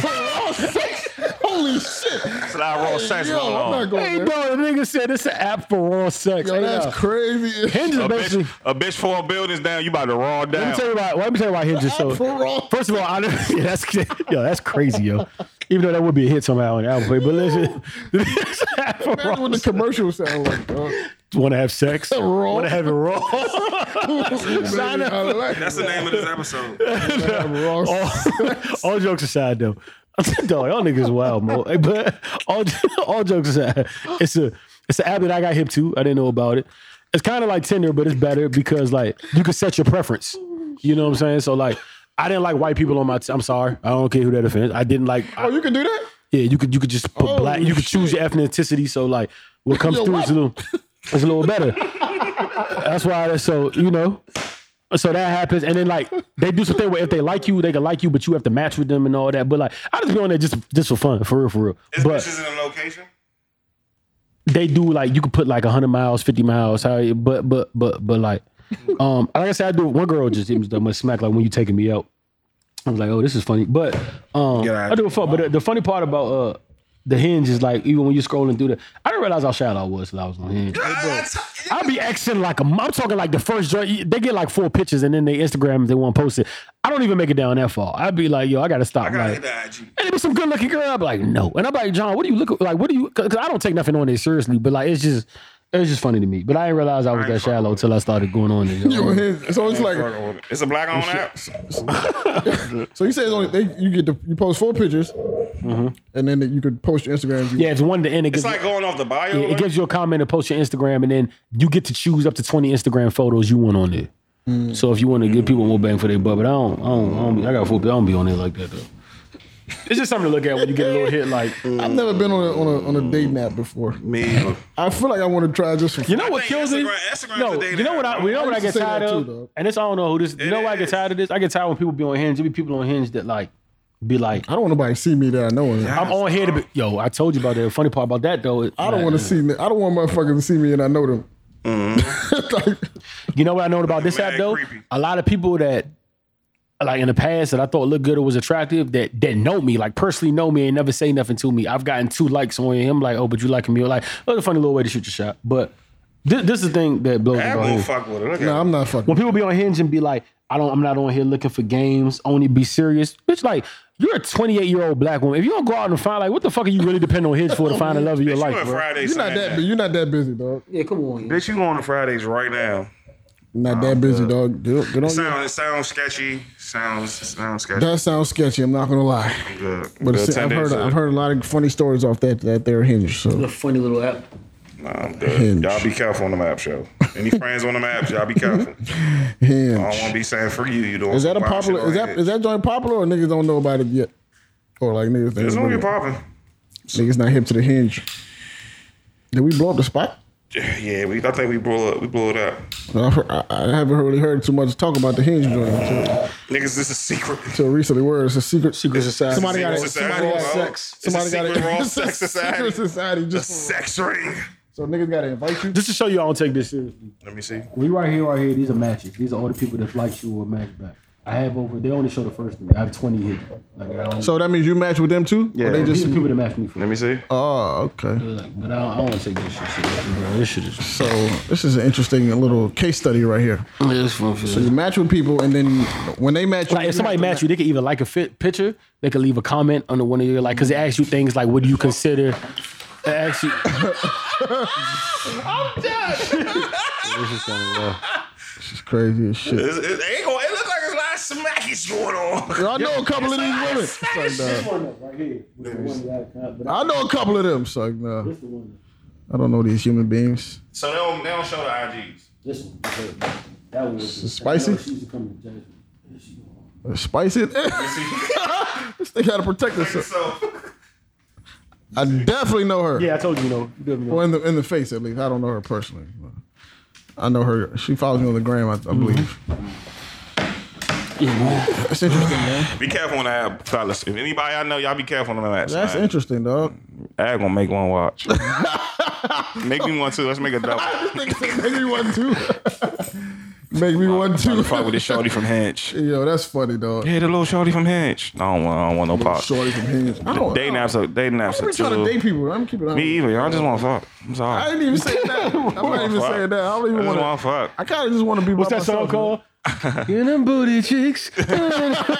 Speaker 2: Holy shit!
Speaker 4: That's what I raw sex
Speaker 2: Yo,
Speaker 4: going
Speaker 2: I'm
Speaker 4: on.
Speaker 2: not going
Speaker 3: Hey,
Speaker 2: there.
Speaker 3: bro, the nigga said it's an app for raw sex.
Speaker 2: Yo,
Speaker 3: Hey,
Speaker 2: that's
Speaker 3: nah.
Speaker 2: crazy.
Speaker 3: Hinge is
Speaker 4: A
Speaker 3: basically.
Speaker 4: bitch, a bitch four buildings down. You about to raw
Speaker 3: Let me
Speaker 4: down.
Speaker 3: tell you why. Let me tell you why Hinge is so.
Speaker 2: App for raw
Speaker 3: First of all, I don't, yeah, that's yo, that's crazy, yo. Even though that would be a hit somehow on the album, play, but listen, app for
Speaker 2: Imagine
Speaker 3: raw
Speaker 2: what the commercial sound like. dog.
Speaker 3: want to have sex,
Speaker 2: Raw.
Speaker 3: want to have it raw.
Speaker 2: Baby, I like
Speaker 4: That's
Speaker 2: it.
Speaker 4: the name of this episode.
Speaker 2: Raw
Speaker 3: Oh. all jokes aside, though, dog, y'all niggas wild, bro. Hey, But all all jokes aside, it's a it's an app that I got hip to. I didn't know about it. It's kind of like Tinder, but it's better because like you can set your preference. You know what I'm saying? So like. I didn't like white people on my. T- I'm sorry. I don't care who that offends. I didn't like.
Speaker 2: Oh, you can do that?
Speaker 3: Yeah, you could you could just put
Speaker 2: Oh,
Speaker 3: black. You could choose your ethnicity. So like, what comes
Speaker 2: Yo,
Speaker 3: through
Speaker 2: what?
Speaker 3: is a little, is a little better. That's why. that's So you know, so that happens, and then like they do something where if they like you, they can like you, but you have to match with them and all that. But like, I just be on there just just for fun, for real, for real. but
Speaker 4: in a location.
Speaker 3: they do like you could put like hundred miles, fifty miles. How you- but but but but like, um, like I said, I do. One girl just hit me with that much smack like when you taking me out. I was like, oh, this is funny. But um,
Speaker 4: Yeah, I-
Speaker 3: I do a fuck. But the, the funny part about uh the hinge is like even when you're scrolling through the, I didn't realize how shallow I was till I was on hinge. I be Xing like a. I'm talking like the first joint. They get like four pictures and then they Instagram if they want to post it. I don't even make it down that far. I'd be like, yo, I gotta stop. like,
Speaker 4: the IG.
Speaker 3: and it be some good looking girl. I'd be like, no. And I'm like, John, what do you look like? What do you? Because I don't take nothing on it seriously, but like, it's just, it's just funny to me. But I didn't realize I was that shallow until I started going on it. you know?
Speaker 2: Yo, Hinge. So it's like,
Speaker 4: It's a black on app.
Speaker 2: so you say it's only they, you get the, you post four pictures, and then you could post your Instagram. if you-
Speaker 3: Mm-hmm. Yeah, it's one to end. It gives,
Speaker 4: It's like going off the bio.
Speaker 3: it gives you a comment to post your Instagram, and then you get to choose up to 20 Instagram photos you want on there. So if you want to give people more bang for their buck, but I don't, I don't, I, don't be, I got four, I don't be on there like that though. It's just something to look at when you get a little hit. Like,
Speaker 2: I've never been on a, on a on a dating app before.
Speaker 4: me.
Speaker 2: I feel like I want to try just for
Speaker 3: You know what
Speaker 4: think
Speaker 3: kills me?
Speaker 4: Instagram- Instagram's
Speaker 3: No,
Speaker 4: a dating
Speaker 3: you know what I,
Speaker 4: app,
Speaker 3: you know
Speaker 4: bro.
Speaker 3: what
Speaker 2: I
Speaker 3: I get
Speaker 2: used to say
Speaker 3: tired
Speaker 2: that
Speaker 3: of,
Speaker 2: too, dog.
Speaker 3: and this I don't know who this. You
Speaker 4: It
Speaker 3: know why I get
Speaker 4: is.
Speaker 3: tired of this? I get tired when people be on Hinge. There be people on Hinge that like be like,
Speaker 2: I don't want nobody to see me that I know. Yeah.
Speaker 3: I'm on here to be. Yo, I told you about that. The funny part about that though, is-
Speaker 2: I don't want to see. me- I don't want motherfuckers to see me and I know them. Like,
Speaker 3: You know what I know about this
Speaker 4: Mad
Speaker 3: app though?
Speaker 4: creepy.
Speaker 3: A lot of people that like in the past that I thought looked good or was attractive that that know me, like personally know me and never say nothing to me. I've gotten two likes on him, like, oh, but you liking me or like, oh, that's a funny little way to shoot your shot. But thi- this is the thing that blows me
Speaker 4: That
Speaker 3: about
Speaker 4: won't
Speaker 3: Hinge.
Speaker 4: fuck with it. Look
Speaker 2: nah,
Speaker 4: at
Speaker 2: I'm not fucking.
Speaker 3: When people be on Hinge and be like, I don't, I'm not on here looking for games, only be serious. Bitch, like You're a 28 year old black woman. If you don't go out and find like, what the fuck are you really depending on Hitch for to find the love of your
Speaker 4: Bitch,
Speaker 3: life,
Speaker 4: you on
Speaker 3: bro?
Speaker 4: Fridays.
Speaker 2: You're not
Speaker 4: tonight,
Speaker 2: that.
Speaker 4: man.
Speaker 2: You're not that busy, dog.
Speaker 5: Yeah, come on. Yeah.
Speaker 4: Bitch, you on Fridays right now.
Speaker 2: You're not that busy, dog. Get, get on. Your,
Speaker 4: Sound, it sounds sketchy. Sounds sounds sketchy.
Speaker 2: that sounds sketchy. I'm not gonna lie,
Speaker 4: Good.
Speaker 2: but
Speaker 4: Good.
Speaker 2: it's,
Speaker 4: Ten
Speaker 2: I've
Speaker 4: days
Speaker 2: heard
Speaker 4: to-
Speaker 2: I've heard a lot of funny stories off that that there hinge.
Speaker 5: The
Speaker 2: So
Speaker 5: funny little app.
Speaker 4: Nah, I'm good.
Speaker 2: Hinge.
Speaker 4: Y'all be careful on the map show. Any friends on the map, y'all be careful. I don't want to
Speaker 2: hinge.
Speaker 4: be saying for you. You doing
Speaker 2: Is that a
Speaker 4: some wild
Speaker 2: popular?
Speaker 4: shit
Speaker 2: Is
Speaker 4: like
Speaker 2: that is that joint popular or niggas don't know about it yet? Or like niggas
Speaker 4: It's gonna
Speaker 2: niggas,
Speaker 4: get popping.
Speaker 2: niggas not hip to the hinge. Did we blow up the spot?
Speaker 4: Yeah, we. I think we blew up. We blew it up.
Speaker 2: I've heard- I, I haven't really heard too much talk about the hinge joint until,
Speaker 4: Niggas, this is secret.
Speaker 2: until recently. Where it's a secret
Speaker 3: Secret society.
Speaker 2: Somebody got
Speaker 4: Secret
Speaker 2: it.
Speaker 4: society,
Speaker 2: Somebody got
Speaker 4: bro.
Speaker 2: sex.
Speaker 4: It's a
Speaker 2: Somebody got
Speaker 4: secret raw
Speaker 2: it.
Speaker 4: sex society.
Speaker 2: Secret society. Just
Speaker 4: Sex ring.
Speaker 2: so niggas gotta invite you.
Speaker 3: Just to show you I don't take this seriously.
Speaker 4: Let me see.
Speaker 6: We right here, right here. These are matches. These are all the people that like you or match back. I have over. They only show the first thing. I have twenty hit. Like I don't.
Speaker 2: So that means you match with them too. Yeah. Or they
Speaker 6: these
Speaker 2: just.
Speaker 6: are people that match me for.
Speaker 4: Let me see.
Speaker 2: Oh, okay.
Speaker 6: Like, but I don't, I don't want to take this shit seriously, bro. This shit is.
Speaker 2: So this is an interesting little case study right here.
Speaker 5: That's fun for
Speaker 2: So you match with people, and then when they match, you,
Speaker 3: Like
Speaker 2: you
Speaker 3: if somebody
Speaker 2: have to
Speaker 3: match you, they could either like a fit picture, they could leave a comment under one of your like, cause they ask you things like, "Would you consider?" They ask you.
Speaker 2: It's crazy as shit.
Speaker 4: It's- It, ain't gonna. It look like there's a lot of smackies going on.
Speaker 2: I know a couple of these women. Suck, nah. I know a couple of them. Suck, nah. I don't know these human beings.
Speaker 4: So they don't, they don't show the IGs.
Speaker 6: This one. That one. Was,
Speaker 2: Spicy?
Speaker 6: I know she's coming to judge me.
Speaker 2: Uh, Spice it. this thing gotta protect herself.
Speaker 4: So
Speaker 2: I definitely know her.
Speaker 3: Yeah, I told you, you know. you didn't know.
Speaker 2: Well, in the in the face at least. I don't know her personally. but I know her. She follows me on the gram, I, I believe. That's interesting, man.
Speaker 4: be careful on the app, fellas. If anybody I know, y'all be careful on the app.
Speaker 2: That's
Speaker 4: man.
Speaker 2: interesting, dog.
Speaker 4: I gonna make one watch. make me one too. Let's make a double.
Speaker 2: Make me one too. Make me one
Speaker 4: Trying
Speaker 2: too.
Speaker 4: to fuck with this shorty from Hinge.
Speaker 2: Yo, that's funny, dog.
Speaker 4: Yeah, the little shorty from Hinge. I don't want. I don't want no pop.
Speaker 2: Shorty from Hinge. I don't.
Speaker 4: Day
Speaker 2: I
Speaker 4: naps are day naps
Speaker 2: don't
Speaker 4: are
Speaker 2: be trying to
Speaker 4: too.
Speaker 2: date people. I'm keeping.
Speaker 4: Me either. Y'all just want to fuck. I'm sorry.
Speaker 2: I didn't even say that. I'm not even
Speaker 4: Fuck.
Speaker 2: saying that. I don't even
Speaker 4: just
Speaker 2: want
Speaker 4: want
Speaker 2: to.
Speaker 4: to fuck.
Speaker 2: I kind of just want to be.
Speaker 3: What's
Speaker 2: by
Speaker 3: that song
Speaker 2: myself, man.
Speaker 3: called? you them booty cheeks.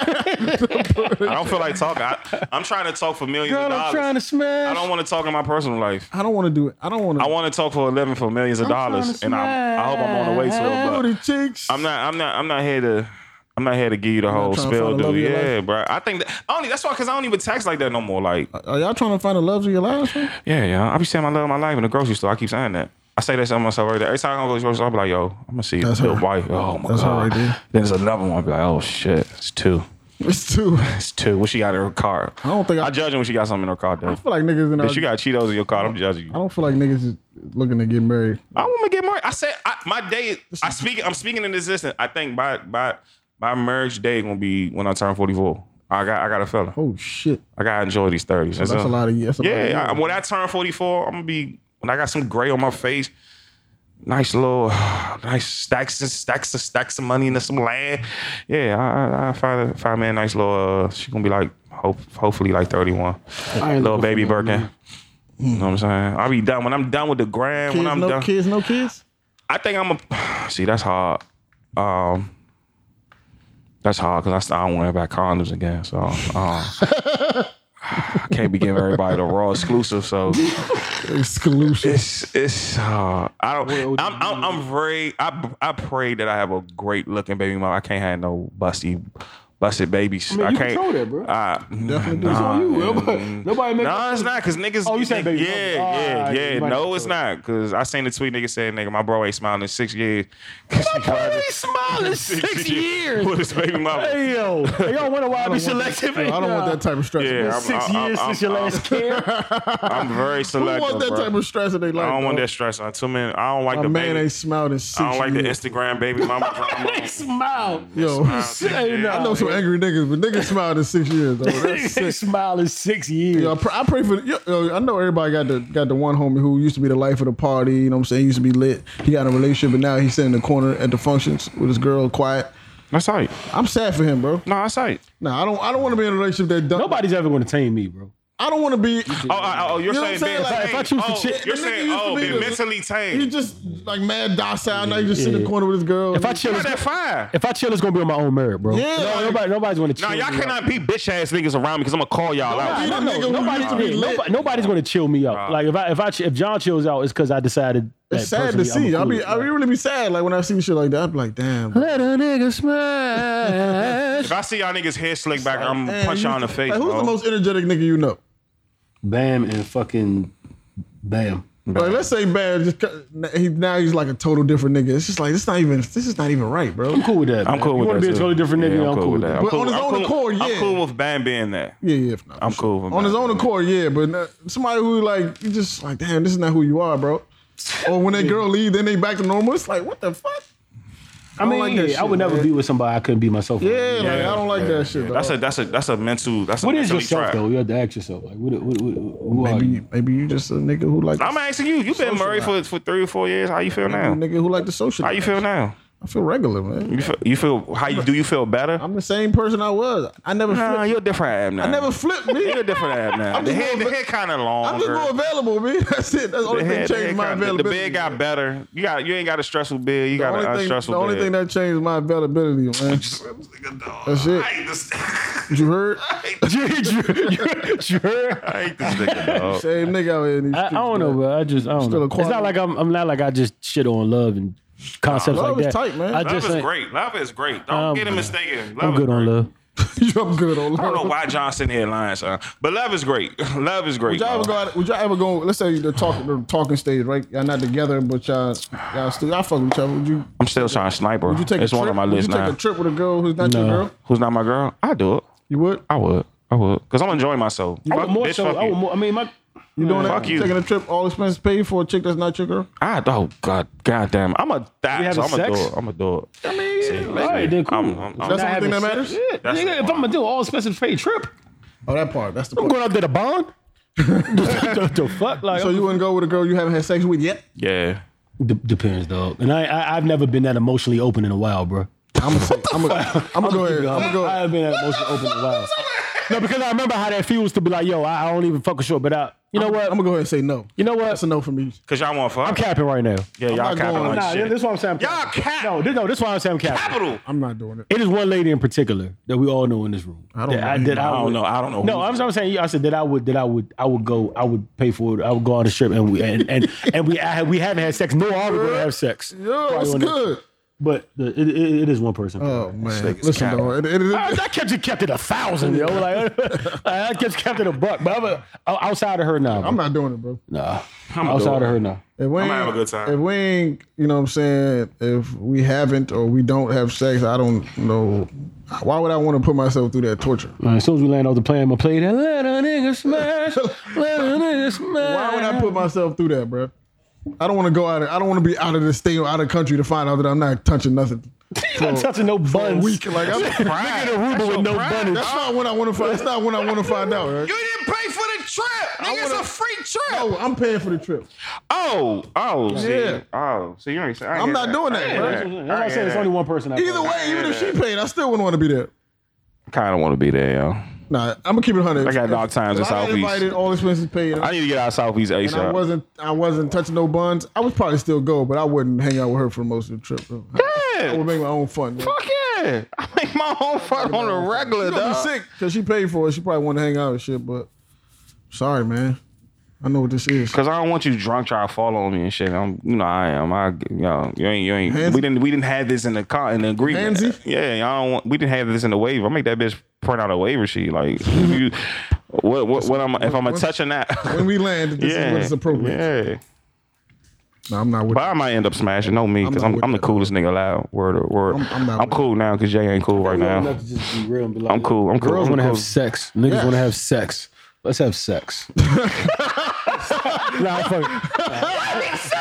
Speaker 4: I don't feel like talking. I, I'm trying to talk for millions
Speaker 3: Girl,
Speaker 4: of
Speaker 3: I'm trying to
Speaker 4: dollars. I
Speaker 3: smash.
Speaker 4: don't want to talk in my personal life.
Speaker 2: I don't want to do it. I don't want to.
Speaker 4: I want to talk for a living for millions of dollars,
Speaker 3: tryna
Speaker 4: and I'm, I hope I'm on the way to it. But
Speaker 2: booty cheeks.
Speaker 4: I'm not. I'm not. I'm not here to. I'm not here to give you the whole
Speaker 2: trying to
Speaker 4: spill,
Speaker 2: find the love
Speaker 4: dude.
Speaker 2: of your
Speaker 4: Yeah, bro. I think that, I only. That's why, cause I don't even text like that no more. Like,
Speaker 2: Are y'all trying to find the love of your life? man?
Speaker 4: yeah, yeah. I be saying my love, of my life in the grocery store. I keep saying that. I say that to myself right there. Every time I go to the grocery store, I be like, yo, I'm gonna see
Speaker 2: That's
Speaker 4: Bill
Speaker 2: her.
Speaker 4: White. Oh my
Speaker 2: That's her
Speaker 4: god.
Speaker 2: right there.
Speaker 4: Then there's another one. I be like, oh shit, it's two.
Speaker 2: It's too. I
Speaker 4: It's two. What she got in her car? I
Speaker 2: don't think I,
Speaker 4: I judge her when she got something in her car, dude.
Speaker 2: feel like niggas in our.
Speaker 4: If she got Cheetos in your car, I'm judging you.
Speaker 2: I don't feel like niggas is looking to get married.
Speaker 4: I want to get married. I said I, my day. I speak. I'm speaking in existence. I think my my my marriage day gonna be when I turn 44. I got I got a fella.
Speaker 2: Oh shit,
Speaker 4: I gotta enjoy these 30s. That's,
Speaker 2: that's a lot of that's a lot of
Speaker 4: Uh, Yeah, I,
Speaker 2: years.
Speaker 4: when I turn 44, I'm gonna be when I got some gray on my face, nice little, nice stacks and stacks and stacks of money and some land. Yeah, I, I, I find a- find me a nice little. Uh, she gonna be like hope hopefully like 31, little baby Birkin. You know what I'm saying? I'll be done when I'm done with the gram.
Speaker 2: kids,
Speaker 4: when I'm
Speaker 2: no
Speaker 4: done,
Speaker 2: kids, no kids.
Speaker 4: I think I'm a. See, that's hard. Um, that's hard because I, st- I don't want to buy condoms again. So um, I can't be giving everybody the raw exclusive. So
Speaker 2: Exclusive.
Speaker 4: it's it's. Uh, I don't. I'm, I'm I'm very. I I pray that I have a great looking baby mom. I can't have no busty. Busted babies. I,
Speaker 3: you
Speaker 4: can't.
Speaker 3: control that, bro.
Speaker 4: I-
Speaker 2: Definitely do.
Speaker 4: nah,
Speaker 3: you.
Speaker 4: yeah.
Speaker 3: Nobody- nobody make-
Speaker 4: No, Mm-hmm. it's not because niggas.
Speaker 3: Oh, you said baby mama.
Speaker 4: Yeah,
Speaker 3: All
Speaker 4: yeah,
Speaker 3: right,
Speaker 4: yeah.
Speaker 3: you might
Speaker 4: No,
Speaker 3: have
Speaker 4: it's
Speaker 3: to.
Speaker 4: not because I seen the tweet. Nigga said, "Nigga, my bro ain't smiling in six years." My
Speaker 3: smiling six years.
Speaker 4: With his baby mama.
Speaker 3: Hey, yo, y'all wonder why I be selective?
Speaker 2: I don't want that type of stress.
Speaker 4: Yeah, I'm-
Speaker 3: Six years since your
Speaker 4: I'm-
Speaker 3: last care.
Speaker 4: I'm very
Speaker 2: Who
Speaker 4: selective.
Speaker 2: want that
Speaker 4: bro.
Speaker 2: type of stress in their life?
Speaker 4: I don't want
Speaker 2: dog?
Speaker 4: that stress. I too many. I don't like
Speaker 2: My
Speaker 4: the
Speaker 2: man
Speaker 4: baby.
Speaker 2: ain't smiled in six
Speaker 4: I don't like the
Speaker 2: years.
Speaker 4: Instagram baby mama drama.
Speaker 3: Smile.
Speaker 2: Yo,
Speaker 3: Hey,
Speaker 4: Yeah.
Speaker 2: I know some angry niggas, but niggas smiled in six years. Though. That's sick.
Speaker 3: Smile in six years.
Speaker 2: Yo, I, pr- I pray for. Yo, yo, I know everybody got the got the one homie who used to be the life of the party. You know what I'm saying? He used to be lit. He got in a relationship, but now he's sitting in the corner at the functions with his girl, quiet.
Speaker 4: That's right.
Speaker 2: I'm sad for him, bro.
Speaker 4: No, that's right.
Speaker 2: Nah, I don't. I don't want to be in a relationship that don't.
Speaker 3: Nobody's ever going to tame me, bro.
Speaker 2: I don't want to be.
Speaker 4: Oh, oh, oh, you're
Speaker 2: You know what I'm
Speaker 4: saying
Speaker 2: saying?
Speaker 4: being
Speaker 2: Like,
Speaker 4: tame.
Speaker 2: if I
Speaker 3: choose to
Speaker 4: oh,
Speaker 3: chill-
Speaker 4: you're
Speaker 2: The nigga
Speaker 4: saying
Speaker 2: used to
Speaker 4: oh,
Speaker 2: be
Speaker 4: been
Speaker 2: the-
Speaker 4: mentally tame.
Speaker 2: You just like mad docile. Now you just sit in the corner with this girl.
Speaker 3: If I chill,
Speaker 4: Why
Speaker 3: it's,
Speaker 4: that fine?
Speaker 3: if I chill, it's gonna be on my own merit, bro.
Speaker 2: Yeah,
Speaker 3: no,
Speaker 2: like-
Speaker 3: nobody, nobody's gonna chill.
Speaker 4: Nah, y'all
Speaker 3: me out.
Speaker 4: cannot be bitch ass niggas around me because I'm gonna call y'all
Speaker 2: Nah,
Speaker 4: out.
Speaker 2: nah,
Speaker 3: No,
Speaker 2: nigga, we
Speaker 3: nobody's,
Speaker 2: used to be
Speaker 3: yeah,
Speaker 2: lit.
Speaker 3: nobody- nobody's gonna chill me out. Like if I if I ch- if John chills out, it's because I decided. that
Speaker 2: it's sad to
Speaker 3: personally
Speaker 2: see. I'll
Speaker 3: I'm cool
Speaker 2: be.
Speaker 3: with it.
Speaker 2: I really be sad. Like when I see shit like that, I'm like, damn. bro.
Speaker 3: Let a nigga smash.
Speaker 4: If I see y'all niggas head slick back, I'm
Speaker 2: Man,
Speaker 4: gonna punch
Speaker 2: you-
Speaker 4: y'all in the face.
Speaker 2: Like, who's
Speaker 4: bro.
Speaker 2: the most energetic nigga you know?
Speaker 6: Bam and fucking Bam.
Speaker 2: Like, let's say Bam. Just cut- he, now he's like a total different nigga. It's just like it's not even. This is not even right, bro.
Speaker 6: I'm cool with that.
Speaker 4: I'm cool
Speaker 6: you
Speaker 4: with
Speaker 6: wanna
Speaker 4: that.
Speaker 6: be a
Speaker 4: too.
Speaker 6: totally different nigga?
Speaker 4: Yeah,
Speaker 6: I'm, cool with that.
Speaker 2: But on his
Speaker 4: I'm
Speaker 2: own accord, yeah.
Speaker 4: I'm cool with Bam being that.
Speaker 2: Yeah, yeah. If not,
Speaker 4: I'm cool with
Speaker 2: on his
Speaker 4: that.
Speaker 2: own accord, yeah. But not, somebody who like you just like, damn, this is not who you are, bro. Or when that girl leave, then they back to normal. It's like, what the fuck?
Speaker 6: I mean,
Speaker 2: like that
Speaker 6: yeah, I would
Speaker 2: shit,
Speaker 6: never
Speaker 2: man.
Speaker 6: be with somebody I couldn't be myself. with.
Speaker 2: Yeah, like I don't like
Speaker 4: yeah,
Speaker 2: that shit.
Speaker 4: yeah.
Speaker 2: dog.
Speaker 4: That's a that's a that's a mental. That's
Speaker 6: What
Speaker 4: a
Speaker 6: is
Speaker 4: mentally
Speaker 6: yourself
Speaker 4: trap.
Speaker 6: though? You have to ask yourself. Like, what, what, what, who are you?
Speaker 2: maybe maybe you just a nigga who like
Speaker 4: I'm asking you. You've been married for for three or four years. How you feel
Speaker 2: a
Speaker 4: now?
Speaker 2: nigga who like the social.
Speaker 4: How you feel now?
Speaker 2: I feel regular, man.
Speaker 4: You feel, you feel how you do? You feel better?
Speaker 2: I'm the same person I was. I never
Speaker 4: Nah,
Speaker 2: flipped.
Speaker 4: you're a different ab now.
Speaker 2: I never flipped
Speaker 4: You're a
Speaker 2: me.
Speaker 4: different ab now. The
Speaker 2: just
Speaker 4: head,
Speaker 2: more-
Speaker 4: the head kind of long.
Speaker 2: I'm just more available, man. That's it. That's the only
Speaker 4: the,
Speaker 2: thing
Speaker 4: head, the,
Speaker 2: changed
Speaker 4: head
Speaker 2: my
Speaker 4: kinda- the
Speaker 2: availability.
Speaker 4: bed got better. You got you ain't got a stressful bed. You
Speaker 2: the
Speaker 4: got
Speaker 2: only,
Speaker 4: an
Speaker 2: thing,
Speaker 4: unstressful
Speaker 2: the only
Speaker 4: bed.
Speaker 2: thing that changed my availability, man. That's it.
Speaker 4: I hate this.
Speaker 2: You heard?
Speaker 4: I hate this nigga. Dog.
Speaker 2: Same nigga out here in these
Speaker 3: I, I
Speaker 2: streets.
Speaker 3: don't know,
Speaker 2: man.
Speaker 3: but I just I don't
Speaker 2: Still a
Speaker 3: know.
Speaker 2: quality.
Speaker 3: It's not like I'm I'm not like I just shit on love and concepts
Speaker 2: Love
Speaker 3: like
Speaker 2: is
Speaker 3: that.
Speaker 2: tight, man.
Speaker 3: I
Speaker 4: Love
Speaker 3: just
Speaker 4: is
Speaker 3: ain't-
Speaker 4: great. Love is great. Don't
Speaker 3: Um,
Speaker 4: get it mistaken. Love
Speaker 3: I'm
Speaker 4: is
Speaker 3: good on
Speaker 4: great.
Speaker 3: love.
Speaker 2: I'm good on
Speaker 4: I don't know
Speaker 2: love.
Speaker 4: why John's sitting here lying, son. But love is great. Love is
Speaker 2: Would
Speaker 4: great.
Speaker 2: y'all ever
Speaker 4: dog.
Speaker 2: go? Out, would y'all ever go? Let's say the talk, the talking stage, right? Y'all not together, but y'all, y'all still, y'all fuck with each other. Would you?
Speaker 4: I'm still trying to sniper.
Speaker 2: Would you take
Speaker 4: it's
Speaker 2: a trip?
Speaker 4: one on my
Speaker 2: would
Speaker 4: list
Speaker 2: you take
Speaker 4: now.
Speaker 2: a trip with a girl who's not your
Speaker 3: No.
Speaker 2: girl?
Speaker 4: Who's not my girl? I do it.
Speaker 2: You would?
Speaker 4: I would. I would. Because I'm enjoying myself.
Speaker 3: I
Speaker 4: Fuck-
Speaker 3: would more
Speaker 4: bitch,
Speaker 3: so.
Speaker 4: fuck
Speaker 3: I
Speaker 4: you.
Speaker 3: would more. I mean, my
Speaker 2: You doing that?
Speaker 4: Fuck you.
Speaker 2: Taking a trip, all expenses paid for a chick that's not your girl?
Speaker 4: I oh god goddamn. I'm a that. So
Speaker 3: having
Speaker 4: I'm a
Speaker 3: sex?
Speaker 4: do it. I'm a do it. I mean,
Speaker 3: all right, then cool.
Speaker 4: I'm, I'm,
Speaker 2: That's the
Speaker 4: I'm,
Speaker 3: Not
Speaker 2: only thing that
Speaker 3: having
Speaker 2: matters.
Speaker 3: sex. Yeah,
Speaker 4: That's
Speaker 3: nigga,
Speaker 4: the
Speaker 3: if I'm gonna do all expensive paid trip,
Speaker 2: Oh, that part. That's the
Speaker 3: I'm
Speaker 2: part.
Speaker 3: going out there to bond. the, the fuck, like
Speaker 2: So you wouldn't go with a girl you haven't had sex with yet?
Speaker 4: yeah.
Speaker 6: De- depends, dog.
Speaker 3: and I, I I've never been that emotionally open in a while, bro.
Speaker 2: I'm gonna say. I'm gonna. I'm gonna go ahead.
Speaker 3: Yeah,
Speaker 2: I'm gonna go.
Speaker 3: I have been that emotionally open in a while. No, because I remember how that feels to be like, yo, I, I don't even fuck with short, but I, you know what?
Speaker 2: I'm gonna go ahead and say no.
Speaker 3: you know what?
Speaker 2: That's a no for me.
Speaker 4: Cause y'all want fuck.
Speaker 3: I'm capping right now.
Speaker 4: yeah, y'all
Speaker 2: not
Speaker 4: capping
Speaker 2: going-
Speaker 4: like
Speaker 3: Nah,
Speaker 4: shit.
Speaker 3: this is why I'm saying I'm
Speaker 4: Y'all
Speaker 3: capping.
Speaker 4: cap.
Speaker 3: No, this, no, this is why I'm saying I'm capping.
Speaker 4: Capital.
Speaker 2: I'm not doing it.
Speaker 3: It is one lady in particular that we all know in this room. I
Speaker 2: don't
Speaker 3: that I,
Speaker 2: know.
Speaker 3: that
Speaker 4: I
Speaker 3: would-
Speaker 4: don't know. I don't know.
Speaker 3: No,
Speaker 4: who-
Speaker 3: I'm, I'm saying I said that I would that I would I would go I would pay for it. I would go on a trip and we and and, and we I, we haven't had sex. No, I would gonna have sex.
Speaker 2: Yeah, that's
Speaker 3: on that.
Speaker 2: good.
Speaker 3: But the, it, it, it is one person.
Speaker 2: Oh man,
Speaker 4: nigga's
Speaker 2: listen
Speaker 4: capping.
Speaker 2: though. It, it, it,
Speaker 3: I, I kept it kept it a thousand, yo. Like I kept kept it a buck. But I'm a, o- outside of her now, bro.
Speaker 2: I'm not doing it, bro.
Speaker 3: nah.
Speaker 4: a
Speaker 3: outside
Speaker 4: dog.
Speaker 3: of her now.
Speaker 2: If we
Speaker 4: I'm gonna
Speaker 2: ain't-
Speaker 4: have a good time.
Speaker 2: If we ain't, you know what I'm saying, if we haven't or we don't have sex, I don't know. Why would I want to put myself through that torture?
Speaker 3: All right, as soon as we land off the plane, I'm gonna play that. Let a nigga smash. Let a nigga smash.
Speaker 2: Why would I put myself through that, bro? I don't want to go out. Of, I don't want to be out of this state or out of country to find out that I'm not touching nothing.
Speaker 3: I'm
Speaker 2: for-
Speaker 3: touching no
Speaker 2: for a
Speaker 3: buns.
Speaker 2: week. Like I'm, that's
Speaker 4: Pride.
Speaker 3: Aruba
Speaker 4: That's
Speaker 3: with
Speaker 4: your
Speaker 3: no
Speaker 4: pride,
Speaker 3: bunnies.
Speaker 4: dog.
Speaker 2: not what I want to find. That's not what I want to find out. Right?
Speaker 4: You didn't pay for the trip. Nigga, it's a
Speaker 2: wanna-
Speaker 4: free trip.
Speaker 2: No, I'm paying for the trip.
Speaker 4: Oh, oh,
Speaker 2: Yeah.
Speaker 4: see, oh, so you ain't.
Speaker 2: I'm not doing that, bro.
Speaker 3: That's what I'm saying. It's only one person. out
Speaker 2: Either
Speaker 3: there.
Speaker 2: way, even if she paid, I still wouldn't want to be there.
Speaker 4: Kind of want to be there, yo.
Speaker 2: Nah, I'm gonna keep it hundred.
Speaker 4: I got dog times in
Speaker 2: I got
Speaker 4: Southeast.
Speaker 2: invited, all expenses paid.
Speaker 4: I need to get out of Southeast ASAP.
Speaker 2: and I wasn't, I wasn't touching no buns. I would probably still go, but I wouldn't hang out with her for most of the trip. Bro. I
Speaker 4: yeah,
Speaker 2: would make my own fun. Bro.
Speaker 4: fuck yeah. I make my own fun on the regular,
Speaker 2: She gonna
Speaker 4: dog.
Speaker 2: be sick because she paid for it. She probably wanted to hang out and shit. But sorry, man. I know what this is.
Speaker 4: Cause I don't want you drunk trying to follow me and shit. I'm, you know, I am. I, you know, you ain't, you ain't.
Speaker 2: Handsy.
Speaker 4: We didn't, we didn't have this in the con, in the agreement.
Speaker 2: Handsy?
Speaker 4: Yeah, I don't want. We didn't have this in the waiver. I make that bitch print out a waiver sheet. Like, if you, what, what, what? I'm if I'm a touching that.
Speaker 2: When we land, this is
Speaker 4: yeah,
Speaker 2: what is appropriate.
Speaker 4: yeah.
Speaker 2: No, I'm not with.
Speaker 4: But I might end up smashing. No me, because
Speaker 2: not
Speaker 4: I'm,
Speaker 2: with
Speaker 4: I'm, the
Speaker 2: that.
Speaker 4: coolest nigga alive. Word or word.
Speaker 2: I'm- I'm
Speaker 4: I'm,
Speaker 2: not with
Speaker 4: cool now because Jay ain't cool right
Speaker 6: I'm
Speaker 4: now.
Speaker 6: not to just be real and be like,
Speaker 4: I'm cool. I'm cool.
Speaker 3: Girls
Speaker 4: I'm
Speaker 3: want to
Speaker 4: cool.
Speaker 3: have sex. Niggas
Speaker 2: Yes.
Speaker 3: want to have sex. Let's have sex. nah, I fuck.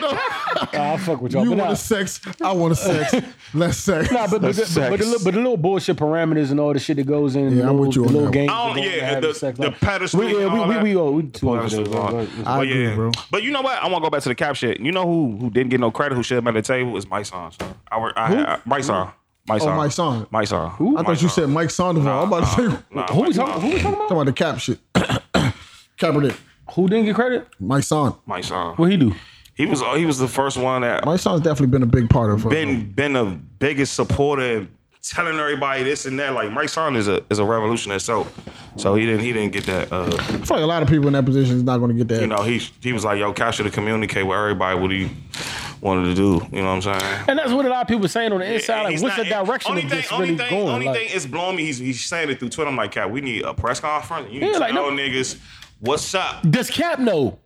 Speaker 3: Nah, I fuck with y'all.
Speaker 2: You
Speaker 3: but
Speaker 2: want
Speaker 3: nah.
Speaker 2: a sex? I want a sex. Let's sex.
Speaker 3: Nah, but, but,
Speaker 4: That's
Speaker 3: but, but, the,
Speaker 4: sex.
Speaker 3: little- but the little bullshit parameters and all the shit that goes in.
Speaker 2: Yeah,
Speaker 3: the
Speaker 2: I'm with you
Speaker 3: little,
Speaker 2: on
Speaker 3: the little
Speaker 2: that one.
Speaker 3: games
Speaker 4: I don't-
Speaker 3: that go
Speaker 4: Oh, yeah,
Speaker 3: into having
Speaker 4: the-
Speaker 3: sex,
Speaker 4: the pedestal
Speaker 3: We, yeah,
Speaker 4: and all
Speaker 3: we, we,
Speaker 4: that.
Speaker 3: we, oh, we too over
Speaker 4: pedestal
Speaker 3: those.
Speaker 4: and all
Speaker 3: Let's- let's-
Speaker 2: I
Speaker 4: But
Speaker 2: agree,
Speaker 4: yeah,
Speaker 2: bro.
Speaker 4: But you know what? I want to go back to the cap shit. You know who who didn't get no credit? Who should have been at the table? Is Mike Sons. I work. I, I, Mike Sons. Mike Sons.
Speaker 2: Oh, Mike Sons.
Speaker 4: Mike Sons.
Speaker 2: I thought you said Mike Sandoval. I'm about to say
Speaker 4: Nah,
Speaker 3: Who
Speaker 4: Mike
Speaker 3: we talking? Who we talking about?
Speaker 2: talking about the cap shit. Kaepernick,
Speaker 3: Who didn't get credit?
Speaker 2: my son.
Speaker 4: My son.
Speaker 3: What he do?
Speaker 4: He was he was the first one that
Speaker 2: My son's definitely been a big part of. uh,
Speaker 4: been been the biggest supporter and telling everybody this and that. Like Mike Son is a is a revolutionary itself. So he didn't he didn't get that uh
Speaker 2: I feel like a lot of people in that position is not going to get that.
Speaker 4: you know, he he was like, yo, Cal should have communicated with everybody what he wanted to do. You know what I'm saying?
Speaker 3: And that's what a lot of people saying on the inside. Like,
Speaker 4: He's
Speaker 3: what's
Speaker 4: not-
Speaker 3: the direction
Speaker 4: only
Speaker 3: of
Speaker 4: thing-
Speaker 3: this
Speaker 4: only
Speaker 3: really
Speaker 4: thing,
Speaker 3: going?
Speaker 4: Only
Speaker 3: Like,
Speaker 4: thing it's blowing me. He's, he's saying it through Twitter. I'm like, Cat, we need a press conference. You need
Speaker 3: Yeah,
Speaker 4: to
Speaker 3: like,
Speaker 4: tell
Speaker 3: no-
Speaker 4: niggas what's up.
Speaker 3: does Cap know?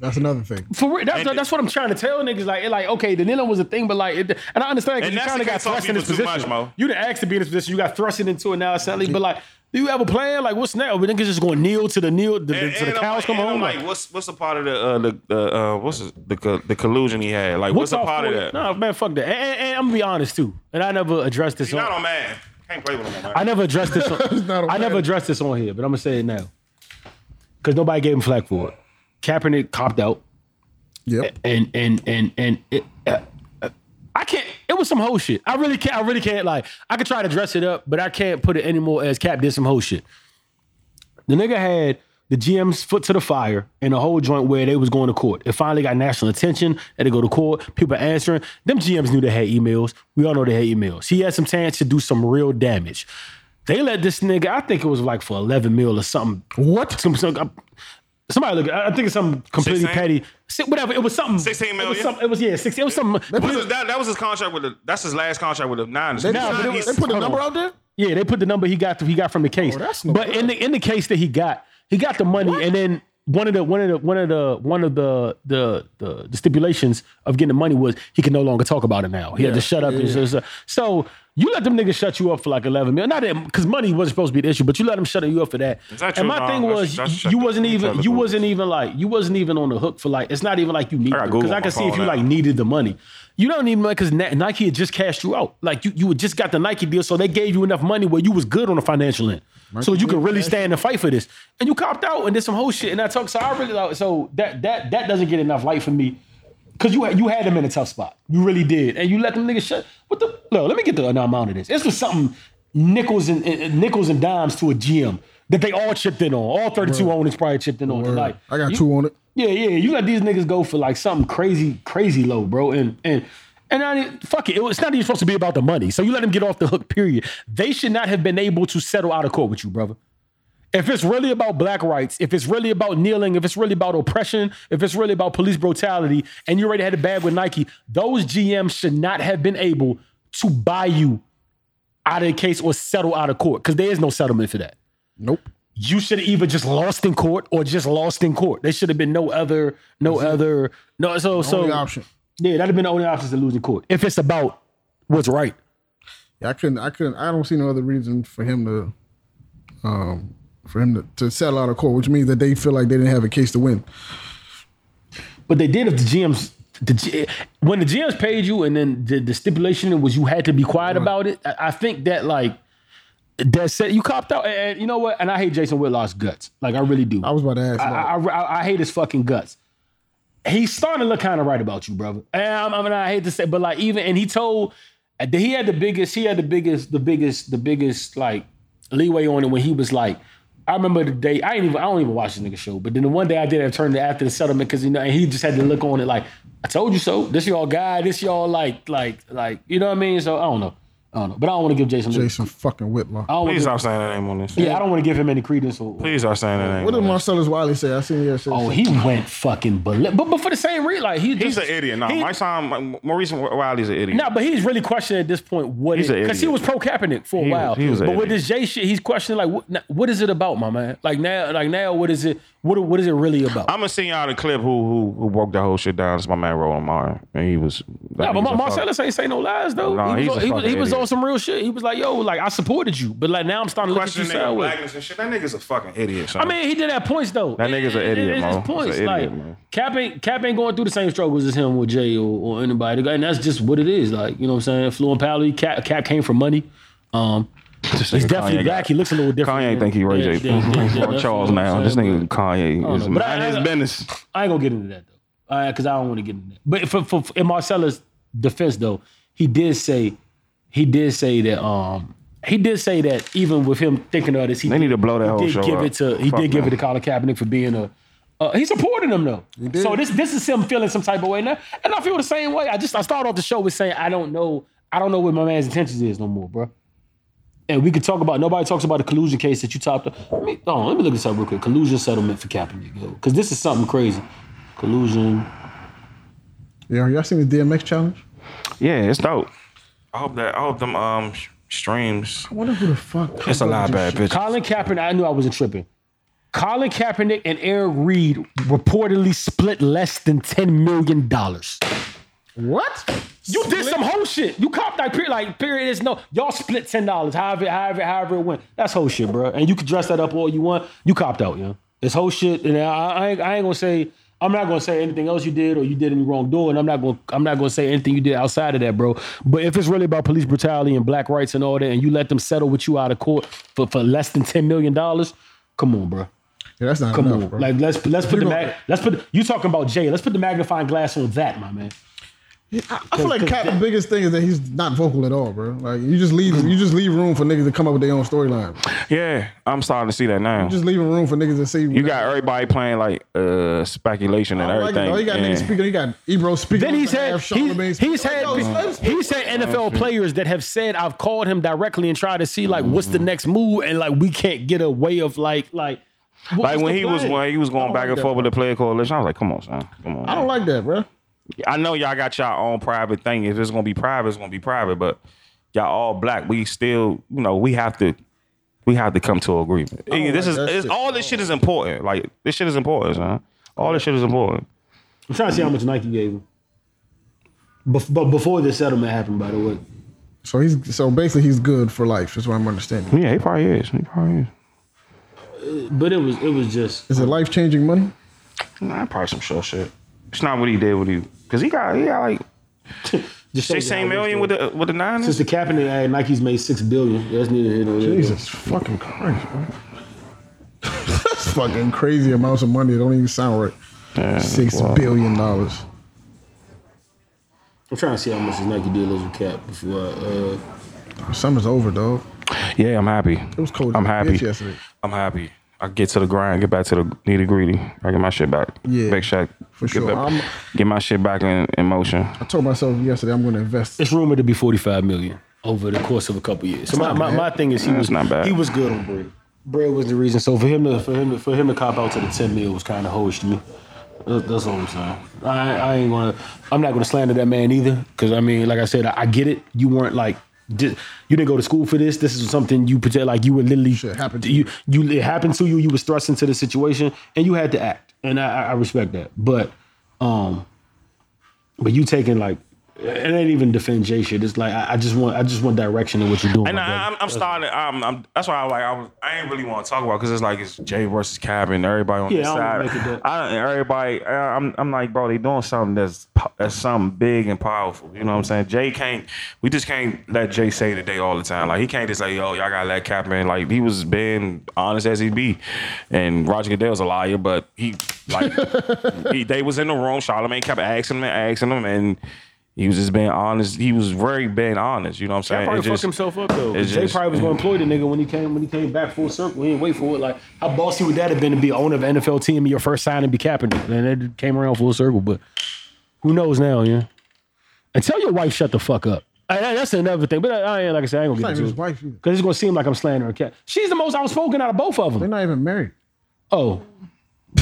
Speaker 2: That's another thing.
Speaker 3: For real, that's,
Speaker 4: And-
Speaker 3: that's what I'm trying to tell niggas. Like, it, like okay, the kneeling was a thing, but like, it, and I understand because
Speaker 4: And
Speaker 3: you
Speaker 4: that's
Speaker 3: kind
Speaker 4: the
Speaker 3: of got
Speaker 4: case some
Speaker 3: thrust in this
Speaker 4: people too
Speaker 3: position.
Speaker 4: much, Mo.
Speaker 3: you didn't ask to be in this position. You got thrusted into it now, sadly. But like, do you have a plan? Like, what's next? Are we niggas just going to kneel to the kneel to, the-
Speaker 4: And,
Speaker 3: to
Speaker 4: and
Speaker 3: the
Speaker 4: I'm
Speaker 3: cows
Speaker 4: like,
Speaker 3: come
Speaker 4: and I'm
Speaker 3: home?
Speaker 4: like, what's what's a part of the uh, the, the uh, what's his- the co- the collusion he had? Like, what's, a
Speaker 3: all
Speaker 4: part of
Speaker 3: for-
Speaker 4: that?
Speaker 3: Nah, man, fuck that. And, and- and I'm gonna be honest too. And I never addressed this.
Speaker 4: He's
Speaker 3: on,
Speaker 4: not on man. Can't play with him. Man.
Speaker 3: I never addressed this. On,
Speaker 2: not on
Speaker 3: I never
Speaker 2: man.
Speaker 3: addressed this on here, but I'm gonna say it now because nobody gave him flack for it. Kaepernick copped out,
Speaker 4: Eh,
Speaker 2: Yep.
Speaker 3: and and and and it, uh, uh, I can't. It was some whole shit. I really can't. I really can't. Like I could try to dress it up, but I can't put it anymore as Cap did some whole shit. The nigga had the GM's foot to the fire in a whole joint where they was going to court. It finally got national attention. They had to go to court. People answering. Them GMs knew they had emails. We all know they had emails. He had some chance to do some real damage. They let this nigga. I think it was like for eleven mil or something. What? Some, some- somebody look. I I think it's something completely
Speaker 4: 16?
Speaker 3: petty. Si- Whatever. It was something.
Speaker 4: 16
Speaker 3: It was,
Speaker 4: million?
Speaker 3: some- it was yeah. Sixteen. It was something.
Speaker 4: What is- that, that was his contract with the. That's his last contract with the Niners.
Speaker 2: They,
Speaker 4: Nah,
Speaker 2: put-
Speaker 4: he's-
Speaker 2: they put a
Speaker 3: hold
Speaker 2: number
Speaker 3: on.
Speaker 2: out there.
Speaker 3: Yeah, they put the number he got he got from the case.
Speaker 2: Oh, that's no
Speaker 3: but
Speaker 2: good.
Speaker 3: in the in the case that he got, he got the money, and then one of the one of the one of the one of the the the, the stipulations of getting the money was he can no longer talk about it now. He had to shut up. and so- so, so you let them niggas shut you up for like eleven million. Not that because money wasn't supposed to be the issue, but you let them shut you up for that.
Speaker 4: Is that
Speaker 3: and
Speaker 4: true?
Speaker 3: my
Speaker 4: No,
Speaker 3: thing
Speaker 4: that's-
Speaker 3: was
Speaker 4: that's-
Speaker 3: you wasn't
Speaker 4: that's-
Speaker 3: even
Speaker 4: that's-
Speaker 3: you wasn't even like you wasn't even on the hook for like it's not even like you need
Speaker 4: got
Speaker 3: because
Speaker 4: Google
Speaker 3: I,
Speaker 4: on
Speaker 3: can
Speaker 4: my
Speaker 3: see if
Speaker 4: phone
Speaker 3: you
Speaker 4: now.
Speaker 3: like needed the money. You don't need money because Nike had just cashed you out. Like you, you had just got the Nike deal, so they gave you enough money where you was good on the financial end, so you could really stand and fight for this. And you copped out and did some whole shit. And I talk, so I really like so that that that doesn't get enough light for me because you had, you had them in a tough spot. You really did, and you let them niggas shut. What the? No, let me get the amount of this. This was something nickels and and- and nickels and dimes to a GM that they all chipped in on. All thirty two owners probably chipped in on. it. Like
Speaker 2: I got
Speaker 3: you-
Speaker 2: two on it.
Speaker 3: yeah, yeah. You let these niggas go for like something crazy, crazy low, bro. And and and I didn't- fuck it. it was- It's not even supposed to be about the money. So you let them get off the hook. Period. They should not have been able to settle out of court with you, brother. If it's really about black rights, if it's really about kneeling, if it's really about oppression, if it's really about police brutality, and you already had a bag with Nike, those GMs should not have been able to buy you out of the case or settle out of court because there is no settlement for that
Speaker 2: Nope.
Speaker 3: you should have either just lost in court or just lost in court. There should have been no other, no other, no. So, so
Speaker 2: Only option.
Speaker 3: yeah, that'd have been the only option to lose in court if it's about what's right.
Speaker 2: Yeah, I couldn't. I couldn't. I don't see no other reason for him to, um, for him to, to settle out of court, which means that they feel like they didn't have a case to win.
Speaker 3: But they did if the GMs, the G, when the GMs paid you, and then the, the stipulation was you had to be quiet about it. I, I think that like that said you copped out, and, and you know what? And I hate Jason Whitlock's guts. Like I really do.
Speaker 2: I was about to ask.
Speaker 3: I, I, I, I hate his fucking guts. He's starting to look kind of right about you, brother. And I'm- I mean, I hate to say, but like even and he told uh, he had the biggest, he had the biggest, the biggest, the biggest like leeway on it when he was like, I remember the day I ain't even I don't even watch this nigga show, but then the one day I did have turned it after the settlement because you know and he just had to look on it like I told you so. This y'all guy, this y'all like like like you know what I mean. So I don't know, I don't know, but I don't want to give Jason. Jason.
Speaker 2: Jason fucking Whitlock.
Speaker 3: I don't wanna
Speaker 4: Please
Speaker 3: give-
Speaker 4: stop saying that name on this.
Speaker 3: yeah, I don't want to give him any credence or
Speaker 4: Please stop saying that name.
Speaker 2: What did
Speaker 4: on this.
Speaker 2: Marcellus Wiley say? I seen yesterday.
Speaker 3: Oh, he went fucking bal- but but for the same reason, like he
Speaker 4: He's
Speaker 3: just,
Speaker 4: an idiot. No,
Speaker 3: he-
Speaker 4: my son, Maurice Wiley's an idiot.
Speaker 3: nah, but he's really questioning at this point what
Speaker 4: He's
Speaker 3: it
Speaker 4: an
Speaker 3: because he was
Speaker 4: idiot.
Speaker 3: pro Kaepernick for a
Speaker 4: He was-
Speaker 3: while.
Speaker 4: he was an
Speaker 3: but with
Speaker 4: idiot.
Speaker 3: this Jay shit, he's questioning like what, now- what is it about, my man? Like now, like now, what is it? What what is it really about?
Speaker 4: I'm gonna send y'all the clip who who who broke the whole shit down. It's my man Roland Martin, and he was.
Speaker 3: Nah, but
Speaker 4: he
Speaker 3: Mar-
Speaker 4: was a fuck-
Speaker 3: Marcellus ain't say no lies though.
Speaker 4: Nah,
Speaker 3: he
Speaker 4: he's
Speaker 3: was,
Speaker 4: a
Speaker 3: on, he, was,
Speaker 4: fucking
Speaker 3: he was
Speaker 4: idiot.
Speaker 3: on some real shit. He was like, "Yo, like I supported you, but like now I'm starting to look at you
Speaker 4: questioning nigga
Speaker 3: sideways."
Speaker 4: blackness and shit. That nigga's a fucking idiot. Son.
Speaker 3: I mean, he did have points though.
Speaker 4: That nigga's an idiot,
Speaker 3: It's
Speaker 4: Mo.
Speaker 3: his
Speaker 4: He's an
Speaker 3: points.
Speaker 4: idiot,
Speaker 3: like
Speaker 4: Mo.
Speaker 3: Cap ain't Cap ain't going through the same struggles as him with Jay or, or anybody, and that's just what it is. Like you know what I'm saying? Flu and Pally, Cap, Cap came from money. Um,
Speaker 4: This
Speaker 3: he's
Speaker 4: nigga
Speaker 3: definitely
Speaker 4: Kanye
Speaker 3: black.
Speaker 4: got-
Speaker 3: He looks a little different.
Speaker 4: Kanye
Speaker 3: than-
Speaker 4: think he Ray
Speaker 3: yeah,
Speaker 4: J.
Speaker 3: yeah, yeah, yeah,
Speaker 4: From
Speaker 3: that's
Speaker 4: Charles
Speaker 3: what I'm
Speaker 4: now.
Speaker 3: saying,
Speaker 4: This
Speaker 3: but
Speaker 4: nigga Kanye is
Speaker 3: know, but I-
Speaker 4: mind his
Speaker 3: I-
Speaker 4: business.
Speaker 3: I ain't gonna get into that though, All right, because I don't want to get into that. But for, for, in Marcella's defense though, he did say he did say that um he did say that even with him thinking of this, he
Speaker 4: They need to blow that
Speaker 3: he
Speaker 4: whole
Speaker 3: did
Speaker 4: show
Speaker 3: give
Speaker 4: up.
Speaker 3: it to he
Speaker 4: Fuck
Speaker 3: did give
Speaker 4: no.
Speaker 3: it to Colin Kaepernick for being a. Uh, he supported him though,
Speaker 2: did.
Speaker 3: so this this is him feeling some type of way now, and I feel the same way. I just I started off the show with saying I don't know I don't know what my man's intentions is no more, bro. And we could talk about nobody talks about the collusion case that you topped up. Let me, oh, let me look this up real quick. Collusion settlement for Kaepernick, because this is something crazy. Collusion.
Speaker 2: Yeah, y'all seen the DMX challenge?
Speaker 4: Yeah, it's dope. I hope that I hope them um sh- streams.
Speaker 2: I wonder who the fuck.
Speaker 4: It's a lot of bad bitches.
Speaker 3: Colin Kaepernick, I knew I wasn't tripping. Colin Kaepernick and Eric Reed reportedly split less than ten million dollars.
Speaker 2: What?
Speaker 3: You did some whole shit. You copped that period. Like period is no. Y'all split ten dollars. However, however, however it went. That's whole shit, bro. And you can dress that up all you want. You copped out, yo. It's whole shit. And I, I, ain't, I ain't gonna say. I'm not gonna say anything else you did or you did any wrongdoing. I'm not gonna. I'm not gonna say anything you did outside of that, bro. But if it's really about police brutality and black rights and all that, and you let them settle with you out of court for for less than ten million dollars, come on, bro.
Speaker 2: Yeah, that's not
Speaker 3: Come
Speaker 2: enough,
Speaker 3: on.
Speaker 2: bro.
Speaker 3: Like let's let's put the
Speaker 2: gonna-
Speaker 3: mag, let's put you talking about Jay. Let's put the magnifying glass on that, my man.
Speaker 2: I, I feel like Cap. The biggest thing is that he's not vocal at all, bro. Like you just leave, you just leave room for niggas to come up with their own storyline.
Speaker 4: Yeah, I'm starting to see that now.
Speaker 2: You Just leaving room for niggas to say
Speaker 4: You got everybody playing like uh speculation and
Speaker 2: Like,
Speaker 4: everything.
Speaker 2: no, you got
Speaker 4: and-
Speaker 2: niggas speaking. You got Ebro speaking.
Speaker 3: Then
Speaker 2: on
Speaker 3: he's had
Speaker 2: behalf, Charlamagne
Speaker 3: he's,
Speaker 2: speaking.
Speaker 3: he's
Speaker 2: Like,
Speaker 3: had
Speaker 2: yo, let's-
Speaker 3: he's had NFL players that have said I've called him directly and tried to see like what's
Speaker 4: Mm-hmm.
Speaker 3: the next move and like we can't get a way of like like what
Speaker 4: like
Speaker 3: was
Speaker 4: when
Speaker 3: the
Speaker 4: he was
Speaker 3: plan?
Speaker 4: when he was going back
Speaker 2: like
Speaker 4: and
Speaker 2: that,
Speaker 4: forth with the player coalition, I was like, "Come on, son, come on."
Speaker 2: I don't like that, bro.
Speaker 4: I know y'all got y'all own private thing. If it's gonna be private, it's gonna be private. But y'all all black. We still, you know, we have to, we have to come to agreement.
Speaker 2: don't
Speaker 4: This
Speaker 2: like
Speaker 4: is
Speaker 2: that
Speaker 4: it's,
Speaker 2: shit.
Speaker 4: all this shit is important. Like this shit is important, son. All this shit is important.
Speaker 3: I'm trying to see how much Nike gave him. Bef- but before the settlement happened, by the way,
Speaker 2: So he's so basically he's good for life. Is what I'm understanding.
Speaker 4: Yeah, he probably is. He probably is.
Speaker 3: but it was it was just
Speaker 2: Is it life changing money?
Speaker 4: Nah, probably some shit shit. It's not what he did with you, cause he got he got like
Speaker 3: just
Speaker 4: sixteen million with the with the nine.
Speaker 3: since the cap and the Nike's made six billion. That's neither here nor there.
Speaker 2: Jesus fucking Christ, bro. That's fucking crazy amounts of money. It don't even sound right. Six billion dollars.
Speaker 3: I'm trying to see how much this Nike deal is with cap before. I, uh,
Speaker 2: Summer's over, dog.
Speaker 4: Yeah, I'm happy.
Speaker 2: It was cold. as
Speaker 4: I'm
Speaker 2: a
Speaker 4: happy.
Speaker 2: bitch Yesterday.
Speaker 4: I'm happy. I get to the grind, get back to the nitty gritty. I get my shit back.
Speaker 2: Yeah,
Speaker 4: Big Shaq.
Speaker 2: for
Speaker 4: get
Speaker 2: sure.
Speaker 4: back-
Speaker 2: I'm-
Speaker 4: get my shit back in, in motion.
Speaker 2: I told myself yesterday I'm going to invest.
Speaker 3: It's rumored to be 45 million over the course of a couple years. So my, my, my thing is he
Speaker 4: That's
Speaker 3: was
Speaker 4: not bad.
Speaker 3: He was good on bread. Bread was the reason. So for him to for him to, for him to cop out to the 10 mil was kind of hoish to me. That- That's all I'm saying. I, I ain't gonna. I'm not gonna slander that man either. Cause I mean, like I said, I, I get it. You weren't like. di- you didn't go to school for this. This is something you pretend like you were literally
Speaker 2: Shit happened to
Speaker 3: you. You it happened to you. You was thrust into the situation, and you had to act. And I, I- I respect that. But um, but you taking like it ain't even defend Jay shit. It's like I, I just want I just want direction in what you're doing.
Speaker 4: And
Speaker 3: my brother.
Speaker 4: I, I'm, I'm starting. I'm, I'm. That's why I like. I, was, I ain't really want to talk about because it's like it's Jay versus Cabin. everybody on
Speaker 3: Yeah,
Speaker 4: this
Speaker 3: I don't wanna make
Speaker 4: side.
Speaker 3: it that-
Speaker 4: I don't- everybody. I- I'm. I'm like, bro. They doing something that's po- that's something big and powerful. You know what I'm saying? Jay can't. We just can't let Jay say the day all the time. Like he can't just like, yo, y'all gotta let Cap in. Like he was being honest as he be, and Roger Goodell's a liar, but he like he, they was in the room. Charlamagne kept asking him and asking him and. He was just being honest. He was very being honest. You know what I'm saying?
Speaker 3: Cap probably
Speaker 4: It just-
Speaker 3: fucked himself up though.
Speaker 4: it's
Speaker 3: Jay
Speaker 4: just-
Speaker 3: probably was gonna employ the nigga when he came when he came back full circle. He didn't wait for it. Like how bossy would that have been to be owner of an NFL team and your first sign and be capping it? And it came around full circle, but who knows now, yeah. And tell your wife shut the fuck up. I- I- that's another thing. But I, I ain't like I said, I ain't
Speaker 2: not
Speaker 3: gonna
Speaker 2: even
Speaker 3: get
Speaker 2: his wife either.
Speaker 3: because it's gonna seem like I'm slandering Cap. She's the most outspoken out of both of
Speaker 2: They're
Speaker 3: them.
Speaker 2: not even married.
Speaker 3: Oh, All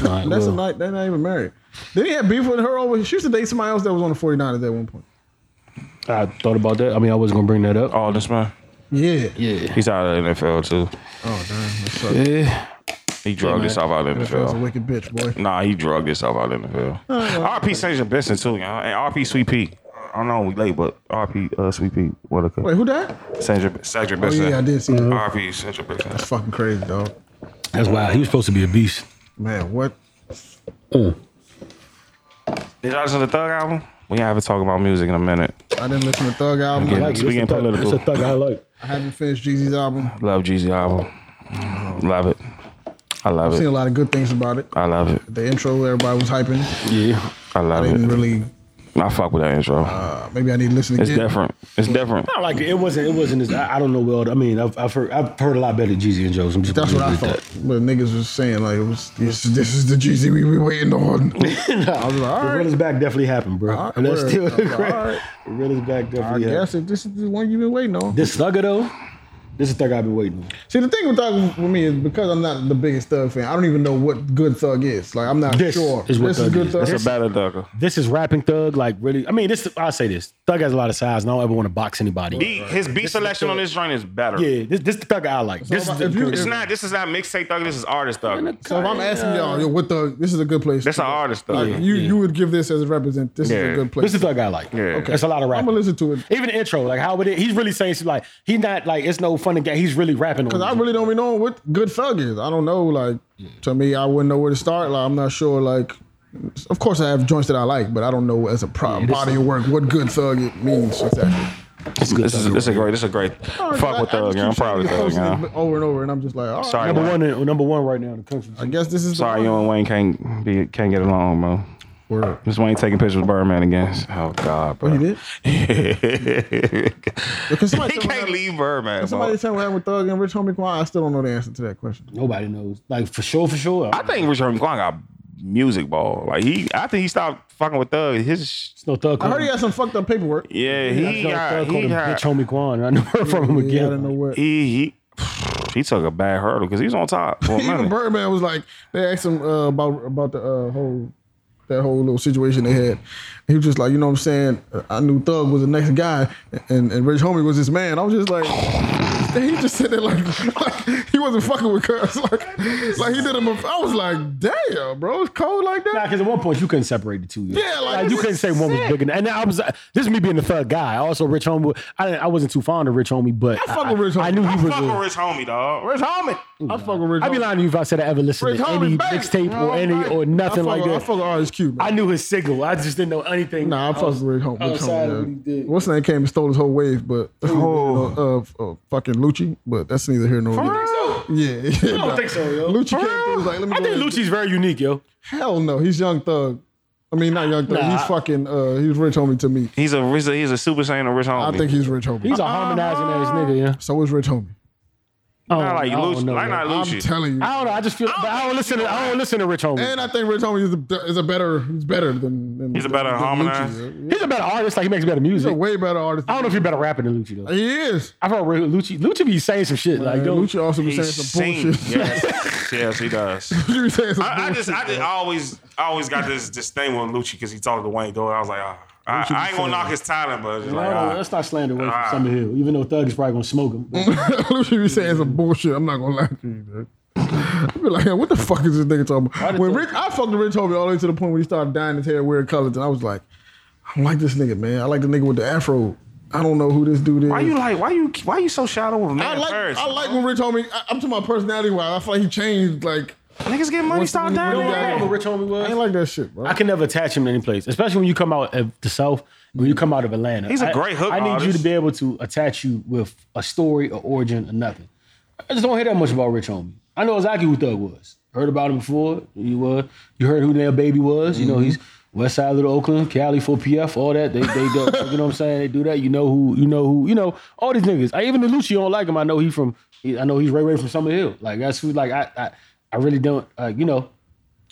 Speaker 3: right,
Speaker 2: That's
Speaker 3: well.
Speaker 2: a not. They're not even married. Then he had beef with her over. She used to date somebody else that was on the 49ers at one point.
Speaker 3: I thought about that. I mean, I was gonna bring that up.
Speaker 4: Oh, this man.
Speaker 2: Yeah.
Speaker 3: Yeah.
Speaker 4: He's out of the NFL too.
Speaker 2: Oh damn. That sucks.
Speaker 4: He drugged himself out of
Speaker 2: That
Speaker 4: the
Speaker 2: was a Oh,
Speaker 4: NFL.
Speaker 2: wicked bitch, boy.
Speaker 4: Nah, he drugged himself out of the NFL. RP Saint John Benson too, y'all. And RP Sweet P. I don't know we late, but RP uh, Sweet P. What a
Speaker 2: Wait, who that?
Speaker 4: Sandra Sandra
Speaker 2: Oh
Speaker 4: Benson.
Speaker 2: yeah, I did see that.
Speaker 4: RP Sandra Benson.
Speaker 2: That's fucking crazy, dog.
Speaker 3: That's wild. He was supposed to be a beast.
Speaker 2: Man, what?
Speaker 4: Did y'all listen to the Thug album? We haven't talked about music in a minute.
Speaker 2: I didn't listen to Thug album.
Speaker 4: Okay.
Speaker 2: I,
Speaker 4: Like, Speaking it's a thug- political. it's a
Speaker 3: thug I like.
Speaker 2: I haven't finished Jeezy's album.
Speaker 4: Love Jeezy album. Love it. I love
Speaker 2: Seen a
Speaker 4: it.
Speaker 2: lot of good things about it.
Speaker 4: I love it.
Speaker 2: The intro, everybody was hyping.
Speaker 3: Yeah.
Speaker 4: I love
Speaker 2: Didn't
Speaker 4: it.
Speaker 2: really
Speaker 4: I fuck with that intro.
Speaker 2: Uh, maybe I need to listen
Speaker 4: it's
Speaker 2: again.
Speaker 4: different. It's different.
Speaker 3: I like it. It wasn't. It wasn't. As, I, I don't know. Well, I mean, I've, I've heard. I've heard a lot better Jeezy and Joe's. I'm just
Speaker 2: That's what I
Speaker 3: gonna
Speaker 2: thought.
Speaker 3: admit
Speaker 2: But niggas was saying like it was this, this is the GZ we been waiting on.
Speaker 3: that.
Speaker 2: I was like, all
Speaker 3: The
Speaker 2: right.
Speaker 3: realest back definitely happened, bro.
Speaker 2: Alright,
Speaker 3: and that's
Speaker 2: word.
Speaker 3: still
Speaker 2: I
Speaker 3: the
Speaker 2: was like, alright.
Speaker 3: realest back
Speaker 2: I
Speaker 3: definitely. happened.
Speaker 2: guess if this is the one you've been waiting on.
Speaker 3: This thugger though, this is the thug I've been waiting on.
Speaker 2: See, the thing with Thug with me is because I'm not the biggest Thug fan. I don't even know what good Thug is. Like, I'm not
Speaker 3: This
Speaker 2: sure.
Speaker 3: is what Thug is.
Speaker 4: It's a battle ducker.
Speaker 3: This is rapping thug. Like really, I mean, this. I say this. Thug has a lot of size, and I don't ever want to box anybody.
Speaker 4: He, his beat selection on this joint is better.
Speaker 3: Yeah, this this the thugger I like. This is
Speaker 2: about-
Speaker 3: the,
Speaker 2: if you-
Speaker 4: It's not. This is not mixtape thugger. This is artist thugger.
Speaker 2: So if I'm asking y'all, yo, what Thug? This is a good place.
Speaker 4: That's
Speaker 2: to
Speaker 4: an
Speaker 2: go.
Speaker 4: artist
Speaker 2: Like,
Speaker 4: thugger.
Speaker 2: you you would give this as a represent. This is
Speaker 4: Yeah.
Speaker 2: a good place.
Speaker 3: this is the thug I like.
Speaker 4: Yeah. Okay.
Speaker 3: it's a lot of
Speaker 2: I'm
Speaker 3: rapping.
Speaker 2: gonna listen to it
Speaker 3: Even the intro, like how it is, he's really saying she's like he's not like it's no fun and game. He's really rapping.
Speaker 2: because I really don't even know what good Thug is. I don't know. Like to me, I wouldn't know where to start. Like I'm not sure. Like of course I have joints that I like, but I don't know as a pro- body of work what good Thug it means exactly.
Speaker 4: This is this is a great. This is a great. Fuck with
Speaker 2: Oh, I- I just
Speaker 4: thug. yeah. I'm
Speaker 2: keep
Speaker 4: proud of
Speaker 2: seeing
Speaker 4: thug.
Speaker 2: these
Speaker 4: yeah.
Speaker 2: postings Over and over, and I'm just like, all right,
Speaker 4: Sorry,
Speaker 3: number
Speaker 4: Wayne.
Speaker 3: one, in- number one right now in the country.
Speaker 2: I guess this is
Speaker 4: Sorry,
Speaker 2: the
Speaker 4: you and Wayne can't be can't get along, bro.
Speaker 2: Word.
Speaker 4: This Wayne taking pictures with Birdman again. Oh God, bro.
Speaker 2: He did. Because somebody
Speaker 4: he
Speaker 2: tell me
Speaker 4: can't
Speaker 2: that-
Speaker 4: leave Birdman.
Speaker 2: Somebody
Speaker 4: Bro.
Speaker 2: tell me what happened with Thug and Rich Homie Quan. I still don't know the answer to that question.
Speaker 3: Nobody knows. Like for sure, for sure.
Speaker 4: I think Richard McQuan got music ball. Like he, I think he stopped fucking with Thug. His, sh-
Speaker 3: it's no thug.
Speaker 2: I heard he had
Speaker 3: called-
Speaker 2: some fucked up paperwork.
Speaker 4: yeah, he
Speaker 3: no
Speaker 4: got,
Speaker 3: thug called
Speaker 4: he
Speaker 3: him
Speaker 4: got,
Speaker 3: bitch homie Quan. I never heard from him again.
Speaker 2: Yeah, I don't know what.
Speaker 4: he, he, he took a bad hurdle because he was on top for a
Speaker 2: Even
Speaker 4: minute.
Speaker 2: Birdman was like, they asked him uh, about about the uh, whole that whole little situation they had. He was just like, you know what I'm saying? I knew Thug was the next guy, and, and Rich Homie was his man. I was just like, he just said that like, like he wasn't fucking with Cuz. Like, like he did him. A, I was like, damn, bro, it's cold like that.
Speaker 3: because at one point you couldn't separate the two.
Speaker 2: Yeah, like,
Speaker 3: you
Speaker 2: this
Speaker 3: couldn't
Speaker 2: is
Speaker 3: say one was
Speaker 2: sick.
Speaker 3: bigger. than- And I was this is me being the thug guy. Also, Rich Homie, I didn't, I wasn't too fond of Rich Homie, but I,
Speaker 2: fuck with Rich
Speaker 3: I
Speaker 2: Homie.
Speaker 3: knew
Speaker 4: I
Speaker 3: he was.
Speaker 4: fuck with
Speaker 3: A,
Speaker 4: Rich Homie, dog.
Speaker 2: Rich Homie. I fuck with Rich.
Speaker 3: I'd be
Speaker 2: Homie.
Speaker 3: lying to you if I said I ever listened
Speaker 2: Rich
Speaker 3: to any
Speaker 2: Homie, baby.
Speaker 3: mixtape
Speaker 2: Oh,
Speaker 3: or any
Speaker 2: baby.
Speaker 3: or
Speaker 2: I
Speaker 3: nothing
Speaker 2: fuck
Speaker 3: like
Speaker 2: with- I
Speaker 3: that.
Speaker 2: fuck with RS Cube.
Speaker 3: I knew his single. I just didn't know anything.
Speaker 2: Nah, I fuck with Red Home. Rich
Speaker 3: outside of
Speaker 2: Homie,
Speaker 3: what he
Speaker 2: yeah.
Speaker 3: did.
Speaker 2: What's his name came and stole his whole wave, but
Speaker 4: Oh.
Speaker 2: of uh, fucking Lucci, but that's neither here nor there. Yeah, yeah. I
Speaker 3: don't think so, yo.
Speaker 2: Lucci came through was like, let me
Speaker 3: I
Speaker 2: go
Speaker 3: think
Speaker 2: ahead and-
Speaker 3: Lucci's very unique, yo.
Speaker 2: Hell no, he's Young Thug. I mean, not Young Thug.
Speaker 3: Nah.
Speaker 2: He's fucking. Uh, he's Rich Homie to me.
Speaker 4: He's a, he's a he's a super saiyan of Rich Homie.
Speaker 2: I think he's Rich Homie.
Speaker 3: He's a harmonizing ass nigga, yeah.
Speaker 2: so is Rich Homie.
Speaker 3: I don't,
Speaker 4: not like
Speaker 3: I don't
Speaker 4: Lucci.
Speaker 3: know,
Speaker 4: Like
Speaker 3: yo.
Speaker 4: not
Speaker 2: I'm
Speaker 4: Lucci.
Speaker 2: telling you.
Speaker 3: I don't know. I just feel. But I don't listen to. I don't listen to Rich Homie.
Speaker 2: and I think Rich Homie is a, is a better. He's better than. than
Speaker 4: He's a better
Speaker 2: than
Speaker 4: harmonizer.
Speaker 2: Lucci.
Speaker 3: He's a better artist. Like he makes better
Speaker 2: He's a
Speaker 3: music.
Speaker 2: way better artist.
Speaker 3: I don't know if you're better rapper than Lucci though.
Speaker 2: he is.
Speaker 3: I've heard real Lucci. Lucci be saying some shit like,
Speaker 2: Like,
Speaker 3: don't.
Speaker 2: Lucci also be
Speaker 4: He
Speaker 2: saying some
Speaker 4: sing.
Speaker 2: bullshit.
Speaker 4: Yes. yes, he does.
Speaker 2: He be saying some
Speaker 4: I, I just, I
Speaker 2: bullshit,
Speaker 4: just
Speaker 2: bro.
Speaker 4: always, I always got this, this thing with Lucci because he talked to Wayne Dog. I was like, ah, I,
Speaker 2: Lucci
Speaker 4: I ain't gonna
Speaker 2: be
Speaker 4: knock his talent, but it's like,
Speaker 3: Hold on,
Speaker 4: ah.
Speaker 3: let's not slander away
Speaker 4: Ah.
Speaker 3: from Summer Hill, even though Thug is probably gonna smoke him. But
Speaker 2: Lucci be saying some bullshit. I'm not gonna lie to you, bro. I be like, what the fuck is this nigga talking about? When Rich, I fucked with Rich Homie all the way to the point where he started dyeing his hair weird colors, and I was like, I don't like this nigga, man. I like the nigga with the afro. I don't know who this dude is.
Speaker 4: Why you like? Why you? Why you so shallow with
Speaker 2: I
Speaker 4: man
Speaker 2: like,
Speaker 4: first?
Speaker 2: I like when Rich Homie. I, I'm to my personality wise. I feel like he changed. Like,
Speaker 4: Niggas get money,
Speaker 2: What's the
Speaker 4: stop
Speaker 2: one you
Speaker 4: down.
Speaker 2: really got?
Speaker 4: man.
Speaker 3: Rich Homie
Speaker 2: I
Speaker 3: was.
Speaker 2: ain't like that shit, bro.
Speaker 3: I can never attach him to any place, especially when you come out of the South, when you come out of Atlanta.
Speaker 4: He's a
Speaker 3: I-
Speaker 4: great hook
Speaker 3: I need you
Speaker 4: artist.
Speaker 3: to be able to attach you with a story or origin or nothing. I just don't hear that much about Rich Homie. I know exactly who Thug was. Heard about him before. You were you heard who their baby was.
Speaker 4: Mm-hmm.
Speaker 3: You know he's West Side Little Oakland, Cali for PF, all that. They they go, you know what I'm saying? They do that. You know who you know who you know all these niggas. I even the Lucci don't like him. I know he from I know he's Ray Ray from Summer Hill. Like that's who like I I, I really don't uh, you know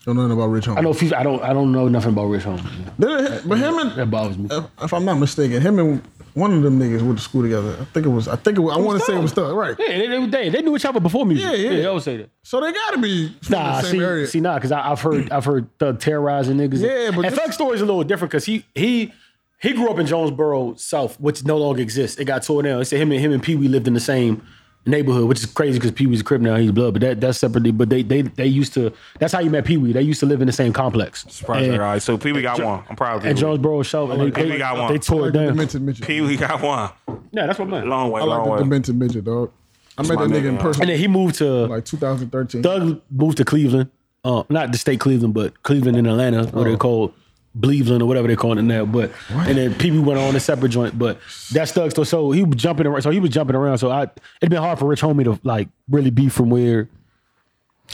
Speaker 2: don't know nothing about Rich Homie.
Speaker 3: I know few- I don't I don't know nothing about Rich Homie.
Speaker 2: Did it- but him and
Speaker 3: That bothers me.
Speaker 2: if, if I'm not mistaken, him and one of them niggas went to school together. I think it was. I think it was. I want to say it was Thug, right?
Speaker 3: Yeah, they, they, they, they knew each other before music.
Speaker 2: Yeah, yeah.
Speaker 3: they always say that.
Speaker 2: So they gotta be from
Speaker 3: Nah,
Speaker 2: the same
Speaker 3: see,
Speaker 2: area.
Speaker 3: see, nah, because I've heard I've heard Thug terrorizing niggas.
Speaker 2: Yeah, but
Speaker 3: and
Speaker 2: this-
Speaker 3: Thug's story's a little different because he he he grew up in Jonesboro South, which no longer exists. It got torn down. They said him and him and Pee Wee lived in the same neighborhood, which is crazy because Pee Wee's a crib now. He's blood, but that that's separately. But they they they used to. That's how you met Pee Wee. They used to live in the same complex.
Speaker 4: Surprise,
Speaker 3: And-
Speaker 4: all right, so Pee Wee got one. I'm proud
Speaker 3: At
Speaker 4: of you.
Speaker 3: Jonesboro South, and they,
Speaker 4: Pee Wee
Speaker 3: they,
Speaker 4: got one.
Speaker 3: they tore it
Speaker 2: like the
Speaker 3: down.
Speaker 2: demented midget.
Speaker 4: Pee Wee got one.
Speaker 3: Yeah, that's what I'm saying.
Speaker 4: Long way,
Speaker 2: I like
Speaker 4: long
Speaker 2: the
Speaker 4: way.
Speaker 2: demented midget, dog. I met
Speaker 4: my
Speaker 2: that nigga
Speaker 4: nigga,
Speaker 2: in
Speaker 4: yo.
Speaker 2: person
Speaker 3: And then he moved to
Speaker 2: like 2013.
Speaker 3: Doug moved to Cleveland, uh, not the state Cleveland, but Cleveland and Atlanta, what
Speaker 2: Oh.
Speaker 3: they call Cleveland or whatever they call it now. But and then PB went on a separate joint, but that's Doug. So so he was jumping around. So he was jumping around. So I it'd been hard for Rich Homie to like really be from where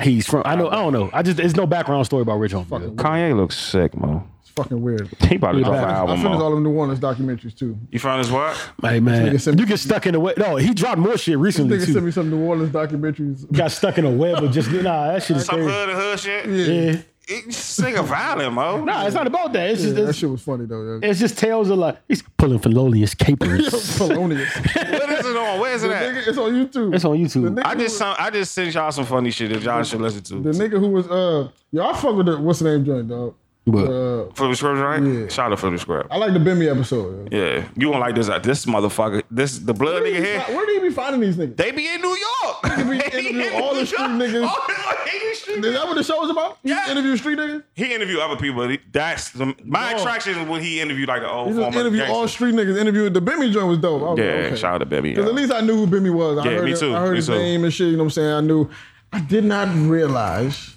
Speaker 3: he's from. I know I don't know. I just there's no background story about Rich Homie.
Speaker 4: Kanye looks sick, man.
Speaker 2: fucking weird.
Speaker 4: He about to drop an
Speaker 6: back.
Speaker 2: I
Speaker 4: album.
Speaker 2: finished
Speaker 4: All
Speaker 2: all of New Orleans documentaries too.
Speaker 4: you found his what?
Speaker 3: Hey man,
Speaker 2: Nigga sent me-
Speaker 3: you get stuck in the web. No, he dropped more shit recently
Speaker 2: Nigga sent me
Speaker 3: too.
Speaker 2: some New Orleans documentaries.
Speaker 3: Got stuck in a web of just nah. That shit is
Speaker 4: Some
Speaker 3: crazy.
Speaker 4: hood to hood shit.
Speaker 3: Yeah.
Speaker 4: It- This nigga violent, mo.
Speaker 3: Nah, it's not about that. It's
Speaker 2: Yeah,
Speaker 3: just
Speaker 2: that
Speaker 3: it's,
Speaker 2: shit was funny though. Yeah.
Speaker 3: it's just tales of like he's pulling felonious capers.
Speaker 2: Felonious.
Speaker 4: What is it on? Where is it at?
Speaker 2: Nigga, it's on YouTube.
Speaker 3: It's on YouTube.
Speaker 2: The nigga,
Speaker 4: I just some, I just sent y'all some funny shit that y'all should listen to.
Speaker 2: the nigga who was uh, y'all fuck with the what's the name joint dog. Uh,
Speaker 4: for the script, right?
Speaker 2: Yeah.
Speaker 4: Shout out for the script.
Speaker 2: I like the Bimmy episode.
Speaker 4: Yeah, you won't like this. uh, This motherfucker, this the blood
Speaker 2: Where do,
Speaker 4: nigga
Speaker 2: you
Speaker 4: here.
Speaker 2: fi- where do you be finding these niggas?
Speaker 4: They be in New York.
Speaker 2: be
Speaker 4: They
Speaker 2: interviewing
Speaker 4: in
Speaker 2: all the
Speaker 4: New
Speaker 2: street
Speaker 4: York.
Speaker 2: niggas.
Speaker 4: All the niggas street
Speaker 2: Is that what the show is about? You
Speaker 4: Yeah.
Speaker 2: interview street niggas.
Speaker 4: He interviewed other people. but he- That's the, my
Speaker 2: No.
Speaker 4: attraction is when he interviewed like an old
Speaker 2: He
Speaker 4: former
Speaker 2: just interviewed
Speaker 4: gangster.
Speaker 2: all street niggas. Interviewed the Bimmy joint was dope. I was
Speaker 4: Yeah,
Speaker 2: like, okay.
Speaker 4: shout out to Bimmy.
Speaker 2: Because at least I knew who Bimmy was. I
Speaker 4: Yeah,
Speaker 2: heard
Speaker 4: me
Speaker 2: it-
Speaker 4: too,
Speaker 2: I heard
Speaker 4: me
Speaker 2: his
Speaker 4: too.
Speaker 2: name and shit. You know what I'm saying? I knew. I did not realize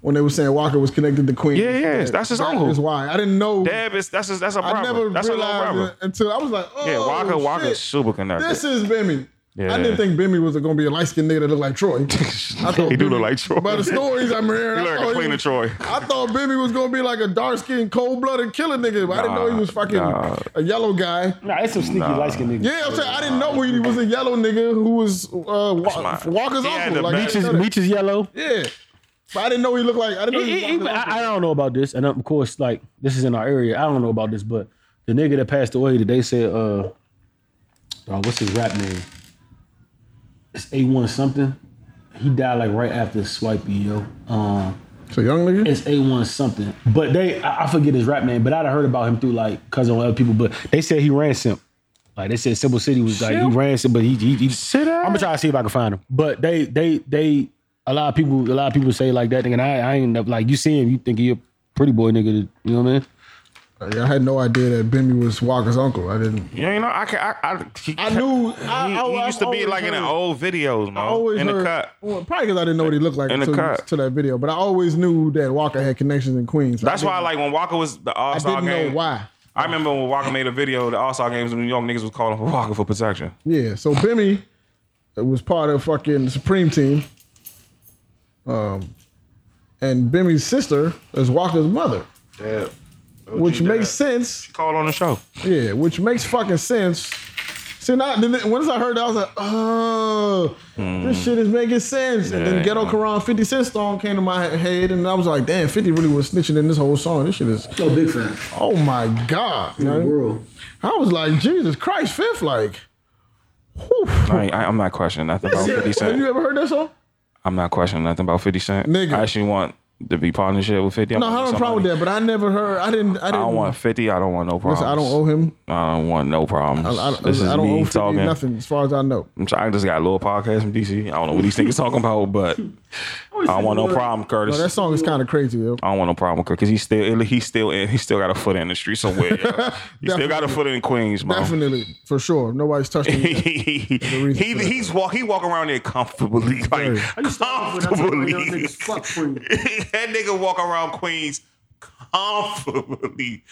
Speaker 2: when they were saying Walker was connected to Queen.
Speaker 4: Yeah, yeah, that's his
Speaker 2: that
Speaker 4: uncle.
Speaker 2: is why I didn't know.
Speaker 4: Dab is that's a, that's a
Speaker 2: I
Speaker 4: problem.
Speaker 2: never
Speaker 4: that's a little
Speaker 2: realized
Speaker 4: problem.
Speaker 2: it until I was like, oh
Speaker 4: Yeah, Walker
Speaker 2: shit.
Speaker 4: Walker's super
Speaker 2: This
Speaker 4: connected.
Speaker 2: is Bimmy.
Speaker 4: Yeah.
Speaker 2: I didn't think Bimmy was gonna be a light skinned nigga that looked like Troy. I thought
Speaker 4: He do look
Speaker 2: Bimmy-
Speaker 4: like Troy.
Speaker 2: By the stories I'm hearing, I
Speaker 4: He look like
Speaker 2: thought
Speaker 4: a Queen
Speaker 2: was-
Speaker 4: of Troy.
Speaker 2: I thought Bimmy was gonna be like a dark skinned, cold blooded killer nigga. but I didn't know he was fucking
Speaker 4: nah.
Speaker 2: a yellow guy.
Speaker 3: nah, it's some sneaky light skinned niggas.
Speaker 2: Yeah, I'm saying I didn't know he was a yellow nigga who was uh, Wa-
Speaker 4: Smart.
Speaker 2: Walker's
Speaker 4: He had
Speaker 2: uncle.
Speaker 4: the
Speaker 2: Like, I
Speaker 3: Meech
Speaker 4: best-
Speaker 3: is,
Speaker 2: didn't know that.
Speaker 3: Meech is yellow.
Speaker 2: yeah, but I didn't know he looked like. I didn't know.
Speaker 3: He-
Speaker 2: He,
Speaker 3: he-
Speaker 2: was
Speaker 3: he-
Speaker 2: Walker's uncle.
Speaker 3: I, I don't know about this, and of course, like this is in our area. I don't know about this, but the nigga that passed away today said, uh, oh, what's his rap name? It's A One something. He died like right after Swipey, yo. Um,
Speaker 2: so young nigga.
Speaker 3: it's A One something, but they I, I forget his rap name, but I'd have heard about him through like cousin or other people. But they said he ran simp. Like they said, Simple City was like he ran simp, but he he, he I'm gonna try to see if I can find him. But they they they a lot of people a lot of people say like that, and I I end up like you see him, you think he a pretty boy nigga. You know what I mean?
Speaker 2: Like, I had no idea that Bimmy was Walker's uncle. I didn't.
Speaker 4: Yeah, you know, I can. I, I, he,
Speaker 2: I knew.
Speaker 4: He,
Speaker 2: I, I,
Speaker 4: he
Speaker 2: I,
Speaker 4: used to be
Speaker 2: always
Speaker 4: like in the
Speaker 2: heard-
Speaker 4: old videos,
Speaker 2: I
Speaker 4: man.
Speaker 2: always
Speaker 4: Oh, In the
Speaker 2: heard-
Speaker 4: cut.
Speaker 2: Well, probably because I didn't know what he looked like
Speaker 4: In the
Speaker 2: until,
Speaker 4: cut.
Speaker 2: until that video. But I always knew that Walker had connections in Queens.
Speaker 4: That's
Speaker 2: I
Speaker 4: why, like, when Walker was the All
Speaker 2: didn't,
Speaker 4: Star
Speaker 2: I didn't
Speaker 4: game,
Speaker 2: know why.
Speaker 4: I remember when Walker made a video, the All Star games in New York, niggas was calling for Walker for protection.
Speaker 2: Yeah. So Bimmy was part of fucking Supreme Team. Um, and Bimmy's sister is Walker's mother,
Speaker 4: Yeah.
Speaker 2: which makes sense.
Speaker 4: Call on the show.
Speaker 2: Yeah, which makes fucking sense. See, now then it- once I heard that, I was like, oh, this shit is making sense. And
Speaker 4: Yeah.
Speaker 2: then Ghetto Quran 50 Cent Song came to my head, and I was like, damn, 50 really was snitching in this whole song. This shit is,
Speaker 6: So big fan.
Speaker 2: oh my God.
Speaker 6: The
Speaker 2: man.
Speaker 6: world.
Speaker 2: I was like, Jesus Christ, fifth, like, whew.
Speaker 4: I, ain't- I, I'm not questioning nothing about 50
Speaker 2: Have you
Speaker 4: Cent.
Speaker 2: ever heard that song?
Speaker 4: I'm not questioning nothing about 50 Cent.
Speaker 2: Nigga.
Speaker 4: I actually want to be partnership with 50.
Speaker 2: No, I don't have a problem with that, but I never heard. I didn't. I didn't.
Speaker 4: I don't want 50. I don't want no problems.
Speaker 2: Listen, I don't owe him.
Speaker 4: I don't want no problems.
Speaker 2: I, I,
Speaker 4: this is
Speaker 2: I don't
Speaker 4: me
Speaker 2: owe 50
Speaker 4: talking.
Speaker 2: nothing, as far as I know.
Speaker 4: I'm sorry, I just got a little podcast from DC. I don't know what these niggas talking about, but I don't want no problem, Curtis.
Speaker 2: No, that song is kind of crazy, yo.
Speaker 4: I don't want no problem with Curtis because he's still he's still in he's still got a foot in the street somewhere. yo. he still got a foot in Queens, man.
Speaker 2: Definitely, for sure. Nobody's touching
Speaker 4: he,
Speaker 2: me.
Speaker 4: he,
Speaker 2: reason for that.
Speaker 4: he's walk he walk around there comfortably like
Speaker 6: I used to argue
Speaker 2: "Oh,
Speaker 6: with that nigga,
Speaker 4: comfortably.
Speaker 6: y'all niggas fuck free.
Speaker 4: that nigga walk around Queens comfortably.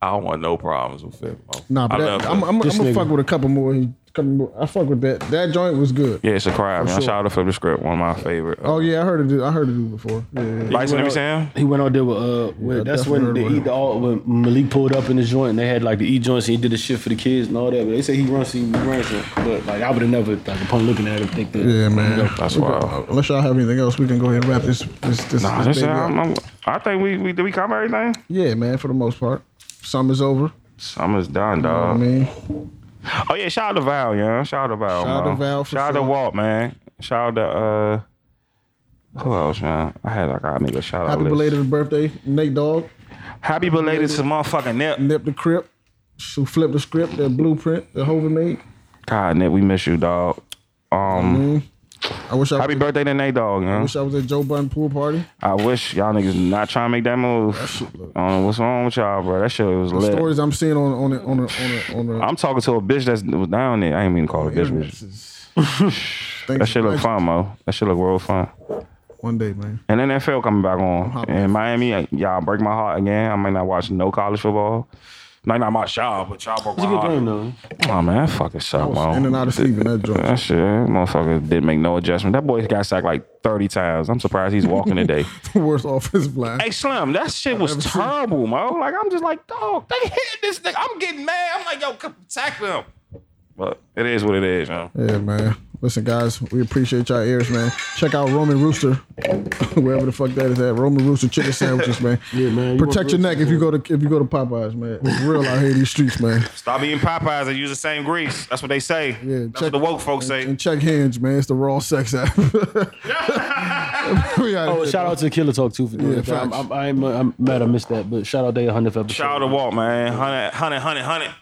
Speaker 4: I don't want no problems with him. Mo.
Speaker 2: Nah, but
Speaker 4: I
Speaker 2: that,
Speaker 4: love
Speaker 2: I'm,
Speaker 4: him.
Speaker 2: I'm, I'm
Speaker 3: This
Speaker 2: gonna
Speaker 3: nigga.
Speaker 2: fuck with a couple more. He- couple more. I fuck with that. That joint was good.
Speaker 4: yeah, it's a crime. man.
Speaker 2: sure.
Speaker 4: Shout out to the script, one of my favorite. uh,
Speaker 2: Oh yeah, I heard it. do- I heard it do before. Yeah, yeah.
Speaker 4: Bison,
Speaker 3: He
Speaker 4: let me
Speaker 3: went
Speaker 4: say
Speaker 3: out-
Speaker 4: him.
Speaker 3: He went out there with uh, with, that's when
Speaker 2: definitely
Speaker 3: the, he the all when Malik pulled up in his joint and they had like the E joints and he did the shit for the kids and all that. But they say he runs, he runs, it. but like I would have never like upon looking at him think that.
Speaker 2: Yeah, man.
Speaker 4: That's wild.
Speaker 2: Unless y'all have anything else, we can go ahead and wrap this. this, this,
Speaker 4: Nah,
Speaker 2: this
Speaker 4: that's
Speaker 2: baby
Speaker 4: it.
Speaker 2: up.
Speaker 4: I'm, I'm, I think we we did we cover everything.
Speaker 2: Yeah, man. For the most part, summer's over.
Speaker 4: Summer's done,
Speaker 2: I
Speaker 4: dog.
Speaker 2: mean,
Speaker 4: Oh yeah, shout out to Val, yeah. Shout out to Val.
Speaker 2: Shout out
Speaker 4: man.
Speaker 2: to Val for
Speaker 4: Shout out to
Speaker 2: sure.
Speaker 4: Walt, man. Shout out to uh, who else, man? I had like I make a shout out.
Speaker 2: happy
Speaker 4: list.
Speaker 2: belated birthday, Nate Dog.
Speaker 4: Happy belated to motherfucking Nip.
Speaker 2: Nip the Crip, who flipped the script, that blueprint that Hover made.
Speaker 4: God, Nip, we miss you, dog. Um,
Speaker 2: I wish I,
Speaker 4: happy birthday to Nate, dog. Yeah.
Speaker 2: wish I was at Joe Button pool party.
Speaker 4: I wish y'all niggas not trying to make that move. Um, what's wrong with y'all, bro? That shit was lit.
Speaker 2: Stories I'm seeing on on the, on the, on the, on the
Speaker 4: I'm talking to a bitch that's was down there. I ain't mean to call her a bitch, bitch. That shit look fun, mo. That shit look real fun.
Speaker 2: One day, man.
Speaker 4: And NFL coming back on.
Speaker 2: hopping.
Speaker 4: And Miami, y'all break my heart again. I might not watch no college football. Like not my job, but y'all broke my
Speaker 3: It's a good
Speaker 4: heart.
Speaker 3: game though.
Speaker 4: Oh man, that fucking sucked,
Speaker 2: was
Speaker 4: man.
Speaker 2: in and out of sleep in that joint.
Speaker 4: That shit, that motherfucker didn't make no adjustment. That boy got sacked like thirty times. I'm surprised he's walking today.
Speaker 2: Worst offensive line.
Speaker 4: hey Slim, that shit was terrible, mo. Like I'm just like, dog, they hit this nigga. I'm getting mad. I'm like, yo, come tackle him. But it is what it is, man.
Speaker 2: Yeah, man. Listen, guys, we appreciate y'all ears, man. Check out Roman Rooster, wherever the fuck that is at. Roman Rooster chicken sandwiches, man. Yeah,
Speaker 3: man, you
Speaker 2: Protect
Speaker 3: want
Speaker 2: your neck if you go to if you go to Popeyes, man. It's real out here in these streets, man.
Speaker 4: Stop eating Popeyes and use the same grease. That's what they say.
Speaker 2: Yeah,
Speaker 4: That's what the woke folks say.
Speaker 2: And check Hinge, man. It's the raw sex app. we out
Speaker 3: Oh,
Speaker 2: here,
Speaker 3: shout
Speaker 2: dog.
Speaker 3: out to Killer Talk too for doing
Speaker 2: Yeah,
Speaker 3: that. I'm,
Speaker 2: facts.
Speaker 3: I'm, I'm, I'm mad I missed that, but shout out to your 100th episode.
Speaker 4: Shout out to Walt, man. Hundred, hundred, hundred, hundred.